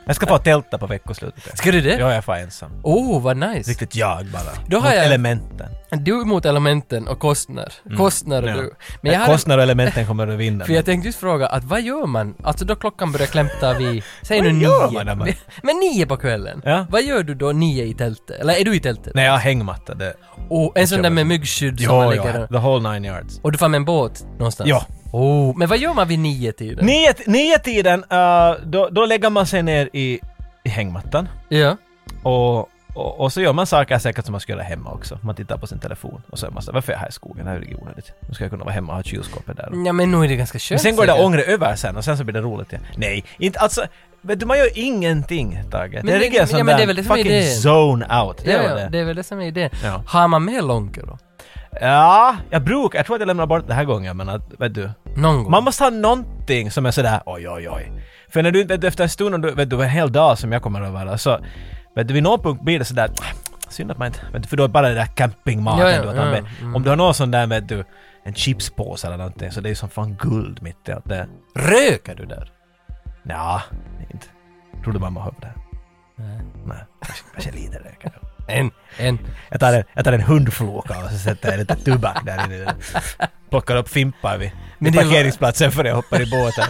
Speaker 1: Jag ska få tälta på veckoslutet.
Speaker 2: Ska du det?
Speaker 1: Ja, jag är fan ensam.
Speaker 2: Oh, vad nice!
Speaker 1: Riktigt jag bara.
Speaker 2: Då har
Speaker 1: Mot
Speaker 2: jag-
Speaker 1: Elementen.
Speaker 2: Du mot elementen och Kostner. Kostner och
Speaker 1: Mm. Ja.
Speaker 2: du.
Speaker 1: Men
Speaker 2: jag har en-
Speaker 1: Kostnader och elementen kommer att vinna.
Speaker 2: För jag tänkte just fråga att vad gör man? Alltså då klockan börjar klämta vid, säg nu
Speaker 1: Vad
Speaker 2: nio.
Speaker 1: gör man när man-
Speaker 2: Men nio på kvällen?
Speaker 1: Ja.
Speaker 2: Vad gör du då nio i tältet? Eller är du i tältet?
Speaker 1: Nej, jag har hängmatta. Det...
Speaker 2: Och en sån där med myggskydd som man ligger
Speaker 1: the whole nine yards.
Speaker 2: Och du får med en båt någonstans?
Speaker 1: Ja.
Speaker 2: Oh, men vad gör man vid nio tiden?
Speaker 1: Nio, nio tiden, eh, då, då lägger man sig ner i, i hängmattan.
Speaker 2: ja.
Speaker 1: Och, och, och så gör man saker säkert som man skulle göra hemma också. Man tittar på sin telefon och så är man så här, varför är jag här i skogen? Det här är ju onödigt. Nu ska jag kunna vara hemma och ha kylskåpet där.
Speaker 2: ja, men nog är det ganska
Speaker 1: Men
Speaker 2: skönt
Speaker 1: sen går det
Speaker 2: Mm.
Speaker 1: ångret
Speaker 2: säkert.
Speaker 1: över sen och sen så blir det roligt igen. Nej, inte alltså. Vet du, man gör ingenting, Tage.
Speaker 2: det-
Speaker 1: det ligger en
Speaker 2: men-
Speaker 1: sån
Speaker 2: ja, men
Speaker 1: där
Speaker 2: det är väl det som är
Speaker 1: fucking
Speaker 2: idén.
Speaker 1: zone out. Det
Speaker 2: Ja,
Speaker 1: var
Speaker 2: ja, det är väl det som är idén.
Speaker 1: Ja.
Speaker 2: Har man med lonker då?
Speaker 1: Ja, jag brukar, jag tror att jag lämnar bort det här gången men att, vet du.
Speaker 2: Någon gång?
Speaker 1: Man måste ha någonting som är sådär oj oj oj. För när du inte, efter en stund, och du, vet du, en hel dag som jag kommer att vara så, vet du, vid någon punkt blir det sådär "Ah, Synd att man inte... vet du, För då är bara det där campingmaten
Speaker 2: Ja, ja,
Speaker 1: du har tagit
Speaker 2: ja,
Speaker 1: med.
Speaker 2: mm.
Speaker 1: Om du har någon sån där med du, en chipspåse eller någonting så det är ju som fan guld mitt i allt det.
Speaker 2: Röker du där?
Speaker 1: Nja, inte. Tror du mamma hör på det? här? Nej. Kanske, kanske lite röker jag.
Speaker 2: En, en.
Speaker 1: Jag tar en, jag tar en hundfloka och så sätter jag lite tobak där inne. i den. Plockar upp fimpar vid,
Speaker 2: Men
Speaker 1: vid
Speaker 2: det var-
Speaker 1: parkeringsplatsen för jag hoppar i båten.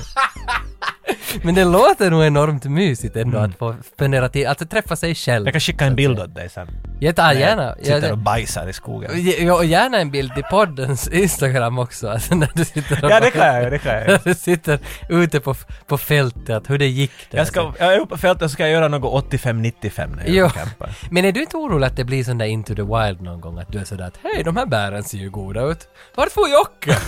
Speaker 2: Men det låter nog enormt mysigt ändå att få fundera till, alltså träffa sig själv.
Speaker 1: Mm. Jag kan skicka en bild åt dig sen.
Speaker 2: Jag tar gärna.
Speaker 1: Jag
Speaker 2: Jag,
Speaker 1: sitter och bajsar i skogen.
Speaker 2: Ge- Ja, och gärna en bild i poddens Instagram också. Alltså när du sitter och
Speaker 1: Ja, det kan jag ju, det kan jag ju.
Speaker 2: När du sitter ute på, på fältet, att hur det gick där.
Speaker 1: Jag, ska, jag är uppe på fältet så ska jag göra något 85-95 när
Speaker 2: Jo.
Speaker 1: jag campar.
Speaker 2: Men är du inte orolig att det blir sån där Into the Wild någon gång? Att du är sådär att hej, de här bären ser ju goda ut. Vart får Jocke?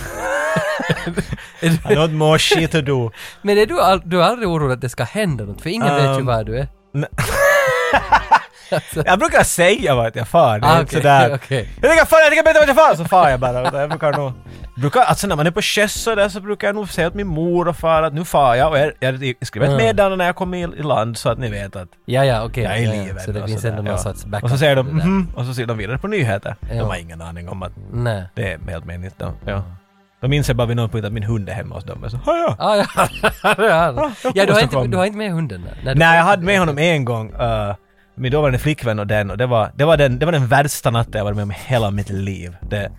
Speaker 2: Är du-
Speaker 1: Not more shit to do.
Speaker 2: Men är du, all, du är aldrig orolig att det ska hända något? För ingen vet ju
Speaker 1: Um,
Speaker 2: var du är.
Speaker 1: Jag brukar säga vart jag far. Det är
Speaker 2: Ah,
Speaker 1: inte
Speaker 2: okej,
Speaker 1: sådär.
Speaker 2: okej.
Speaker 1: Jag tänker fan, jag tänker berätta vart jag far. Så far jag bara. Utan Jag brukar nog... Brukar, alltså när man är på sjöss så där så brukar jag nog säga åt min mor och far att nu far jag. Och jag, jag skriver ett
Speaker 2: Mm.
Speaker 1: meddelande när jag kommer i, i land så att ni vet att
Speaker 2: Ja, ja, okej.
Speaker 1: jag är i
Speaker 2: ja, ja.
Speaker 1: livet.
Speaker 2: Så det
Speaker 1: och
Speaker 2: finns
Speaker 1: sådär,
Speaker 2: ändå någon
Speaker 1: ja.
Speaker 2: sorts backup.
Speaker 1: Och så säger de
Speaker 2: till det där.
Speaker 1: mhm, och så ser de vidare på nyheter.
Speaker 2: Ja. Mm.
Speaker 1: De har ingen aning om att
Speaker 2: Nej.
Speaker 1: det är helt meningslöst. De, ja. de inser bara vid någon punkt att min hund är hemma hos dem. Och Så, "Ja, ja.
Speaker 2: Ah, ja, det har du.
Speaker 1: jag
Speaker 2: ja, du har,
Speaker 1: måste
Speaker 2: inte,
Speaker 1: komma.
Speaker 2: du har inte med hunden där? Nej, du
Speaker 1: Nej,
Speaker 2: får-
Speaker 1: jag hade med honom en gång. Uh, min dåvarande flickvän och den och det var, det var, den, det var den värsta natten jag varit med om i hela mitt liv. Det,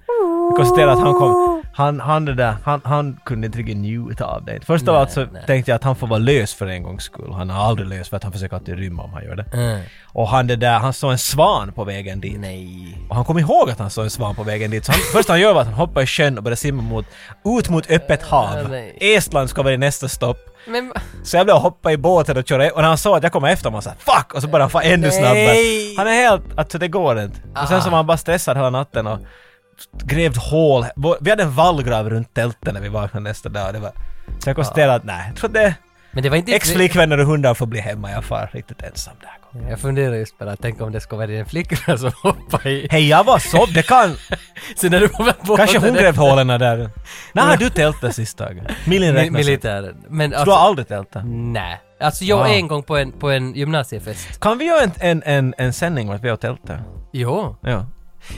Speaker 1: jag konstaterade att han kom, han, han det där, han, han kunde inte riktigt njuta av det. Först av
Speaker 2: Nej,
Speaker 1: allt så
Speaker 2: nej.
Speaker 1: tänkte jag att han får vara lös för en gångs skull. Han är aldrig lös för att han försöker alltid rymma om han gör det.
Speaker 2: Mm.
Speaker 1: Och han det där, han såg en svan på vägen dit.
Speaker 2: Nej.
Speaker 1: Och han kom ihåg att han såg en svan på vägen dit. Så han, först han gör var att han hoppar i sjön och börjar simma mot, ut mot öppet hav.
Speaker 2: nej.
Speaker 1: Estland ska vara det nästa stopp.
Speaker 2: Men...
Speaker 1: Så jag blev och hoppade i båten och körde och när han såg att jag kom efter honom så här, fuck! Och så började han få ännu
Speaker 2: Nej! Ah.
Speaker 1: snabbare. Han är helt, alltså det går inte. Och sen så var han bara stressad hela natten och grävt hål. Vår- Vi hade en vallgrav runt tältet när vi vaknade nästa dag. Det var, så jag konstaterade att nej, jag tror att det
Speaker 2: Men det var inte...
Speaker 1: ex-flickvänner och hundar får bli hemma. Jag far riktigt ensam där.
Speaker 2: Jag funderar just på det, tänk om det ska vara din flickvän som hoppar i.
Speaker 1: Hej, jag var sov, det kan...
Speaker 2: Så när du kommer på
Speaker 1: Kanske hon grävde hålen där. När har du tältat sist dagen? Milin
Speaker 2: Mm. Mi-
Speaker 1: räknas inte.
Speaker 2: militären. Men
Speaker 1: Du
Speaker 2: alltså...
Speaker 1: har aldrig tältat?
Speaker 2: Nej. Alltså jag
Speaker 1: Ah.
Speaker 2: en gång på en, på en gymnasiefest.
Speaker 1: Kan vi göra en, en, en, en sändning om att vi har tältat?
Speaker 2: Jo.
Speaker 1: Ja.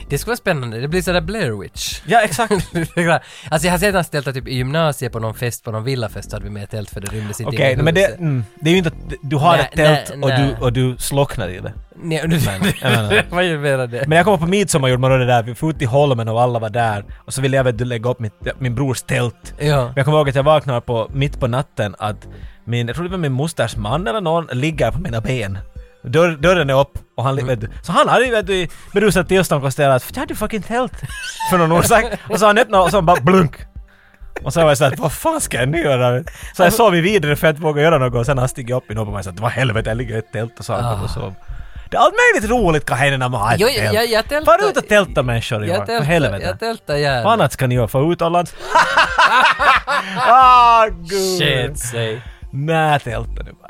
Speaker 2: Det skulle vara spännande, det blir sådär Blair Witch.
Speaker 1: Ja, exakt.
Speaker 2: alltså jag har senast deltagit typ i gymnasiet på någon fest, på någon villafest, så hade vi med tält för det rymdes inte
Speaker 1: Okej,
Speaker 2: i
Speaker 1: men det,
Speaker 2: huset.
Speaker 1: mm, det är ju inte att du har
Speaker 2: Nej,
Speaker 1: ett tält
Speaker 2: nej,
Speaker 1: och,
Speaker 2: nej.
Speaker 1: Du, och du slocknar i det.
Speaker 2: Nej, nu,
Speaker 1: jag menar-
Speaker 2: vad är det mer än det?
Speaker 1: Men jag kommer på midsommar gjorde man då det där, vi for ut i holmen och alla var där och så ville jag vet du lägga upp mitt, min brors tält.
Speaker 2: ja.
Speaker 1: Men jag kommer ihåg att jag vaknade på, mitt på natten att min, jag tror det var min mosters man eller någon, ligger på mina ben. Dörr, dörren är upp och han
Speaker 2: Mm.
Speaker 1: li- vet du. Så han hade ju vet du i berusat tillstånd konstaterat att jag hade ju fucking tält. För någon orsak. Och så han öppnade och så han bara blunk. Och så var jag såhär, vad fan ska jag nu göra? Så jag sov i vidare för att inte våga göra något och sen han steg upp i något och jag sa, vad helvete, jag ligger i ett tält och så han och sov. Det är allt möjligt roligt kan hända när man har ett
Speaker 2: Jo, Ah. jag, jag, jag
Speaker 1: tält.
Speaker 2: tältar...
Speaker 1: Far ut och tälta människor i år,
Speaker 2: Jag
Speaker 1: för
Speaker 2: tältar,
Speaker 1: helvete.
Speaker 2: jag tältar gärna.
Speaker 1: Vad annat ska ni göra? Få utomlands? ah, gud!
Speaker 2: Shit, säg.
Speaker 1: Nej, tälta nu bara.